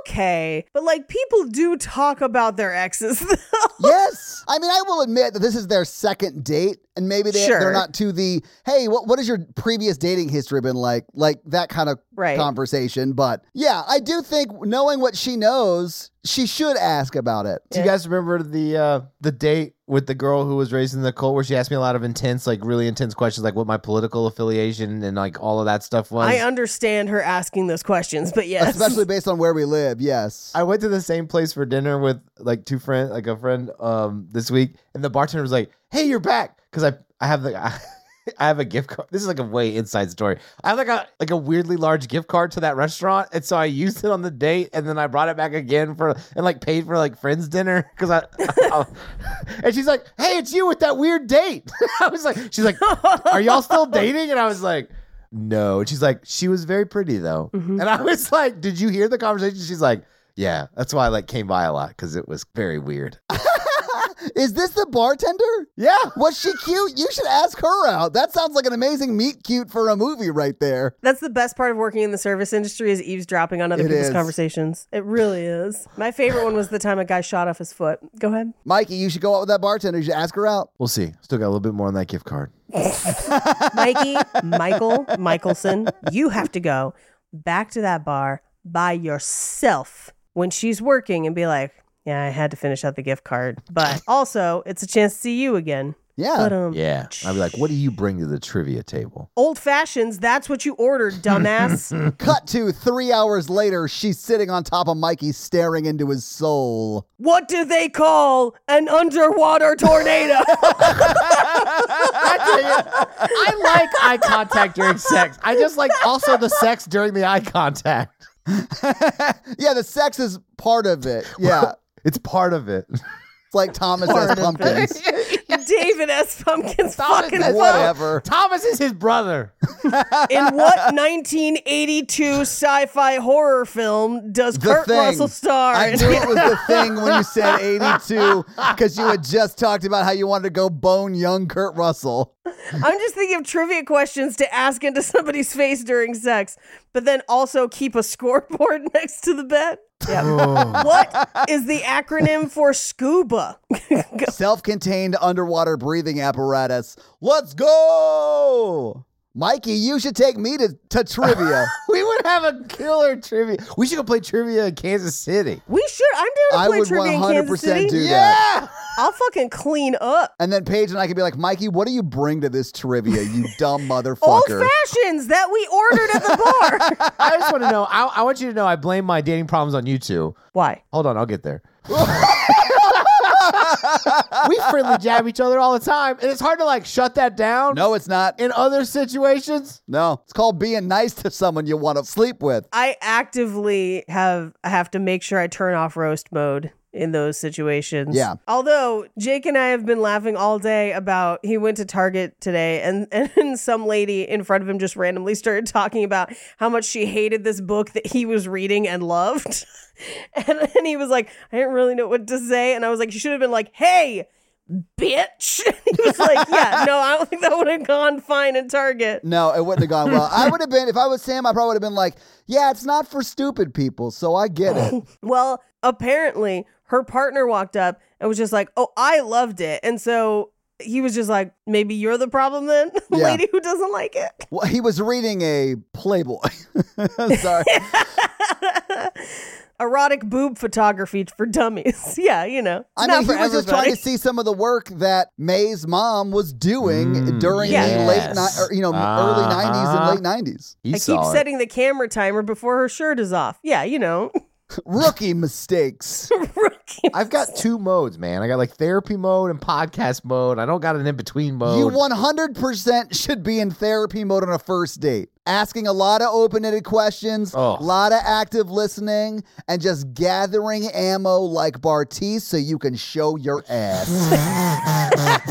[SPEAKER 2] okay, but like people do talk about their exes, though.
[SPEAKER 4] yes. I mean, I will admit that this is their second date, and maybe they,
[SPEAKER 2] Sure.
[SPEAKER 4] they're not to the hey, what what has your previous dating history been like? Like that kind of
[SPEAKER 2] Right.
[SPEAKER 4] conversation. But yeah, I do think knowing what she knows, she should ask about it.
[SPEAKER 3] Do you guys remember the uh, the date with the girl who was raised in the cult where she asked me a lot of intense, like really intense questions, like what my political affiliation and like all of that stuff was?
[SPEAKER 2] I understand her asking those questions, but yes,
[SPEAKER 4] Especially based on where we live, yes.
[SPEAKER 3] I went to the same place for dinner with like two friends, like a friend um this week, and the bartender was like, "Hey, you're back," because I I have the. I, have a gift card. This is like a way inside story. I have like a like a weirdly large gift card to that restaurant, and so I used it on the date, and then I brought it back again for and like paid for like friends dinner because I, And she's like, "Hey, it's you with that weird date." I was like, "She's like, are y'all still dating?" And I was like, "No." And she's like, "She was very pretty though," and I was like, "Did you hear the conversation?" She's like. Yeah, that's why I like came by a lot because it was very weird.
[SPEAKER 4] Is this the bartender?
[SPEAKER 3] Yeah,
[SPEAKER 4] Was she cute? You should ask her out. That sounds like an amazing meet cute for a movie right there.
[SPEAKER 2] that's the best part of working in the service industry is eavesdropping on other
[SPEAKER 4] It
[SPEAKER 2] people's
[SPEAKER 4] is.
[SPEAKER 2] conversations. It really is. My favorite one was the time a guy shot off his foot. Go ahead.
[SPEAKER 4] Mikey, you should go out with that bartender. You should ask her out.
[SPEAKER 3] we'll see. Still got a little bit more on that gift card.
[SPEAKER 2] Mikey, Michael, Michelson, you have to go back to that bar by yourself when she's working and be like, yeah, I had to finish out the gift card, but also it's a chance to see you again.
[SPEAKER 4] Yeah.
[SPEAKER 2] But, um,
[SPEAKER 3] Yeah, I'd be like, "What do you bring to the trivia table?"
[SPEAKER 2] Old fashions, that's what you ordered, dumbass.
[SPEAKER 4] Cut to three hours later, she's sitting on top of Mikey, staring into his soul.
[SPEAKER 2] what do they call an underwater tornado?
[SPEAKER 3] I like eye contact during sex. I just like also the sex during the eye contact.
[SPEAKER 4] Yeah, the sex is part of it. Yeah.
[SPEAKER 3] It's part of it.
[SPEAKER 4] It's like Thomas S. Pumpkins.
[SPEAKER 2] David S. Pumpkins fucking
[SPEAKER 4] Whatever.
[SPEAKER 3] Thomas is his brother.
[SPEAKER 2] In what 1982 sci-fi horror film does
[SPEAKER 4] The
[SPEAKER 2] Kurt
[SPEAKER 4] thing.
[SPEAKER 2] Russell star?
[SPEAKER 4] I knew it was the thing when you said 82 because you had just talked about how you wanted to go bone young Kurt Russell.
[SPEAKER 2] I'm just thinking of trivia questions to ask into somebody's face during sex, but then also keep a scoreboard next to the bed.
[SPEAKER 4] Oh.
[SPEAKER 2] Yeah. what is the acronym for scuba?
[SPEAKER 4] Self contained underwater breathing apparatus. Let's go! Mikey, you should take me to, to trivia.
[SPEAKER 3] We would have a killer trivia. We should go play trivia in Kansas City.
[SPEAKER 2] we should. I'm down to
[SPEAKER 4] I
[SPEAKER 2] play
[SPEAKER 4] would
[SPEAKER 2] trivia in
[SPEAKER 4] 100%
[SPEAKER 2] Kansas City.
[SPEAKER 4] do that.
[SPEAKER 2] I'll fucking clean up.
[SPEAKER 4] And then Paige and I could be like, Mikey, what do you bring to this trivia, you dumb
[SPEAKER 2] Old
[SPEAKER 4] motherfucker?
[SPEAKER 2] fashions that we ordered at the bar.
[SPEAKER 3] I just want to know. I, I want you to know. I blame my dating problems on you two.
[SPEAKER 2] Why?
[SPEAKER 3] Hold on, I'll get there. we friendly jab each other all the time, and it's hard to like shut that down.
[SPEAKER 4] no, it's not.
[SPEAKER 3] in other situations,
[SPEAKER 4] No, it's called being nice to someone you want to sleep with.
[SPEAKER 2] I actively have have to make sure I turn off roast mode in those situations.
[SPEAKER 4] Yeah.
[SPEAKER 2] Although Jake and I have been laughing all day about he went to Target today and and some lady in front of him just randomly started talking about how much she hated this book that he was reading and loved. and then he was like, I didn't really know what to say. And I was like, you should have been like, hey, bitch. he was like, yeah, no, I don't think that would have gone fine in Target.
[SPEAKER 4] No, it wouldn't have gone well. I would have been, if I was Sam, I probably would have been like, yeah, it's not for stupid people, so I get it.
[SPEAKER 2] Well, apparently, her partner walked up and was just like, "Oh, I loved it," and so he was just like, "Maybe you're the problem then,
[SPEAKER 4] Yeah.
[SPEAKER 2] lady who doesn't like it."
[SPEAKER 4] Well, he was reading a Playboy. Sorry.
[SPEAKER 2] Erotic boob photography for dummies. Yeah, you know.
[SPEAKER 4] I
[SPEAKER 2] Not
[SPEAKER 4] mean, he
[SPEAKER 2] for
[SPEAKER 4] was just trying
[SPEAKER 2] everybody.
[SPEAKER 4] to see some of the work that May's mom was doing during the
[SPEAKER 2] yes.
[SPEAKER 4] late, ni- or, you know, early
[SPEAKER 3] Uh-huh.
[SPEAKER 4] '90s and late '90s.
[SPEAKER 3] He
[SPEAKER 2] I keep
[SPEAKER 3] saw it.
[SPEAKER 2] setting the camera timer before her shirt is off. Yeah, you know.
[SPEAKER 4] Rookie mistakes.
[SPEAKER 2] Rookie.
[SPEAKER 3] I've got two modes, man. I got like therapy mode and podcast mode. I don't got an in between mode.
[SPEAKER 4] You 100% should be in therapy mode on a first date. Asking a lot of open ended questions, a
[SPEAKER 3] Oh.
[SPEAKER 4] lot of active listening, and just gathering ammo like Bartiz so you can show your ass.
[SPEAKER 3] when,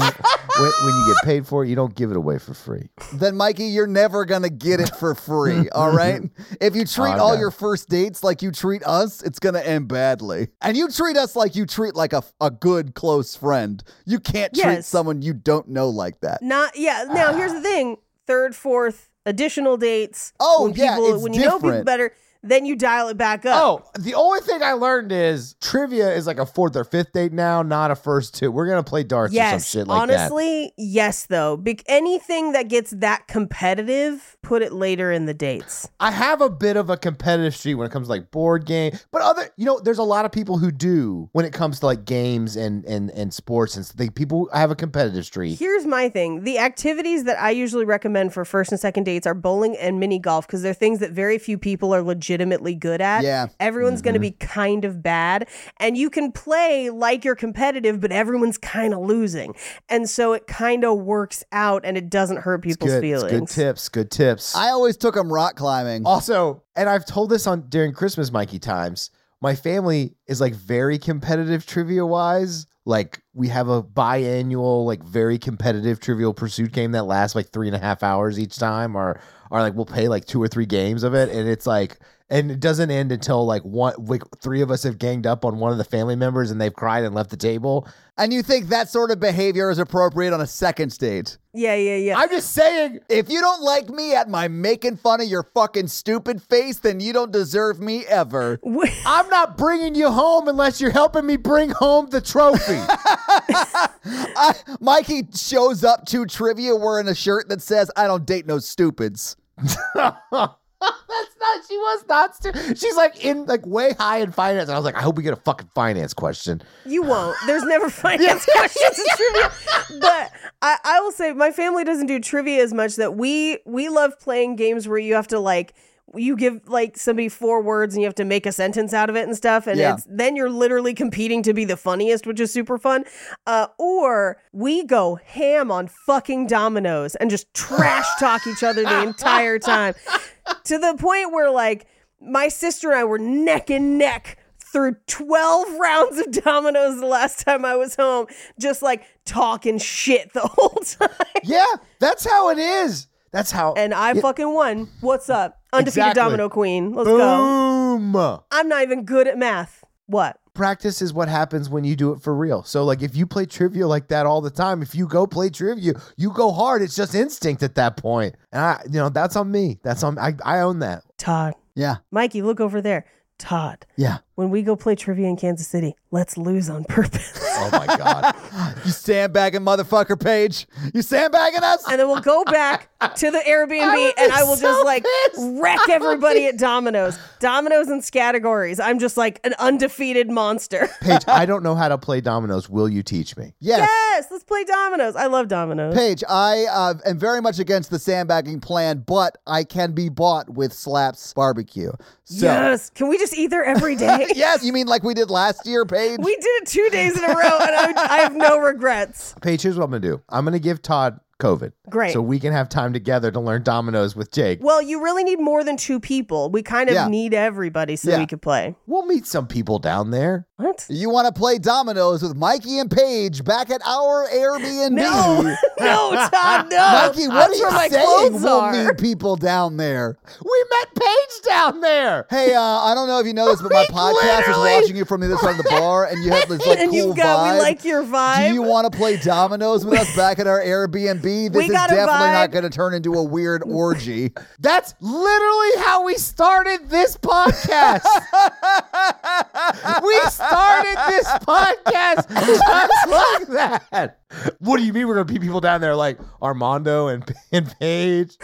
[SPEAKER 3] when you get paid for it, you don't give it away for free.
[SPEAKER 4] then, Mikey, you're never going to get it for free, all right? If you treat
[SPEAKER 3] I'm
[SPEAKER 4] all
[SPEAKER 3] done.
[SPEAKER 4] your first dates like you treat us, it's going to end badly. And you treat us like you treat like a, a good close friend. You can't treat
[SPEAKER 2] Yes.
[SPEAKER 4] someone you don't know like that.
[SPEAKER 2] Not yeah. Now here's
[SPEAKER 4] Ah.
[SPEAKER 2] the thing: third, fourth, additional dates.
[SPEAKER 4] Oh,
[SPEAKER 2] when
[SPEAKER 4] yeah,
[SPEAKER 2] people,
[SPEAKER 4] it's
[SPEAKER 2] when you know people
[SPEAKER 4] different.
[SPEAKER 2] better, then you dial it back up.
[SPEAKER 3] Oh, the only thing I learned is trivia is like a fourth or fifth date now, not a first two. We're gonna play darts or
[SPEAKER 2] yes.
[SPEAKER 3] some shit like that.
[SPEAKER 2] honestly, yes. Though Be- anything that gets that competitive, put it later in the dates.
[SPEAKER 3] I have a bit of a competitive streak when it comes to like board game, but other, you know, there's a lot of people who do when it comes to like games and and and sports and things. People have a competitive streak.
[SPEAKER 2] Here's my thing. The activities that I usually recommend for first and second dates are bowling and mini golf because they're things that very few people are legitimately good at.
[SPEAKER 4] Yeah.
[SPEAKER 2] Everyone's
[SPEAKER 3] Mm-hmm.
[SPEAKER 2] going to be kind of bad. And you can play like you're competitive, but everyone's kind of losing. And so it kind of works out and it doesn't hurt people's
[SPEAKER 3] Good, it's
[SPEAKER 2] feelings.
[SPEAKER 3] good tips. Good tips.
[SPEAKER 4] I always took them rock climbing.
[SPEAKER 3] Also, and I've told this on during Christmas Mikey times, my family is like very competitive trivia wise. Like we have a biannual, like very competitive trivial pursuit game that lasts like three and a half hours each time, or or like we'll play like two or three games of it, and it's like and it doesn't end until like one like three of us have ganged up on one of the family members and they've cried and left the table.
[SPEAKER 4] And you think that sort of behavior is appropriate on a second date?
[SPEAKER 2] Yeah, yeah, yeah.
[SPEAKER 3] I'm just saying
[SPEAKER 4] If you don't like me at my making fun of your fucking stupid face, then you don't deserve me ever.
[SPEAKER 3] I'm not bringing you home unless you're helping me bring home the trophy.
[SPEAKER 4] I, Mikey shows up to trivia wearing a shirt that says, I don't date no stupids.
[SPEAKER 3] That's not. She was not. Stu- She's like in like way high in finance, and I was like, I hope we get a fucking finance question.
[SPEAKER 2] You won't. There's never finance questions in trivia. But I, I will say my family doesn't do trivia as much that we we love playing games where you have to like you give like somebody four words and you have to make a sentence out of it and stuff and
[SPEAKER 4] Yeah.
[SPEAKER 2] it's then you're literally competing to be the funniest which is super fun uh, or we go ham on fucking dominoes and just trash talk each other the entire time to the point where like my sister and I were neck and neck through 12 rounds of dominoes the last time I was home, just like talking shit the whole time.
[SPEAKER 3] Yeah, that's how it is. That's how.
[SPEAKER 2] And I fucking won. What's up? Undefeated
[SPEAKER 3] Exactly.
[SPEAKER 2] domino queen. Let's go.
[SPEAKER 3] boom.
[SPEAKER 2] I'm not even good at math. What?
[SPEAKER 3] Practice is what happens when you do it for real. So like, if you play trivia like that all the time, if you go play trivia, you go hard. It's just instinct at that point. And I, you know, that's on me. That's on. I, I own that.
[SPEAKER 2] Todd.
[SPEAKER 4] Yeah,
[SPEAKER 2] Mikey, look over there. Todd.
[SPEAKER 4] yeah.
[SPEAKER 2] When we go play trivia in Kansas City, let's lose on purpose.
[SPEAKER 3] Oh my god.
[SPEAKER 4] You sandbagging motherfucker, Paige. You sandbagging us?
[SPEAKER 2] and then we'll go back to the Airbnb and I will just like wreck everybody at Domino's. Domino's and categories. I'm just like an undefeated monster.
[SPEAKER 3] Paige, I don't know how to play dominoes. Will you teach me?
[SPEAKER 4] Yes.
[SPEAKER 2] Yes, let's play Domino's. I love Domino's.
[SPEAKER 4] Paige, I uh, am very much against the sandbagging plan, but I can be bought with Slaps Barbecue. So,
[SPEAKER 2] Yes. Can we just eat there every day?
[SPEAKER 4] yes, you mean like we did last year, Paige?
[SPEAKER 2] We did it two days in a row and I, I have no regrets.
[SPEAKER 3] Paige, here's what I'm gonna do. I'm gonna give Todd COVID.
[SPEAKER 2] Great.
[SPEAKER 3] So we can have time together to learn dominoes with Jake.
[SPEAKER 2] Well, you really need more than two people. We kind of
[SPEAKER 4] Yeah.
[SPEAKER 2] need everybody so
[SPEAKER 4] Yeah.
[SPEAKER 2] we could play.
[SPEAKER 3] We'll meet some people down there.
[SPEAKER 2] What?
[SPEAKER 4] You want to play dominoes with Mikey and Paige back at our Airbnb?
[SPEAKER 2] No, no, Todd, no.
[SPEAKER 4] Mikey, what
[SPEAKER 2] That's
[SPEAKER 4] are
[SPEAKER 2] where my
[SPEAKER 4] you saying?
[SPEAKER 2] clothes
[SPEAKER 4] We'll
[SPEAKER 2] are.
[SPEAKER 4] need people down there.
[SPEAKER 3] We met Paige down there.
[SPEAKER 4] Hey, uh, I don't know if you know this, but my
[SPEAKER 3] We
[SPEAKER 4] podcast is
[SPEAKER 3] literally-
[SPEAKER 4] watching you from the other side of the bar, and you have this like
[SPEAKER 2] and
[SPEAKER 4] cool
[SPEAKER 2] you've got,
[SPEAKER 4] vibe.
[SPEAKER 2] we like your vibe.
[SPEAKER 4] Do you want to play dominoes with us back at our Airbnb? This
[SPEAKER 2] We
[SPEAKER 4] is
[SPEAKER 2] got a
[SPEAKER 4] definitely not
[SPEAKER 2] vibe.
[SPEAKER 4] going to turn into a weird orgy.
[SPEAKER 3] That's literally how we started this podcast. we started this podcast just like that. What do you mean we're gonna beat people down there like Armando and, and Paige?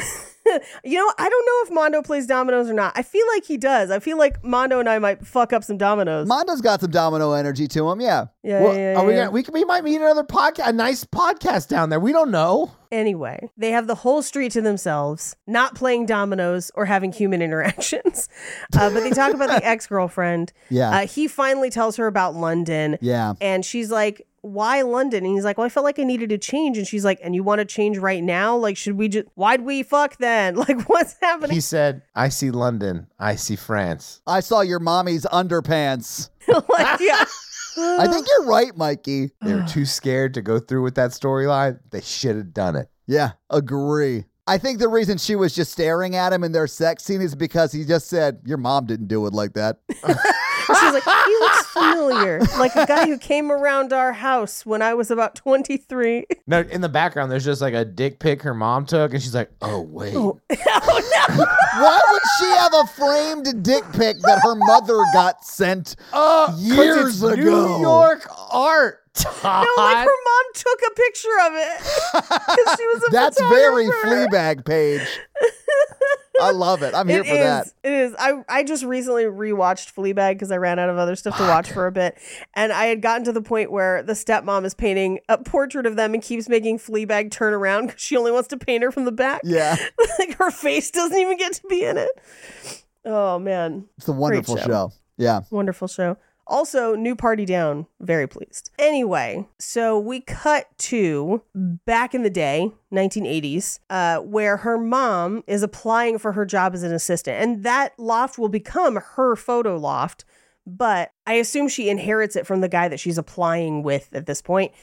[SPEAKER 2] You know, I don't know if Mondo plays dominoes or not. I feel like he does. I feel like Mondo and I might fuck up some dominoes.
[SPEAKER 4] Mondo's got some domino energy to him. Yeah.
[SPEAKER 2] yeah,
[SPEAKER 3] Well,
[SPEAKER 2] yeah,
[SPEAKER 3] are we
[SPEAKER 2] yeah.
[SPEAKER 3] gonna, we could- we might meet another podcast, a nice podcast down there. We don't know.
[SPEAKER 2] Anyway, they have the whole street to themselves, not playing dominoes or having human interactions. Uh, but they talk about the ex girlfriend.
[SPEAKER 4] Yeah.
[SPEAKER 2] Uh, he finally tells her about London.
[SPEAKER 4] yeah.
[SPEAKER 2] And she's like, why London? And he's like, well, I felt like I needed to change. And she's like, and you want to change right now? Like, should we just, why'd we fuck then? Like, what's happening?
[SPEAKER 3] He said, "I see London. I see France."
[SPEAKER 4] I saw your mommy's underpants.
[SPEAKER 2] like, yeah.
[SPEAKER 4] I
[SPEAKER 2] Uh,
[SPEAKER 4] think you're right, Mikey.
[SPEAKER 3] They were too scared to go through with that storyline. They should have done it.
[SPEAKER 4] Yeah, agree. I think the reason she was just staring at him in their sex scene is because he just said, Your mom didn't do it like that.
[SPEAKER 2] She's like, he looks familiar. Like a guy who came around our house when I was about 23.
[SPEAKER 3] No, in the background, there's just like a dick pic her mom took, and she's like, "Oh wait,
[SPEAKER 4] Why would she have a framed dick pic that her mother got sent?
[SPEAKER 3] Uh, 'cause
[SPEAKER 4] Years
[SPEAKER 3] it's
[SPEAKER 4] ago.
[SPEAKER 3] New York art. Todd.
[SPEAKER 2] No, like her mom took a picture of it. 'Cause she was a
[SPEAKER 4] That's very
[SPEAKER 2] photographer.
[SPEAKER 4] Fleabag page. I love it. I'm here
[SPEAKER 2] It
[SPEAKER 4] for that.
[SPEAKER 2] is. It is. I, I just recently rewatched Fleabag because I ran out of other stuff to watch for a bit. And I had gotten to the point where the stepmom is painting a portrait of them and keeps making Fleabag turn around because she only wants to paint her from the back.
[SPEAKER 4] Yeah,
[SPEAKER 2] like her face doesn't even get to be in it. Oh, man.
[SPEAKER 4] it's a wonderful
[SPEAKER 2] show.
[SPEAKER 4] show. Yeah.
[SPEAKER 2] Wonderful show. Also, new party down. Very pleased. Anyway, so we cut to back in the day, 1980s, uh, where her mom is applying for her job as an assistant. And that loft will become her photo loft, but I assume she inherits it from the guy that she's applying with at this point.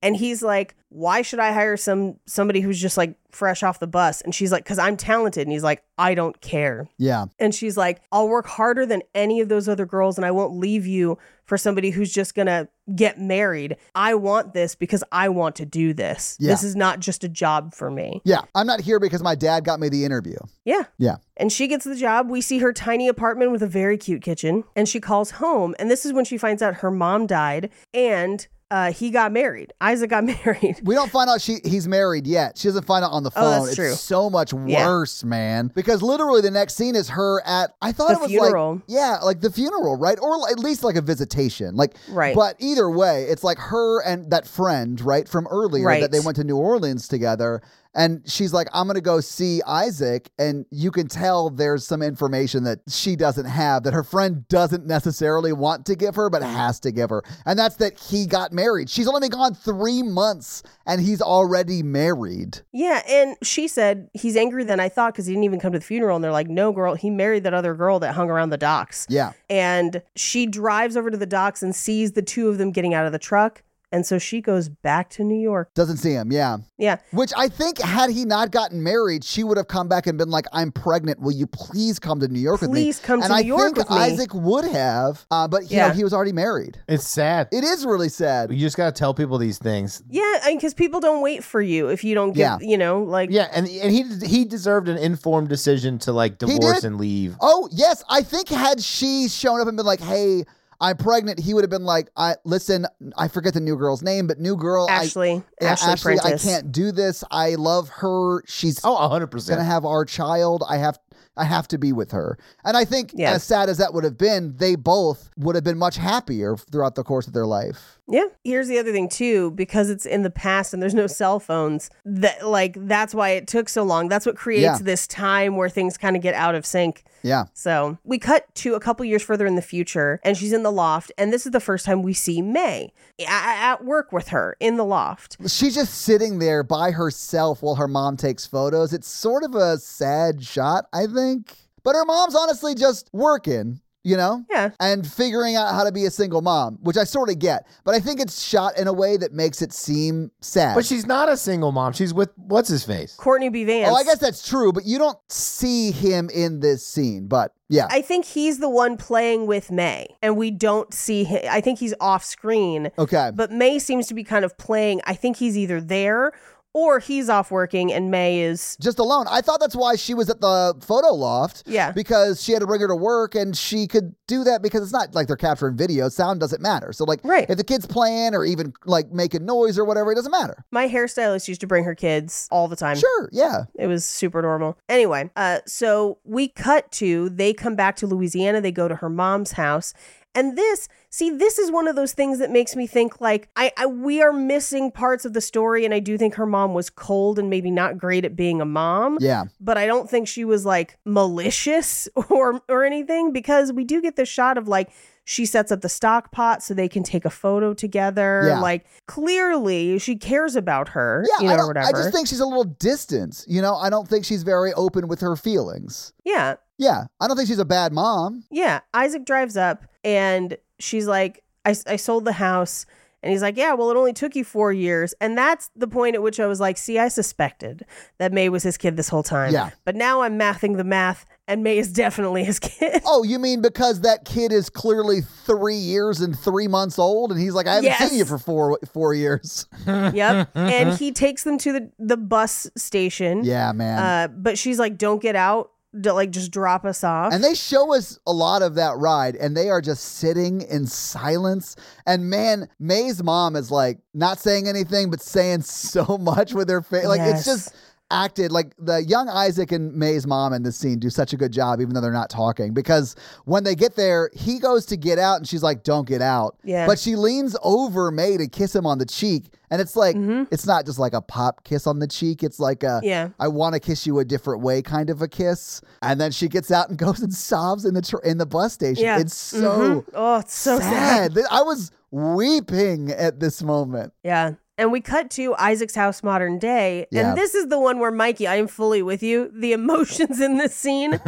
[SPEAKER 2] And he's like, "Why should I hire some somebody who's just like fresh off the bus?" And she's like, "Cuz I'm talented." And he's like, "I don't care."
[SPEAKER 4] Yeah.
[SPEAKER 2] And she's like, I'll work harder than any of those other girls and I won't leave you for somebody who's just going to get married. I want this because I want to do this.
[SPEAKER 4] Yeah.
[SPEAKER 2] This is not just a job for me.
[SPEAKER 4] Yeah. I'm not here because my dad got me the interview.
[SPEAKER 2] Yeah.
[SPEAKER 4] Yeah.
[SPEAKER 2] And she gets the job. We see her tiny apartment with a very cute kitchen and she calls home. And this is when she finds out her mom died and uh, he got married. Isaac got married.
[SPEAKER 4] We don't find out she he's married yet. She doesn't find out on the phone.
[SPEAKER 2] Oh, that's
[SPEAKER 4] it's
[SPEAKER 2] true.
[SPEAKER 4] so much
[SPEAKER 2] Yeah.
[SPEAKER 4] worse, man. Because literally the next scene is her at I thought
[SPEAKER 2] The
[SPEAKER 4] it was like
[SPEAKER 2] funeral.
[SPEAKER 4] yeah, like the funeral, right? Or li- at least like a visitation. Like
[SPEAKER 2] Right.
[SPEAKER 4] but either way, it's like her and that friend, right, from earlier that
[SPEAKER 2] Right.
[SPEAKER 4] they went to New Orleans together. And she's like, I'm gonna go see Isaac, and you can tell there's some information that she doesn't have that her friend doesn't necessarily want to give her, but has to give her. And that's that he got married. She's only been gone three months and he's already married.
[SPEAKER 2] Yeah, and she said he's angrier than I thought because he didn't even come to the funeral. And they're like, "No, girl, he married that other girl that hung around the docks."
[SPEAKER 4] Yeah.
[SPEAKER 2] and she drives over to the docks and sees the two of them getting out of the truck, and so she goes back to New York.
[SPEAKER 4] Doesn't see him, yeah.
[SPEAKER 2] Yeah,
[SPEAKER 4] Which I think, had he not gotten married, she would have come back and been like, "I'm pregnant. Will you please come to New York with me?"
[SPEAKER 2] Please come to
[SPEAKER 4] and I
[SPEAKER 2] New York
[SPEAKER 4] think
[SPEAKER 2] with me.
[SPEAKER 4] Isaac would have, uh, but you know,
[SPEAKER 2] Yeah.
[SPEAKER 4] he was already married.
[SPEAKER 3] It's sad.
[SPEAKER 4] It is really sad.
[SPEAKER 3] you just gotta tell people these things.
[SPEAKER 2] yeah, I because people don't wait for you if you don't get, you know, like
[SPEAKER 3] Yeah, and and he he deserved an informed decision to like
[SPEAKER 4] did?
[SPEAKER 3] divorce and leave.
[SPEAKER 4] Oh yes, I think had she shown up and been like, "Hey." I'm pregnant. He would have been like, "I listen. I forget the new girl's name, but new girl, I-
[SPEAKER 2] Ashley,
[SPEAKER 4] yeah,
[SPEAKER 2] Ashley,
[SPEAKER 4] Ashley, I
[SPEAKER 2] Prentice.
[SPEAKER 4] can't do this. I love her. She's
[SPEAKER 3] Oh, hundred
[SPEAKER 4] gonna
[SPEAKER 3] percent.
[SPEAKER 4] have our child. I have I have to be with her. And I think
[SPEAKER 2] Yeah.
[SPEAKER 4] as sad as that would have been, they both would have been much happier throughout the course of their life.
[SPEAKER 2] Yeah. Here's the other thing too, because it's in the past and there's no cell phones. That like that's why it took so long. That's what creates
[SPEAKER 4] Yeah.
[SPEAKER 2] this time where things kind of get out of sync.
[SPEAKER 4] Yeah.
[SPEAKER 2] So we cut to a couple years further in the future, and she's in the loft, and this is the first time we see May a- at work with her in the loft.
[SPEAKER 4] She's just sitting there by herself while her mom takes photos. It's sort of a sad shot, I think. But her mom's honestly just working, you know?
[SPEAKER 2] Yeah.
[SPEAKER 4] And figuring out how to be a single mom, which I sort of get. But I think it's shot in a way that makes it seem sad.
[SPEAKER 3] But she's not a single mom. She's with what's his face.
[SPEAKER 2] Courtney B. Vance.
[SPEAKER 4] Oh, I guess that's true, but you don't see him in this scene. But yeah.
[SPEAKER 2] I think he's the one playing with May, and we don't see him. I think he's off screen,
[SPEAKER 4] okay.
[SPEAKER 2] but May seems to be kind of playing. I think he's either there or he's off working and May is
[SPEAKER 4] just alone. I thought that's why she was at the photo loft.
[SPEAKER 2] Yeah.
[SPEAKER 4] Because she had to bring her to work and she could do that because it's not like they're capturing video. Sound doesn't matter. So, like,
[SPEAKER 2] Right.
[SPEAKER 4] if the kid's playing or even like making noise or whatever, it doesn't matter.
[SPEAKER 2] my hairstylist used to bring her kids all the time.
[SPEAKER 4] Sure. Yeah.
[SPEAKER 2] It was super normal. Anyway, uh, so we cut to they come back to Louisiana. They go to her mom's house, and this see this is one of those things that makes me think like I, I we are missing parts of the story, and I do think her mom was cold and maybe not great at being a mom.
[SPEAKER 4] Yeah.
[SPEAKER 2] But I don't think she was like malicious or or anything because we do get this shot of like she sets up the stock pot so they can take a photo together.
[SPEAKER 4] Yeah.
[SPEAKER 2] Like clearly she cares about her.
[SPEAKER 4] Yeah.
[SPEAKER 2] you know,
[SPEAKER 4] I,
[SPEAKER 2] or
[SPEAKER 4] don't-
[SPEAKER 2] whatever.
[SPEAKER 4] I just think she's a little distant. You know, I don't think she's very open with her feelings.
[SPEAKER 2] yeah.
[SPEAKER 4] Yeah. I don't think she's a bad mom.
[SPEAKER 2] Yeah. Isaac drives up and she's like, I, I sold the house. And he's like, Yeah, well, it only took you four years. And that's the point at which I was like, See, I suspected that May was his kid this whole time.
[SPEAKER 4] Yeah.
[SPEAKER 2] But now I'm mathing the math, and May is definitely his kid.
[SPEAKER 4] Oh, you mean because that kid is clearly three years and three months old, and he's like, I haven't
[SPEAKER 2] Yes.
[SPEAKER 4] seen you for four four years.
[SPEAKER 2] yep. And he takes them to the, the bus station.
[SPEAKER 4] Yeah, man.
[SPEAKER 2] Uh, but she's like, Don't get out. D- like, just drop us off.
[SPEAKER 4] And they show us a lot of that ride, and they are just sitting in silence. And man, May's mom is like not saying anything, but saying so much with her face. Like
[SPEAKER 2] Yes.
[SPEAKER 4] it's just acted like the young Isaac and May's mom in this scene do such a good job, even though they're not talking. Because when they get there, he goes to get out, and she's like, "Don't get out."
[SPEAKER 2] Yeah.
[SPEAKER 4] But she leans over May to kiss him on the cheek, and it's like it's not just like a pop kiss on the cheek. It's like a
[SPEAKER 2] Mm-hmm. Yeah.
[SPEAKER 4] I want to kiss you a different way kind of a kiss. And then she gets out and goes and sobs in the tr- in the bus station.
[SPEAKER 2] yeah.
[SPEAKER 4] It's so
[SPEAKER 2] Mhm. Oh, it's so sad.
[SPEAKER 4] sad. I was weeping at this moment.
[SPEAKER 2] Yeah. And we cut to Isaac's house modern day.
[SPEAKER 4] Yeah.
[SPEAKER 2] And this is the one where Mikey, I am fully with you. The emotions in this scene,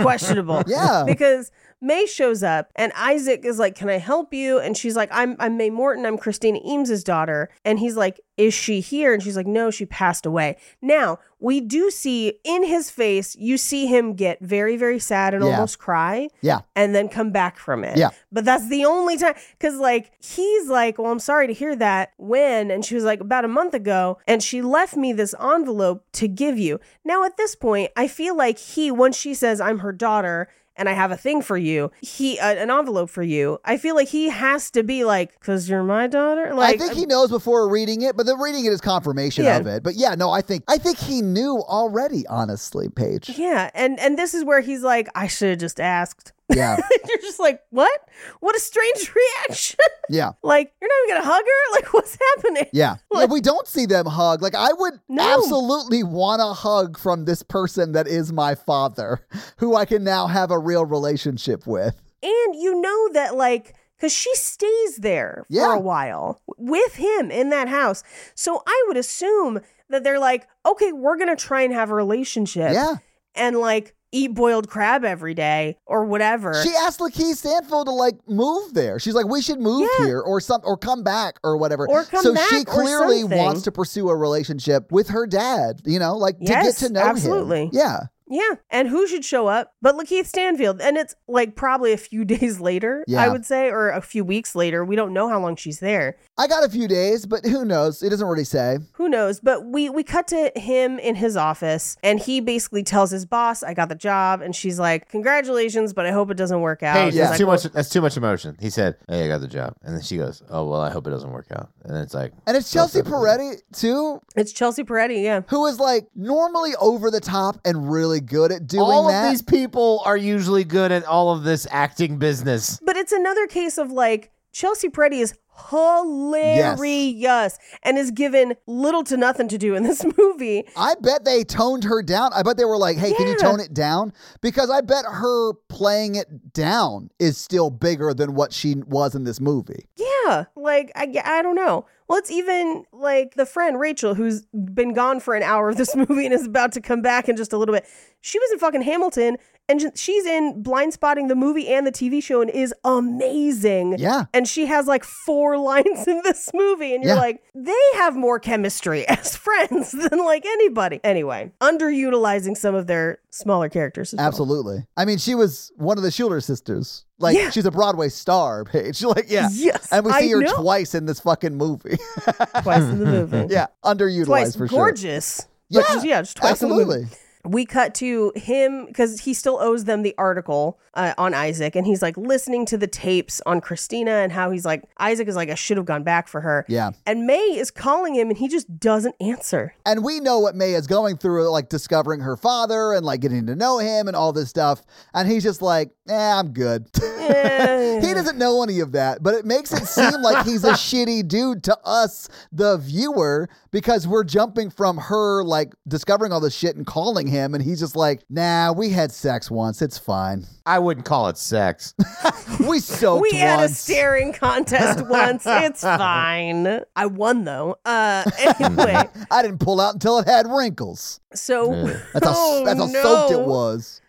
[SPEAKER 2] questionable.
[SPEAKER 4] Yeah.
[SPEAKER 2] Because May shows up and Isaac is like, Can I help you? And she's like, I'm I'm May Morton, I'm Christina Eames' daughter. And he's like, Is she here? And she's like, No, she passed away. Now, we do see in his face, you see him get very, very sad and
[SPEAKER 4] Yeah.
[SPEAKER 2] almost cry
[SPEAKER 4] Yeah.
[SPEAKER 2] and then come back from it.
[SPEAKER 4] Yeah.
[SPEAKER 2] But that's the only time cuz like he's like, "Well, I'm sorry to hear that." When and she was like, "About a month ago, and she left me this envelope to give you." Now at this point, I feel like he once she says, "I'm her daughter." And I have a thing for you. He uh, an envelope for you. I feel like he has to be like, cause you're my daughter. Like, uh, um,
[SPEAKER 4] I think he knows before reading it, but the reading it is confirmation
[SPEAKER 2] Yeah.
[SPEAKER 4] of it. But yeah, no, I think I think he knew already, honestly, Paige.
[SPEAKER 2] yeah. And and this is where he's like, I should have just asked.
[SPEAKER 4] Yeah.
[SPEAKER 2] you're just like, what? What a strange reaction.
[SPEAKER 4] Yeah.
[SPEAKER 2] like, you're not even gonna hug her. Like, what's happening?
[SPEAKER 4] Yeah.
[SPEAKER 2] Like-
[SPEAKER 4] If we don't see them hug, like I would
[SPEAKER 2] No.
[SPEAKER 4] absolutely want a hug from this person that is my father, who I can now have a real relationship with.
[SPEAKER 2] And you know that, like, because she stays there for
[SPEAKER 4] Yeah.
[SPEAKER 2] a while with him in that house. So I would assume that they're like, okay, we're going to try and have a relationship
[SPEAKER 4] Yeah.
[SPEAKER 2] and like eat boiled crab every day or whatever.
[SPEAKER 4] She asked Lakeith Stanfield to like move there. She's like, we should move
[SPEAKER 2] Yeah.
[SPEAKER 4] here or some or come back or whatever.
[SPEAKER 2] Or come
[SPEAKER 4] so
[SPEAKER 2] back
[SPEAKER 4] she
[SPEAKER 2] or
[SPEAKER 4] clearly
[SPEAKER 2] something.
[SPEAKER 4] wants to pursue a relationship with her dad. You know, like to get
[SPEAKER 2] Yes,
[SPEAKER 4] to know
[SPEAKER 2] absolutely.
[SPEAKER 4] him. Yeah.
[SPEAKER 2] yeah. And who should show up but Lakeith Stanfield? And it's like probably a few days later, I
[SPEAKER 4] Yeah.
[SPEAKER 2] would say, or a few weeks later. We don't know how long she's there.
[SPEAKER 4] I got a few days, but who knows? It doesn't really say.
[SPEAKER 2] who knows but we we cut to him in his office and he basically tells his boss i got the job and she's like congratulations but i hope it doesn't work out
[SPEAKER 3] Hey,
[SPEAKER 2] And
[SPEAKER 3] that's
[SPEAKER 2] he's
[SPEAKER 4] yeah.
[SPEAKER 2] like,
[SPEAKER 3] too
[SPEAKER 2] "Well,
[SPEAKER 3] much. That's too much emotion. He said, "Hey, I got the job," and then she goes, "Oh well, I hope it doesn't work out." And it's like,
[SPEAKER 4] And it's Chelsea
[SPEAKER 3] That's
[SPEAKER 4] Peretti too,
[SPEAKER 2] it's chelsea peretti yeah
[SPEAKER 4] who is like normally over the top and really good at doing
[SPEAKER 3] all
[SPEAKER 4] that.
[SPEAKER 3] of these people are usually good at all of this acting business.
[SPEAKER 2] but it's another case of like chelsea peretti is hilarious and is given little to nothing to do in this movie
[SPEAKER 4] I bet they toned her down. I bet they were like, "Hey, can you
[SPEAKER 2] Yeah.
[SPEAKER 4] tone it down?" Because I bet her playing it down is still bigger than what she was in this movie.
[SPEAKER 2] yeah like i, I don't know well, it's even like the friend Rachel, who's been gone for an hour of this movie and is about to come back in just a little bit. She was in fucking Hamilton, and j- she's in Blind Spotting, the movie and the TV show, and is amazing.
[SPEAKER 4] Yeah.
[SPEAKER 2] And she has like four lines in this movie, and you're
[SPEAKER 4] Yeah.
[SPEAKER 2] like, they have more chemistry as friends than like anybody. Anyway, underutilizing some of their smaller characters. As well.
[SPEAKER 4] Absolutely. I mean, she was one of the Shielder sisters. Like,
[SPEAKER 2] Yeah.
[SPEAKER 4] she's a Broadway star, Paige. Like, yeah.
[SPEAKER 2] Yes,
[SPEAKER 4] And we
[SPEAKER 2] I
[SPEAKER 4] see her
[SPEAKER 2] know.
[SPEAKER 4] twice in this fucking movie.
[SPEAKER 2] twice in the movie.
[SPEAKER 4] yeah, underutilized
[SPEAKER 2] twice
[SPEAKER 4] for sure.
[SPEAKER 2] gorgeous.
[SPEAKER 4] Yeah,
[SPEAKER 2] But just- yeah, just twice in the movie.
[SPEAKER 4] Absolutely.
[SPEAKER 2] we cut to him because he still owes them the article uh, on Isaac, and he's like listening to the tapes on Christina and how he's like, Isaac is like, I should have gone back for her.
[SPEAKER 4] Yeah.
[SPEAKER 2] And May is calling him, and he just doesn't answer.
[SPEAKER 4] And we know what May is going through, like discovering her father and like getting to know him and all this stuff. And he's just like, eh, I'm good. he doesn't know any of that, but it makes it seem like he's a shitty dude to us, the viewer, because we're jumping from her like discovering all this shit and calling him. And he's just like, nah, we had sex once. It's fine.
[SPEAKER 3] I wouldn't call it sex.
[SPEAKER 4] We soaked
[SPEAKER 2] We had a
[SPEAKER 4] Oh, once.
[SPEAKER 2] staring contest once. It's fine. I won though. Uh, anyway,
[SPEAKER 4] I didn't pull out until it had wrinkles.
[SPEAKER 2] so
[SPEAKER 4] That's how,
[SPEAKER 2] Oh,
[SPEAKER 4] that's how
[SPEAKER 2] no.
[SPEAKER 4] soaked it was.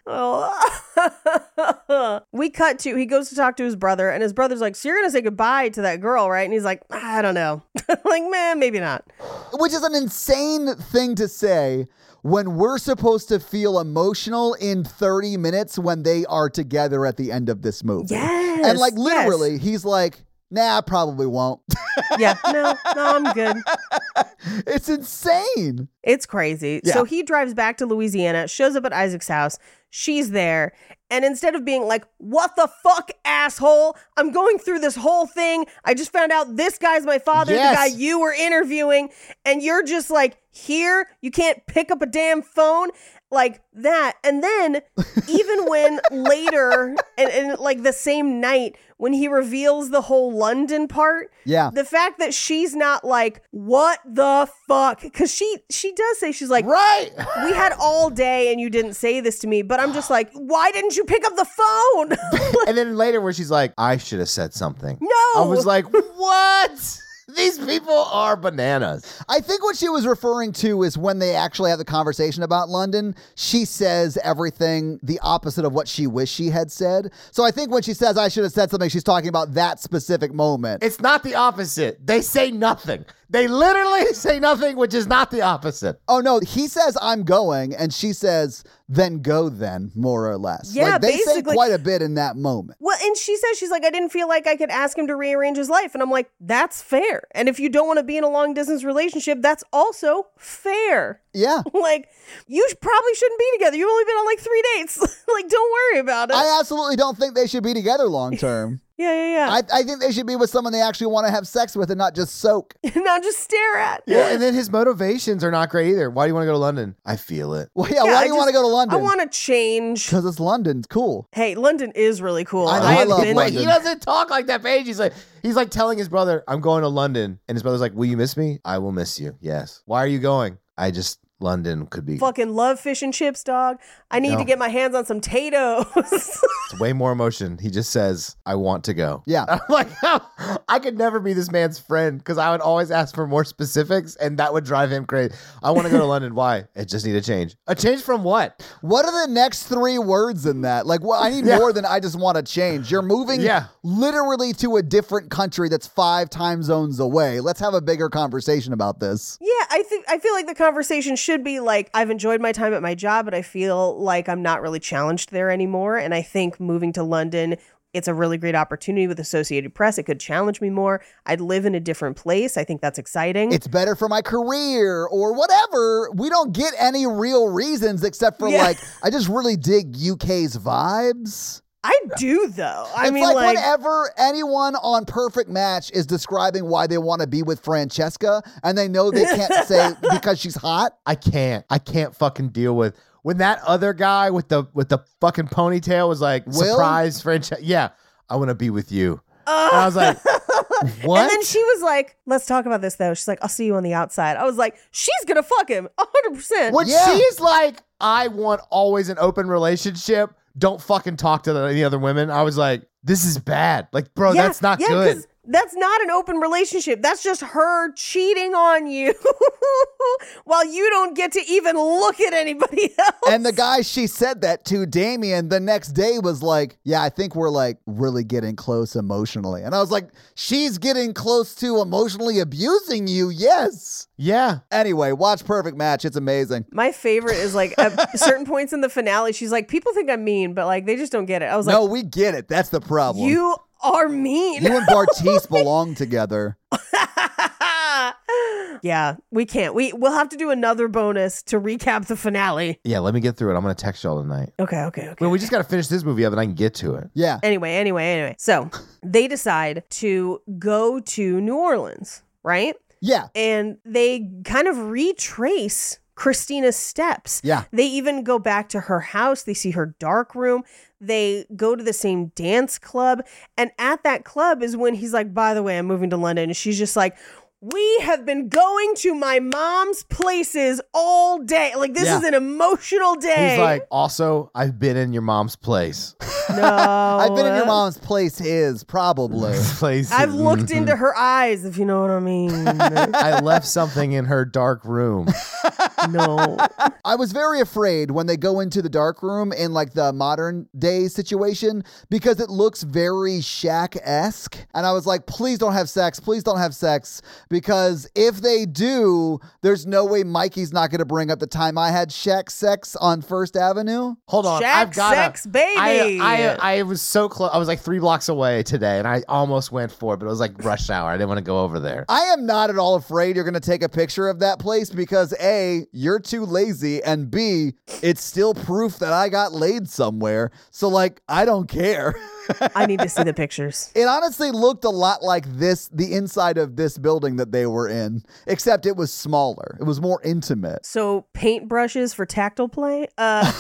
[SPEAKER 2] Oh. we cut to he goes to talk to his brother, and his brother's like, "So you're gonna say goodbye to that girl, right?" And he's like, "I don't know." like, man, maybe not.
[SPEAKER 4] which is an insane thing to say when we're supposed to feel emotional in 30 minutes when they are together at the end of this movie.
[SPEAKER 2] Yes,
[SPEAKER 4] And like
[SPEAKER 2] yes.
[SPEAKER 4] literally, he's like, nah, I probably won't.
[SPEAKER 2] Yeah, no, no, I'm good.
[SPEAKER 4] it's insane.
[SPEAKER 2] It's crazy. So he drives back to Louisiana, shows up at Isaac's house. She's there. And instead of being like, what the fuck, asshole? I'm going through this whole thing. I just found out this guy's my father,
[SPEAKER 4] Yes.
[SPEAKER 2] the guy you were interviewing. And you're just like, here, you can't pick up a damn phone like that. And then, even when later, and, and like the same night, when he reveals the whole London part,
[SPEAKER 4] Yeah.
[SPEAKER 2] the fact that she's not like what the fuck because she she does say she's like
[SPEAKER 3] right.
[SPEAKER 2] we had all day and you didn't say this to me but i'm just like why didn't you pick up the phone
[SPEAKER 3] And then later, where she's like, I should have said something.
[SPEAKER 2] No.
[SPEAKER 3] I was like, what? These people are bananas.
[SPEAKER 4] I think what she was referring to is when they actually have the conversation about London, she says everything the opposite of what she wished she had said. So I think when she says I should have said something, she's talking about that specific moment.
[SPEAKER 3] It's not the opposite. They say nothing. They literally say nothing, which is not the opposite.
[SPEAKER 4] Oh no, he says I'm going, and she says then go then, more or less.
[SPEAKER 2] Yeah,
[SPEAKER 4] like, they say
[SPEAKER 2] basically-
[SPEAKER 4] quite a bit in that moment.
[SPEAKER 2] well and she says she's like i didn't feel like i could ask him to rearrange his life and i'm like that's fair and if you don't want to be in a long distance relationship that's also fair
[SPEAKER 4] Yeah,
[SPEAKER 2] like you sh- probably shouldn't be together you've only been on like three dates like don't worry about it
[SPEAKER 4] I uh, absolutely don't think they should be together long term.
[SPEAKER 2] yeah yeah yeah
[SPEAKER 4] I, I think they should be with someone they actually want to have sex with and not just soak.
[SPEAKER 2] not just stare at
[SPEAKER 3] Well, and then his motivations are not great either. Why do you want to go to London? I feel it.
[SPEAKER 4] Well, yeah,
[SPEAKER 2] Yeah,
[SPEAKER 4] why
[SPEAKER 2] I
[SPEAKER 4] do you want to
[SPEAKER 2] just-
[SPEAKER 4] go to London?
[SPEAKER 2] i want to change
[SPEAKER 4] because it's London. Cool.
[SPEAKER 2] Hey, London is really cool.
[SPEAKER 4] I-
[SPEAKER 2] I,
[SPEAKER 4] I
[SPEAKER 2] have
[SPEAKER 4] love
[SPEAKER 2] been.
[SPEAKER 3] Like,
[SPEAKER 4] London.
[SPEAKER 3] he doesn't talk like that, Paige. He's like, he's like telling his brother, "I'm going to London," and his brother's like, "Will you miss me? I will miss you. Yes. Why are you going? I just London could be
[SPEAKER 2] Fucking love fish and chips, dog. I need
[SPEAKER 3] No.
[SPEAKER 2] to get my hands on some potatoes.
[SPEAKER 3] it's way more emotion." He just says, "I want to go."
[SPEAKER 4] Yeah.
[SPEAKER 3] I'm like, I could never be this man's friend because I would always ask for more specifics, and that would drive him crazy. I want to go to London. Why? I just need a change. A change from what?
[SPEAKER 4] What are the next three words in that? Like, well, I need more than I just want to change. You're moving
[SPEAKER 3] Yeah.
[SPEAKER 4] literally to a different country that's five time zones away. Let's have a bigger conversation about this.
[SPEAKER 2] yeah, I think I feel like the conversation should be like, I've enjoyed my time at my job, but I feel like I'm not really challenged there anymore. And I think moving to London, it's a really great opportunity with Associated Press. It could challenge me more. I'd live in a different place. I think that's exciting.
[SPEAKER 4] it's better for my career or whatever. We don't get any real reasons except for
[SPEAKER 2] Yeah.
[SPEAKER 4] like I just really dig UK's vibes.
[SPEAKER 2] I do though. I
[SPEAKER 4] it's
[SPEAKER 2] mean,
[SPEAKER 4] like,
[SPEAKER 2] like,
[SPEAKER 4] whenever anyone on Perfect Match is describing why they want to be with Francesca and they know they can't say because she's hot.
[SPEAKER 3] I can't. I can't fucking deal with when that other guy with the with the fucking ponytail was like
[SPEAKER 4] Will?
[SPEAKER 3] surprise French. Yeah, I want to be with you. and I was like, what?
[SPEAKER 2] And then she was like, "Let's talk about this though." She's like, "I'll see you on the outside." I was like, "She's gonna fuck him, hundred percent."
[SPEAKER 3] When
[SPEAKER 4] Yeah.
[SPEAKER 3] she is like, I want always an open relationship. Don't fucking talk to the- any other women. I was like, this is bad. Like, bro, that's not good.
[SPEAKER 2] 'cause That's not an open relationship. That's just her cheating on you while you don't get to even look at anybody else.
[SPEAKER 4] And the guy she said that to, Damien, the next day was like, Yeah, I think we're like really getting close emotionally. And I was like, She's getting close to emotionally abusing you. Yes.
[SPEAKER 3] Yeah.
[SPEAKER 4] Anyway, watch Perfect Match. It's amazing.
[SPEAKER 2] My favorite is like at certain points in the finale, she's like, "People think I'm mean, but like they just don't get it." I was
[SPEAKER 4] no, we get it. That's the
[SPEAKER 2] like,
[SPEAKER 4] problem.
[SPEAKER 2] "You are mean."
[SPEAKER 4] You and Bartiz belong together.
[SPEAKER 2] Yeah, we can't. We we'll have to do another bonus to recap the finale.
[SPEAKER 3] Yeah, let me get through it. I'm gonna text y'all tonight.
[SPEAKER 2] Okay, okay, okay.
[SPEAKER 3] Well, we just gotta finish this movie up and I can get to it.
[SPEAKER 4] Yeah.
[SPEAKER 2] Anyway, anyway, anyway. So they decide to go to New Orleans, right?
[SPEAKER 4] Yeah.
[SPEAKER 2] And they kind of retrace Christina's steps.
[SPEAKER 4] Yeah.
[SPEAKER 2] They even go back to her house. They see her dark room. They go to the same dance club. And at that club is when he's like, by the way, I'm moving to London. And she's just like, we have been going to my mom's places all day. Like, this
[SPEAKER 4] Yeah.
[SPEAKER 2] is an emotional day.
[SPEAKER 3] He's like, also, I've been in your mom's place.
[SPEAKER 2] no. Oh,
[SPEAKER 4] I've been in your mom's place is probably.
[SPEAKER 3] place.
[SPEAKER 2] I've looked into her eyes, if you know what I mean.
[SPEAKER 3] I left something in her dark room.
[SPEAKER 2] no.
[SPEAKER 4] I was very afraid when they go into the dark room in like the modern day situation because it looks very shack esque. And I was like, please don't have sex. Please don't have sex. Because if they do, there's no way Mikey's not going to bring up the time I had shack sex on First Avenue.
[SPEAKER 3] Hold on, I've
[SPEAKER 2] Shack
[SPEAKER 3] got
[SPEAKER 2] sex, baby.
[SPEAKER 3] I, I I was so close. I was like three blocks away today, and I almost went for it, but it was like rush hour. I didn't want to go over there.
[SPEAKER 4] I am not at all afraid you're going to take a picture of that place because A, you're too lazy, and B, it's still proof that I got laid somewhere. So, like, I don't care.
[SPEAKER 2] I need to see the pictures.
[SPEAKER 4] It honestly looked a lot like this, the inside of this building that they were in, except it was smaller. It was more intimate.
[SPEAKER 2] So paintbrushes for tactile play. Uh,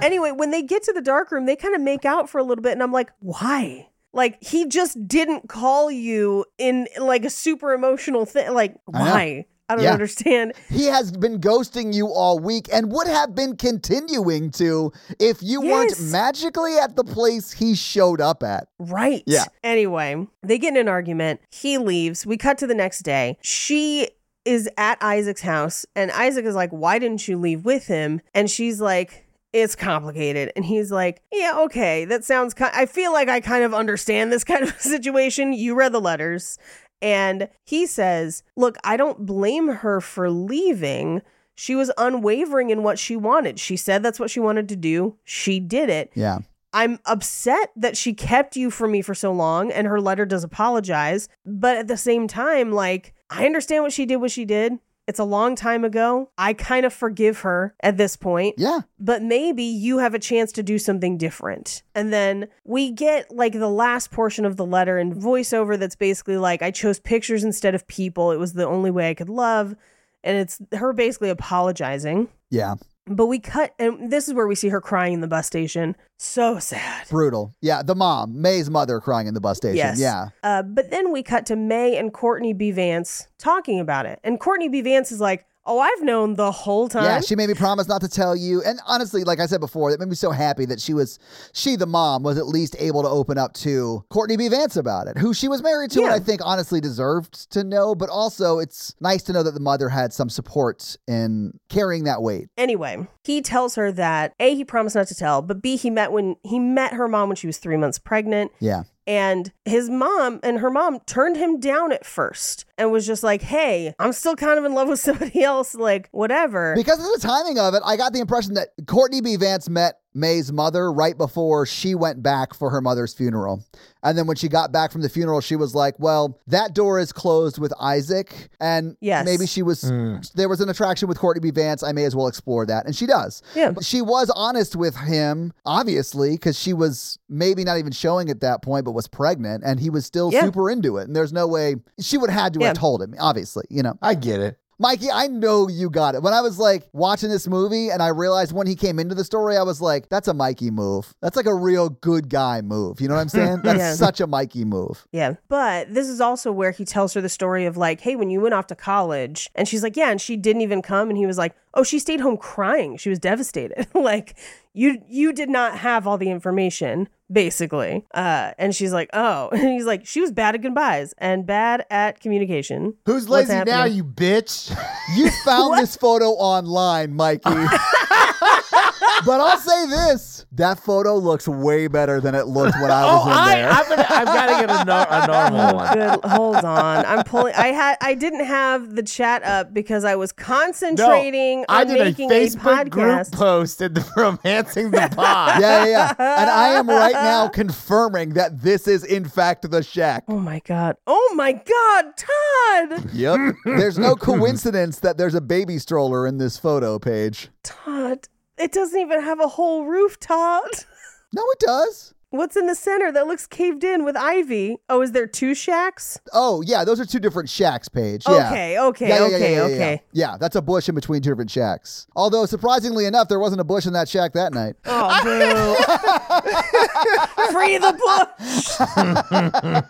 [SPEAKER 2] anyway, when they get to the dark room, they kind of make out for a little bit, and I'm like, why? Like he just didn't call you in like a super emotional thing. Like
[SPEAKER 4] I know.
[SPEAKER 2] why? I don't
[SPEAKER 4] Yeah.
[SPEAKER 2] understand.
[SPEAKER 4] He has been ghosting you all week and would have been continuing to if you
[SPEAKER 2] Yes.
[SPEAKER 4] weren't magically at the place he showed up at.
[SPEAKER 2] Right.
[SPEAKER 4] Yeah.
[SPEAKER 2] Anyway, they get in an argument. He leaves. We cut to the next day. She is at Isaac's house, and Isaac is like, Why didn't you leave with him? And she's like, it's complicated. And he's like, Yeah, okay. That sounds kind I feel like I kind of understand this kind of situation. You read the letters. And he says, Look, I don't blame her for leaving. She was unwavering in what she wanted. She said that's what she wanted to do. She did it.
[SPEAKER 4] Yeah.
[SPEAKER 2] I'm upset that she kept you from me for so long and her letter does apologize. But at the same time, like, I understand what she did, what she did. It's a long time ago. I kind of forgive her at this point,
[SPEAKER 4] Yeah.
[SPEAKER 2] but maybe you have a chance to do something different. And then we get like the last portion of the letter and voiceover that's basically like, I chose pictures instead of people. It was the only way I could love. And it's her basically apologizing.
[SPEAKER 4] Yeah.
[SPEAKER 2] But we cut, and this is where we see her crying in the bus station. So sad.
[SPEAKER 4] Brutal. Yeah. The mom, May's mother, crying in the bus station.
[SPEAKER 2] Yes.
[SPEAKER 4] Yeah.
[SPEAKER 2] Uh, but then we cut to May and Courtney B. Vance talking about it. And Courtney B. Vance is like, Oh, I've known the whole time.
[SPEAKER 4] Yeah, she made me promise not to tell you. And honestly, like I said before, that made me so happy that she was, she the mom was at least able to open up to Courtney B. Vance about it, who she was married to, and
[SPEAKER 2] Yeah.
[SPEAKER 4] I think honestly deserved to know. But also, it's nice to know that the mother had some support in carrying that weight.
[SPEAKER 2] anyway, he tells her that A, he promised not to tell, but B, he met when he met her mom when she was three months pregnant.
[SPEAKER 4] Yeah,
[SPEAKER 2] And his mom and her mom turned him down at first and was just like, Hey, I'm still kind of in love with somebody else, like, whatever.
[SPEAKER 4] because of the timing of it, I got the impression that Courtney B. Vance met May's mother right before she went back for her mother's funeral. And then when she got back from the funeral, she was like, "Well, that door is closed with Isaac." And
[SPEAKER 2] Yes.
[SPEAKER 4] maybe she was there was an attraction with Courtney B. Vance. I may as well explore that, and she does.
[SPEAKER 2] Yeah.
[SPEAKER 4] But she was honest with him, obviously, because she was maybe not even showing at that point, but was pregnant, and he was still
[SPEAKER 2] Yeah.
[SPEAKER 4] super into it. And there's no way she would have had to have
[SPEAKER 2] Yeah.
[SPEAKER 4] told him, obviously, you know.
[SPEAKER 3] I get it.
[SPEAKER 4] Mikey, I know you got it. When I was like watching this movie and I realized when he came into the story, I was like, that's a Mikey move. That's like a real good guy move. You know what I'm saying? That's
[SPEAKER 2] Yeah.
[SPEAKER 4] such a Mikey move.
[SPEAKER 2] Yeah. But this is also where he tells her the story of like, hey, when you went off to college, and she's like, yeah, and she didn't even come, and he was like, oh, she stayed home crying. She was devastated. like, you you did not have all the information basically. Uh, and she's like, oh, and he's like, she was bad at goodbyes and bad at communication.
[SPEAKER 3] Who's
[SPEAKER 2] What's
[SPEAKER 3] lazy now,
[SPEAKER 2] happening?
[SPEAKER 3] you bitch?
[SPEAKER 4] You found this photo online, Mikey. but I'll say this: that photo looks way better than it looked when I was
[SPEAKER 3] oh,
[SPEAKER 4] in
[SPEAKER 3] I,
[SPEAKER 4] there.
[SPEAKER 3] I'm gonna, I've got to get a, nor- a normal one.
[SPEAKER 2] Good. Hold on. I'm pulling. I had. I didn't have the chat up because I was
[SPEAKER 3] No,
[SPEAKER 2] concentrating
[SPEAKER 3] I
[SPEAKER 2] on
[SPEAKER 3] did a
[SPEAKER 2] making a
[SPEAKER 3] Facebook group
[SPEAKER 2] podcast.
[SPEAKER 3] post in the romancing the pod.
[SPEAKER 4] yeah, yeah, yeah. And I am right now confirming that this is in fact the shack.
[SPEAKER 2] oh my god. Oh my god, Todd.
[SPEAKER 4] Yep. There's no coincidence that there's a baby stroller in this photo page.
[SPEAKER 2] Todd. It doesn't even have a whole roof, Todd.
[SPEAKER 4] No, it does.
[SPEAKER 2] What's in the center that looks caved in with ivy? Oh, is there two shacks?
[SPEAKER 4] Oh, yeah, those are two different shacks page. Yeah.
[SPEAKER 2] Okay, okay,
[SPEAKER 4] Yeah, yeah, yeah,
[SPEAKER 2] okay,
[SPEAKER 4] yeah, yeah,
[SPEAKER 2] okay.
[SPEAKER 4] Yeah. Yeah, that's a bush in between two different shacks. Although surprisingly enough, there wasn't a bush in that shack that night.
[SPEAKER 2] Oh, boo. Free the bush.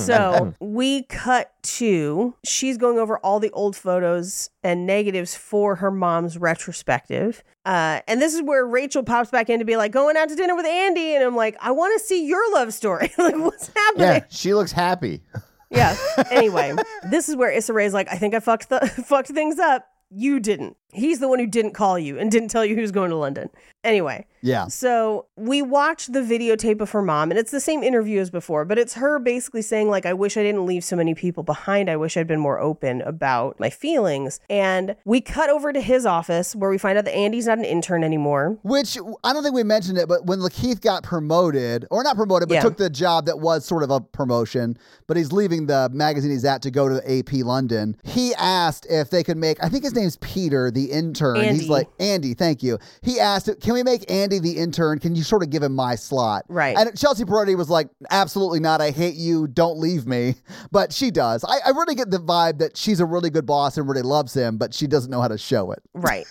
[SPEAKER 2] so we cut to she's going over all the old photos and negatives for her mom's retrospective. Uh, and this is where Rachel pops back in to be like, going out to dinner with Andy. And I'm like, I want to see your love story. like, what's happening?
[SPEAKER 3] Yeah, she looks happy.
[SPEAKER 2] Yeah. Anyway, this is where Issa Rae's like, I think I fucked the fucked things up. You didn't. He's the one who didn't call you and didn't tell you who's going to London. Anyway,
[SPEAKER 4] Yeah.
[SPEAKER 2] so we watch the videotape of her mom, and it's the same interview as before, but it's her basically saying, like, I wish I didn't leave so many people behind. I wish I'd been more open about my feelings. And we cut over to his office where we find out that Andy's not an intern anymore.
[SPEAKER 4] Which I don't think we mentioned it, but when Lakeith got promoted, or not promoted, but
[SPEAKER 2] Yeah.
[SPEAKER 4] took the job that was sort of a promotion, but he's leaving the magazine he's at to go to AP London. He asked if they could make, I think his name's Peter, the intern.
[SPEAKER 2] Andy.
[SPEAKER 4] He's like, Andy, thank you. He asked, can we make Andy the intern? Can you sort of give him my slot?
[SPEAKER 2] Right.
[SPEAKER 4] And Chelsea Peretti was like, absolutely not. I hate you. Don't leave me. But she does. I, I really get the vibe that she's a really good boss and really loves him, but she doesn't know how to show it
[SPEAKER 2] Right.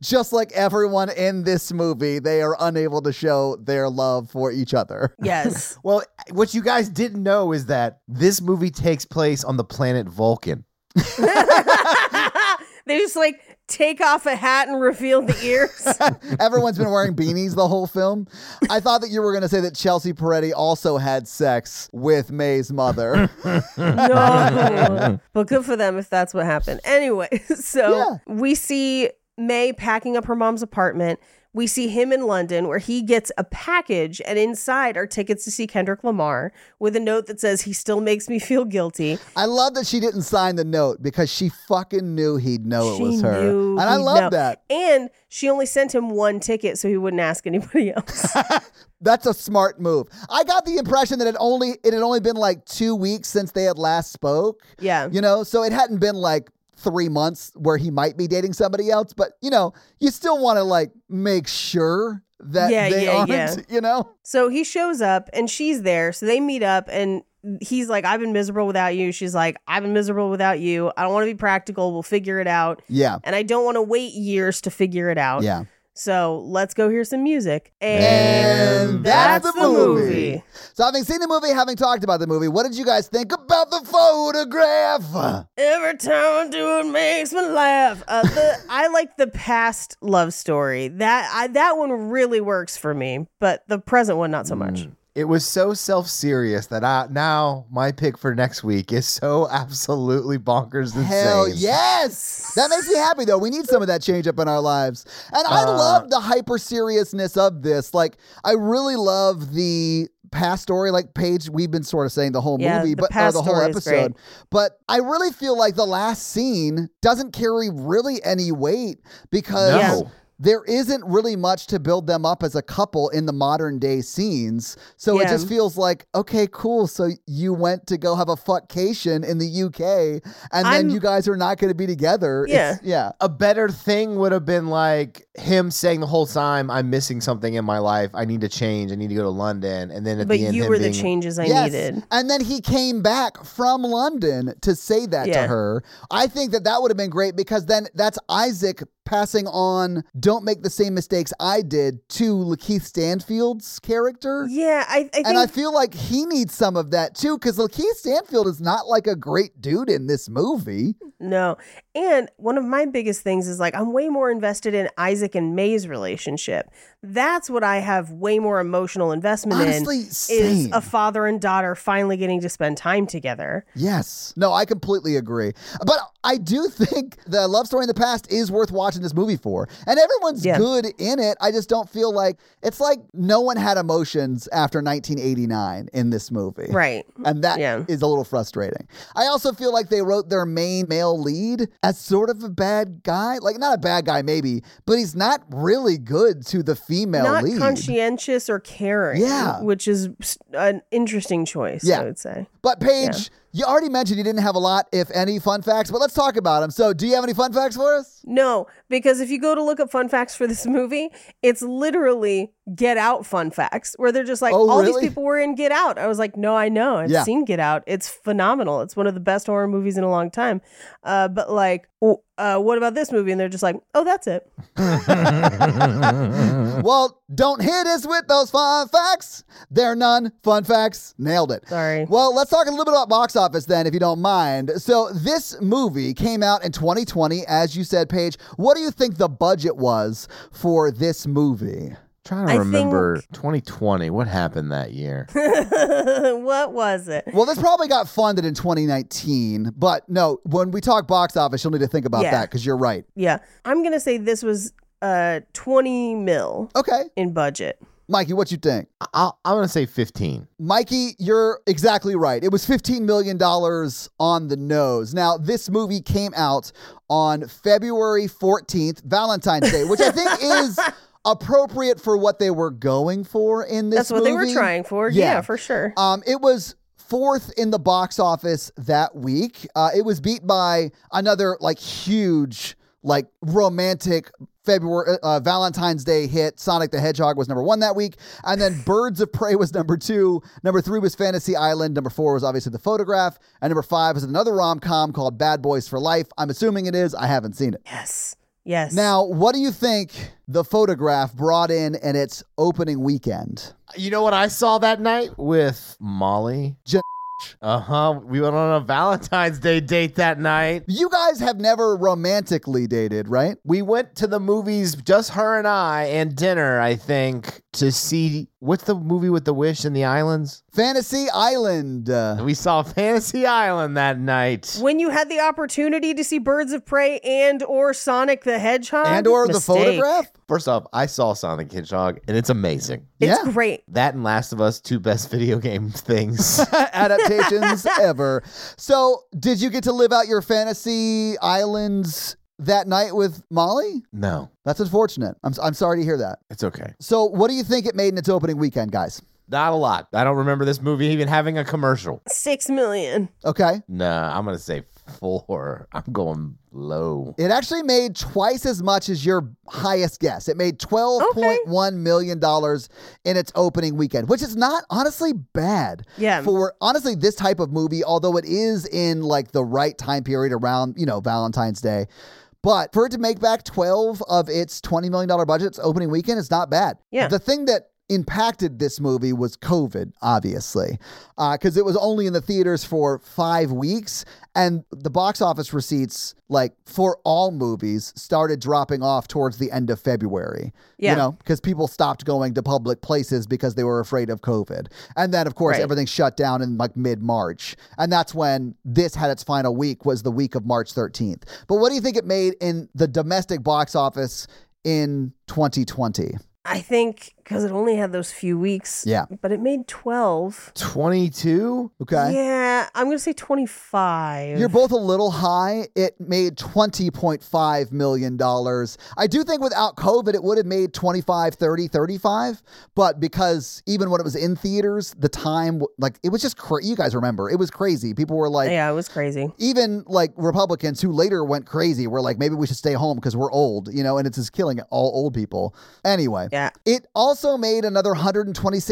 [SPEAKER 4] just like everyone in this movie, they are unable to show their love for each other.
[SPEAKER 2] yes.
[SPEAKER 3] Well, what you guys didn't know is that this movie takes place on the planet Vulcan.
[SPEAKER 2] they just like take off a hat and reveal the ears.
[SPEAKER 4] Everyone's been wearing beanies the whole film. I thought that you were going to say that Chelsea Peretti also had sex with May's mother.
[SPEAKER 2] no. but good for them if that's what happened. Anyway, so we see May packing up her mom's apartment. We see him in London where he gets a package, and inside are tickets to see Kendrick Lamar with a note that says, He still makes me feel guilty.
[SPEAKER 4] I love that she didn't sign the note because she fucking knew he'd know
[SPEAKER 2] She
[SPEAKER 4] Oh, it was her.
[SPEAKER 2] knew
[SPEAKER 4] And I
[SPEAKER 2] he'd
[SPEAKER 4] love
[SPEAKER 2] know.
[SPEAKER 4] that.
[SPEAKER 2] And she only sent him one ticket so he wouldn't ask anybody else.
[SPEAKER 4] That's a smart move. I got the impression that it only it had only been like 2 weeks since they had last spoke.
[SPEAKER 2] yeah.
[SPEAKER 4] You know, so it hadn't been like three months where he might be dating somebody else, but you know, you still want to like make sure that
[SPEAKER 2] Yeah,
[SPEAKER 4] they
[SPEAKER 2] yeah,
[SPEAKER 4] aren't,
[SPEAKER 2] yeah.
[SPEAKER 4] you know?
[SPEAKER 2] So he shows up and she's there. So they meet up and he's like, I've been miserable without you. She's like, I've been miserable without you. I don't want to be practical. We'll figure it out.
[SPEAKER 4] Yeah.
[SPEAKER 2] And I don't want to wait years to figure it out.
[SPEAKER 4] Yeah.
[SPEAKER 2] So let's go hear some music. And,
[SPEAKER 4] And that's the movie. So having seen the movie, having talked about the movie, what did you guys think about the photograph?
[SPEAKER 2] Every time I do it makes me laugh. Uh, the, I like the past love story. That I, that one really works for me, but the present one not so much.
[SPEAKER 3] It was so self serious that I now my pick for next week is so absolutely bonkers and
[SPEAKER 4] Hell
[SPEAKER 3] insane.
[SPEAKER 4] yes! That makes me happy though. We need some of that change up in our lives. And I
[SPEAKER 3] Uh,
[SPEAKER 4] love the hyper seriousness of this. Like, I really love the past story, like Paige, we've been sort of saying the whole
[SPEAKER 2] Yeah,
[SPEAKER 4] movie,
[SPEAKER 2] the
[SPEAKER 4] but or
[SPEAKER 2] past
[SPEAKER 4] the whole
[SPEAKER 2] story is great.
[SPEAKER 4] episode. But I really feel like the last scene doesn't carry really any weight because
[SPEAKER 3] No.
[SPEAKER 4] there isn't really much to build them up as a couple in the modern day scenes. So it
[SPEAKER 2] Yeah.
[SPEAKER 4] just feels like, okay, cool. So you went to go have a fuckcation in the UK and
[SPEAKER 2] I'm-
[SPEAKER 4] then you guys are not going to be together. It's- yeah.
[SPEAKER 3] A better thing would have been like him saying the whole time, "I'm missing something in my life. I need to change. I need to go to London." And then at
[SPEAKER 2] But
[SPEAKER 3] the end,
[SPEAKER 2] you
[SPEAKER 3] him
[SPEAKER 2] were
[SPEAKER 3] being,
[SPEAKER 2] the changes I needed.
[SPEAKER 4] And then he came back from London to say that to
[SPEAKER 2] Yeah.
[SPEAKER 4] her. I think that that would have been great because then that's Isaac passing on, don't make the same mistakes I did to Lakeith Stanfield's character.
[SPEAKER 2] Yeah, I, I think
[SPEAKER 4] And I feel like he needs some of that too, because Lakeith Stanfield is not like a great dude in this movie.
[SPEAKER 2] No. And one of my biggest things is like, I'm way more invested in Isaac and May's relationship. That's what I have way more emotional investment
[SPEAKER 4] Honestly,
[SPEAKER 2] in. Is
[SPEAKER 4] same.
[SPEAKER 2] a father and daughter finally getting to spend time together.
[SPEAKER 4] Yes. No, I completely agree. But I do think the love story in the past is worth watching this movie for. And everyone's
[SPEAKER 2] Yeah.
[SPEAKER 4] good in it. I just don't feel like it's like no one had emotions after 1989 in this movie.
[SPEAKER 2] Right.
[SPEAKER 4] And that is
[SPEAKER 2] Yeah.
[SPEAKER 4] a little frustrating. I also feel like they wrote their main male lead as sort of a bad guy. Like, not a bad guy, maybe, but he's not really good to the female
[SPEAKER 2] Not
[SPEAKER 4] lead.
[SPEAKER 2] conscientious or caring.
[SPEAKER 4] Yeah.
[SPEAKER 2] Which is an interesting choice,
[SPEAKER 4] Yeah.
[SPEAKER 2] I would say.
[SPEAKER 4] But Paige, you already mentioned you didn't have a lot, if any, fun facts, but let's talk about them. So, do you have any fun facts for us?
[SPEAKER 2] No, because if you go to look up fun facts for this movie, it's literally Get Out fun facts where they're just like,
[SPEAKER 4] Oh,
[SPEAKER 2] all
[SPEAKER 4] really?
[SPEAKER 2] these people were in Get Out. I was like, no, I know. I've
[SPEAKER 4] Yeah.
[SPEAKER 2] seen Get Out. It's phenomenal. It's one of the best horror movies in a long time. Uh, but like, w- uh, what about this movie? And they're just like, oh, that's it. Mm.
[SPEAKER 4] well, don't hit us with those fun facts. They're none fun facts. Nailed it.
[SPEAKER 2] Sorry.
[SPEAKER 4] Well, let's talk a little bit about box office then, if you don't mind. So, this movie came out in 2020, as you said, Paige. What do you think the budget was for this movie?
[SPEAKER 3] trying to
[SPEAKER 2] I
[SPEAKER 3] remember 2020. What happened that year?
[SPEAKER 2] what was it?
[SPEAKER 4] Well, this probably got funded in 2019, but no, when we talk box office, you'll need to think about
[SPEAKER 2] Yeah.
[SPEAKER 4] that because you're right.
[SPEAKER 2] Yeah. I'm going to say this was uh, 20 mil
[SPEAKER 4] Okay.
[SPEAKER 2] in budget.
[SPEAKER 4] Mikey, what you think?
[SPEAKER 3] I'll, I'm gonna say 15.
[SPEAKER 4] Mikey, you're exactly right. It was $15 million on the nose. Now, this movie came out on February 14th, Valentine's Day, which I think is appropriate for what they were going for in this
[SPEAKER 2] That's what they were
[SPEAKER 4] movie.
[SPEAKER 2] trying for. Yeah,
[SPEAKER 4] Yeah.
[SPEAKER 2] for sure.
[SPEAKER 4] Um, it was fourth in the box office that week. Uh, it was beat by another like huge, like romantic February uh, Valentine's Day hit. Sonic the Hedgehog was number one that week, and then Birds of Prey was number two. Number three was Fantasy Island. Number four was obviously The Photograph, and number five was another rom com called Bad Boys for Life. I'm assuming it is. I haven't seen it.
[SPEAKER 2] yes. Yes.
[SPEAKER 4] Now, what do you think The Photograph brought in in its opening weekend?
[SPEAKER 3] You know what I saw that night with Molly?
[SPEAKER 4] J-
[SPEAKER 3] Uh huh. We went on a Valentine's Day date that night.
[SPEAKER 4] You guys have never romantically dated, right?
[SPEAKER 3] We went to the movies, just her and I, and dinner, I think, to see what's the movie with the wish in the islands?
[SPEAKER 4] Fantasy Island. Uh,
[SPEAKER 3] We saw Fantasy Island that night.
[SPEAKER 2] when you had the opportunity to see Birds of Prey and or Sonic the Hedgehog
[SPEAKER 4] and or the
[SPEAKER 2] Mistake.
[SPEAKER 4] photograph.
[SPEAKER 3] First off, I saw Sonic the Hedgehog, and it's amazing.
[SPEAKER 2] It's
[SPEAKER 4] Yeah.
[SPEAKER 2] great.
[SPEAKER 3] That and Last of Us, two best video game things.
[SPEAKER 4] Adaptations ever. So, did you get to live out your fantasy islands that night with Molly?
[SPEAKER 3] no,
[SPEAKER 4] That's unfortunate. I'm, I'm sorry to hear that.
[SPEAKER 3] it's okay.
[SPEAKER 4] So, what do you think it made in its opening weekend, guys?
[SPEAKER 3] Not a lot. I don't remember this movie even having a commercial.
[SPEAKER 2] Six million.
[SPEAKER 4] Okay.
[SPEAKER 3] Nah, I'm gonna say four. I'm going low.
[SPEAKER 4] It actually made twice as much as your highest guess. It made twelve point one million dollars in its opening weekend, which is not honestly bad.
[SPEAKER 2] Yeah.
[SPEAKER 4] For honestly this type of movie, although it is in like the right time period around, you know, Valentine's Day. But for it to make back 12 of its $20 million budget its opening weekend, it's not bad.
[SPEAKER 2] Yeah.
[SPEAKER 4] The thing that impacted this movie was COVID, obviously, because it was only in the theaters for five weeks. And the box office receipts, like for all movies, started dropping off towards the end of February.
[SPEAKER 2] Yeah.
[SPEAKER 4] You know, because people stopped going to public places because they were afraid of COVID. And then, of course,
[SPEAKER 2] Right.
[SPEAKER 4] everything shut down in like mid March. And that's when this had its final week, was the week of March 13th. But what do you think it made in the domestic box office in 2020?
[SPEAKER 2] I think because it only had those few weeks.
[SPEAKER 4] Yeah.
[SPEAKER 2] But it made twelve.
[SPEAKER 3] Twenty-two.
[SPEAKER 4] Okay.
[SPEAKER 2] Yeah, I'm gonna say twenty-five.
[SPEAKER 4] You're both a little high. It made $20.5 million. I do think without COVID, it would have made 25, 30, 35. But because even when it was in theaters, the time, w- like, it was just crazy. You guys remember, it was crazy. People were like,
[SPEAKER 2] yeah, it was crazy.
[SPEAKER 4] even like Republicans who later went crazy were like, maybe we should stay home because we're old, you know, and it's just killing all old people. Anyway,
[SPEAKER 2] Yeah.
[SPEAKER 4] it also made another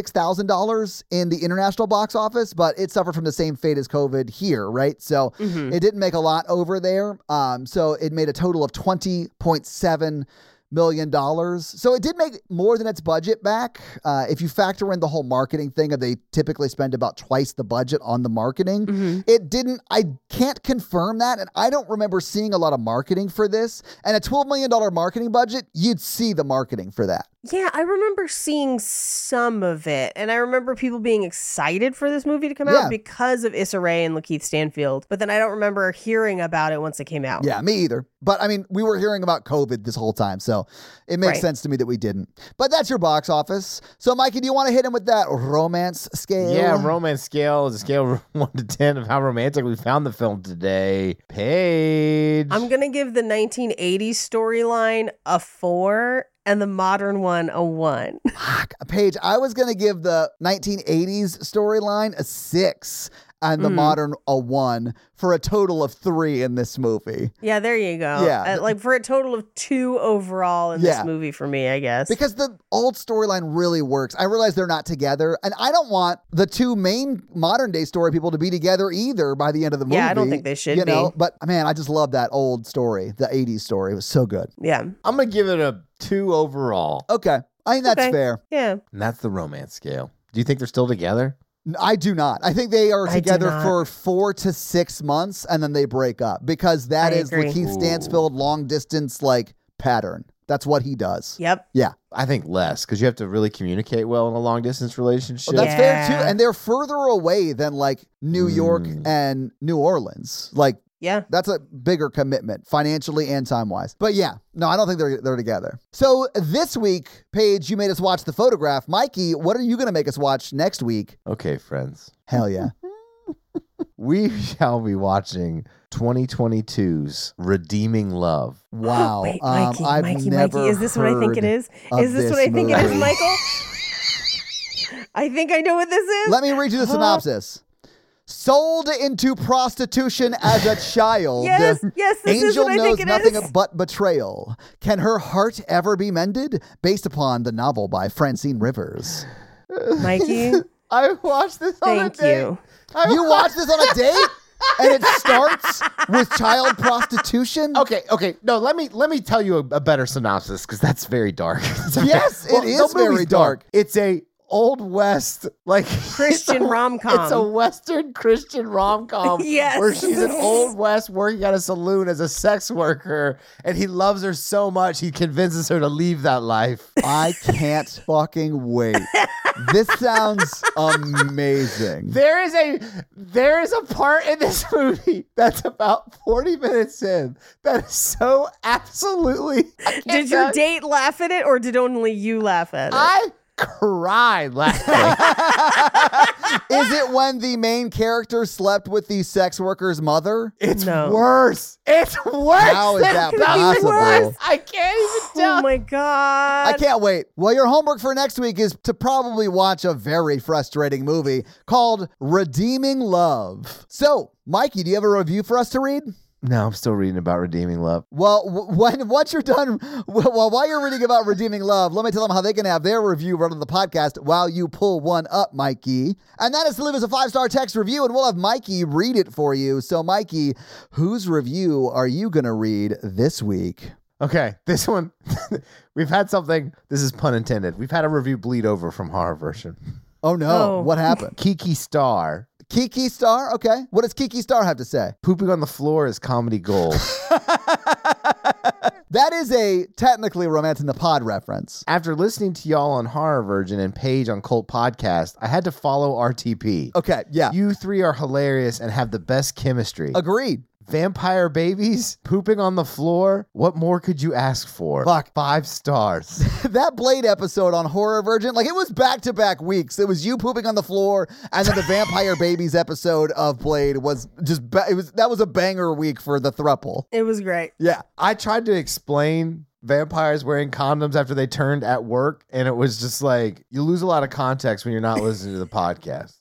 [SPEAKER 4] $126,000 in the international box office, but it suffered from the same fate as COVID here, right? So it didn't make a lot over there. Um, so it made a total of $20.7 million dollars so it did make more than its budget back uh, if you factor in the whole marketing thing of they typically spend about twice the budget on the marketing it didn't i can't confirm that and i don't remember seeing a lot of marketing for this and a $12 million marketing budget you'd see the marketing for that
[SPEAKER 2] Yeah, I remember seeing some of it, and I remember people being excited for this movie to come
[SPEAKER 4] Yeah.
[SPEAKER 2] out because of Issa Rae and Lakeith Stanfield. But then I don't remember hearing about it once it came out.
[SPEAKER 4] Yeah, me either. But I mean, we were hearing about COVID this whole time, so it makes
[SPEAKER 2] Right.
[SPEAKER 4] sense to me that we didn't. But that's your box office. So, Mikey, do you want to hit him with that romance scale?
[SPEAKER 3] Yeah, romance scale is a scale of one to ten of how romantic we found the film today. Paige.
[SPEAKER 2] I'm gonna give the 1980s storyline a four and the modern one a one.
[SPEAKER 4] Fuck, Paige, I was gonna give the 1980s storyline a six and the modern a one for a total of three in this movie.
[SPEAKER 2] yeah, there you go.
[SPEAKER 4] Yeah.
[SPEAKER 2] Uh, like for a total of two overall in
[SPEAKER 4] Yeah.
[SPEAKER 2] this movie for me, I guess.
[SPEAKER 4] Because the old storyline really works. I realize they're not together, and I don't want the two main modern day story people to be together either by the end of the movie.
[SPEAKER 2] Yeah, I don't think they should
[SPEAKER 4] You know,
[SPEAKER 2] be.
[SPEAKER 4] but man, I just love that old story, the '80s story. It was so good.
[SPEAKER 2] yeah,
[SPEAKER 3] I'm gonna give it a two overall.
[SPEAKER 4] Okay, I think that's
[SPEAKER 2] Okay.
[SPEAKER 4] fair.
[SPEAKER 2] yeah.
[SPEAKER 3] And that's the romance scale. Do you think they're still together?
[SPEAKER 4] N- I do not. I think they are
[SPEAKER 2] I do
[SPEAKER 4] together
[SPEAKER 2] not.
[SPEAKER 4] for four to six months and then they break up because that
[SPEAKER 2] I
[SPEAKER 4] is
[SPEAKER 2] agree.
[SPEAKER 4] Lakeith
[SPEAKER 3] Ooh.
[SPEAKER 4] Stansfield long distance like pattern. That's what he does.
[SPEAKER 2] Yep.
[SPEAKER 3] I think less because you have to really communicate well in a long distance relationship.
[SPEAKER 4] Well, that's fair too.
[SPEAKER 2] Yeah.
[SPEAKER 4] And they're further away than like New York
[SPEAKER 3] Mm.
[SPEAKER 4] and New Orleans. Like
[SPEAKER 2] Yeah.
[SPEAKER 4] that's a bigger commitment financially and time wise. But yeah, no, I don't think they're they're together. So this week, Paige, you made us watch the photograph. Mikey, what are you gonna make us watch next week?
[SPEAKER 3] Okay, friends.
[SPEAKER 4] Hell yeah.
[SPEAKER 3] We shall be watching 2022's Redeeming Love.
[SPEAKER 4] Wow.
[SPEAKER 2] Wait,
[SPEAKER 4] Um,
[SPEAKER 2] Mikey,
[SPEAKER 4] I've
[SPEAKER 2] Mikey,
[SPEAKER 4] never
[SPEAKER 2] Mikey, is this what I think it
[SPEAKER 4] heard
[SPEAKER 2] is?
[SPEAKER 4] of
[SPEAKER 2] Is this, what
[SPEAKER 4] this
[SPEAKER 2] I think it is,
[SPEAKER 4] movie.
[SPEAKER 2] Michael? I think I know what this is.
[SPEAKER 4] Let me read you the synopsis. Sold into prostitution as a child,
[SPEAKER 2] Yes, yes, this is
[SPEAKER 4] Angel
[SPEAKER 2] what I
[SPEAKER 4] knows
[SPEAKER 2] think it
[SPEAKER 4] nothing
[SPEAKER 2] is.
[SPEAKER 4] but betrayal. Can her heart ever be mended? Based upon the novel by Francine Rivers.
[SPEAKER 2] Mikey,
[SPEAKER 3] I watched this
[SPEAKER 2] thank you.
[SPEAKER 4] You watch this on a date, and it starts with child prostitution.
[SPEAKER 3] Okay, okay. No, let me let me tell you a, a better synopsis because that's very dark.
[SPEAKER 4] Yes, it is
[SPEAKER 3] the movie's
[SPEAKER 4] very dark.
[SPEAKER 3] It's a old west like
[SPEAKER 2] Christian
[SPEAKER 3] it's a-
[SPEAKER 2] rom-com.
[SPEAKER 3] It's a western Christian rom com.
[SPEAKER 2] Yes.
[SPEAKER 3] where she's an old west working at a saloon as a sex worker, and he loves her so much he convinces her to leave that life.
[SPEAKER 4] I can't fucking wait. This sounds amazing.
[SPEAKER 3] There is a there is a part in this movie that's about forty minutes in that is so absolutely. I can't
[SPEAKER 2] Did your
[SPEAKER 3] tell-
[SPEAKER 2] date laugh at it, or did only you laugh at it?
[SPEAKER 3] I cried laughing.
[SPEAKER 4] Is it when the main character slept with the sex worker's mother?
[SPEAKER 3] It's
[SPEAKER 2] No.
[SPEAKER 3] worse. It's worse.
[SPEAKER 4] How is
[SPEAKER 3] than
[SPEAKER 4] that
[SPEAKER 3] Bella
[SPEAKER 4] possible?
[SPEAKER 3] Thorne. I can't even tell.
[SPEAKER 2] oh my god!
[SPEAKER 4] I can't wait. Well, your homework for next week is to probably watch a very frustrating movie called Redeeming Love. So, Mikey, do you have a review for us to read?
[SPEAKER 3] no, I'm still reading about redeeming love.
[SPEAKER 4] Well, w- when once you're done, well, while you're reading about Redeeming Love, let me tell them how they can have their review right on the podcast while you pull one up, Mikey. And that is to leave us a five star text review, and we'll have Mikey read it for you. So, Mikey, whose review are you going to read this week?
[SPEAKER 3] Okay, this one. we've had something. This is pun intended. We've had a review bleed over from horror version.
[SPEAKER 4] Oh no,
[SPEAKER 2] Oh.
[SPEAKER 4] what happened?
[SPEAKER 3] Kiki Star
[SPEAKER 4] Kiki Star? Okay. What does Kiki Star have to say?
[SPEAKER 3] pooping on the floor is comedy gold.
[SPEAKER 4] That is a technically Romance in the Pod reference.
[SPEAKER 3] After listening to y'all on Horror Virgin and Paige on Cult Podcast, I had to follow RTP.
[SPEAKER 4] Okay, yeah.
[SPEAKER 3] You three are hilarious and have the best chemistry.
[SPEAKER 4] Agreed.
[SPEAKER 3] Vampire babies pooping on the floor. What more could you ask for?
[SPEAKER 4] Fuck.
[SPEAKER 3] Five stars.
[SPEAKER 4] that Blade episode on Horror Virgin, like it was back to back weeks. It was you pooping on the floor, and then the Vampire Babies episode of Blade was just ba- it was that was a banger week for the thruple.
[SPEAKER 2] it was great.
[SPEAKER 4] Yeah,
[SPEAKER 3] I tried to explain vampires wearing condoms after they turned at work, and it was just like you lose a lot of context when you're not listening to the podcast.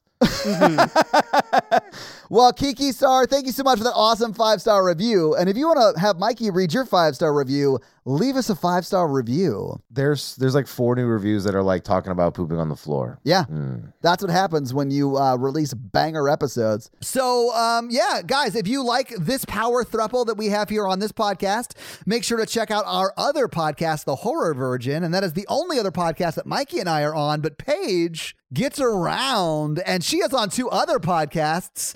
[SPEAKER 4] Well, Kiki Star, thank you so much for that awesome five star review. And if you want to have Mikey read your five star review, leave us a five star review.
[SPEAKER 3] There's there's like four new reviews that are like talking about pooping on the floor.
[SPEAKER 4] Yeah.
[SPEAKER 3] Mm.
[SPEAKER 4] That's what happens when you uh, release banger episodes. So, um, yeah, guys, if you like this power thruple that we have here on this podcast, make sure to check out our other podcast, The Horror Virgin. And that is the only other podcast that Mikey and I are on. But Paige gets around and she is on two other podcasts.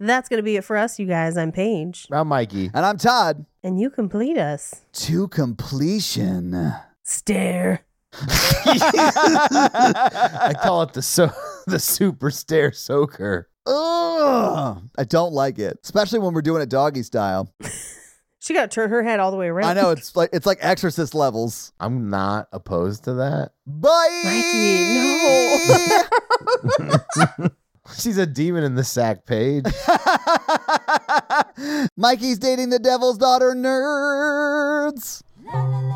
[SPEAKER 2] That's gonna be it for us, you guys. I'm Paige.
[SPEAKER 3] Now, Mikey.
[SPEAKER 4] And I'm Todd.
[SPEAKER 2] And you complete us.
[SPEAKER 4] To completion.
[SPEAKER 2] Stare.
[SPEAKER 3] I call it the so the super stare soaker.
[SPEAKER 4] Ugh, I don't like it, especially when we're doing it doggy style.
[SPEAKER 2] She gotta turn her head all the way around.
[SPEAKER 4] I know it's like it's like Exorcist levels.
[SPEAKER 3] I'm not opposed to that.
[SPEAKER 4] Bye,
[SPEAKER 2] Mikey, no.
[SPEAKER 3] She's a demon in the sack page.
[SPEAKER 4] Mikey's dating the devil's daughter. Nerds.
[SPEAKER 1] La, la, la.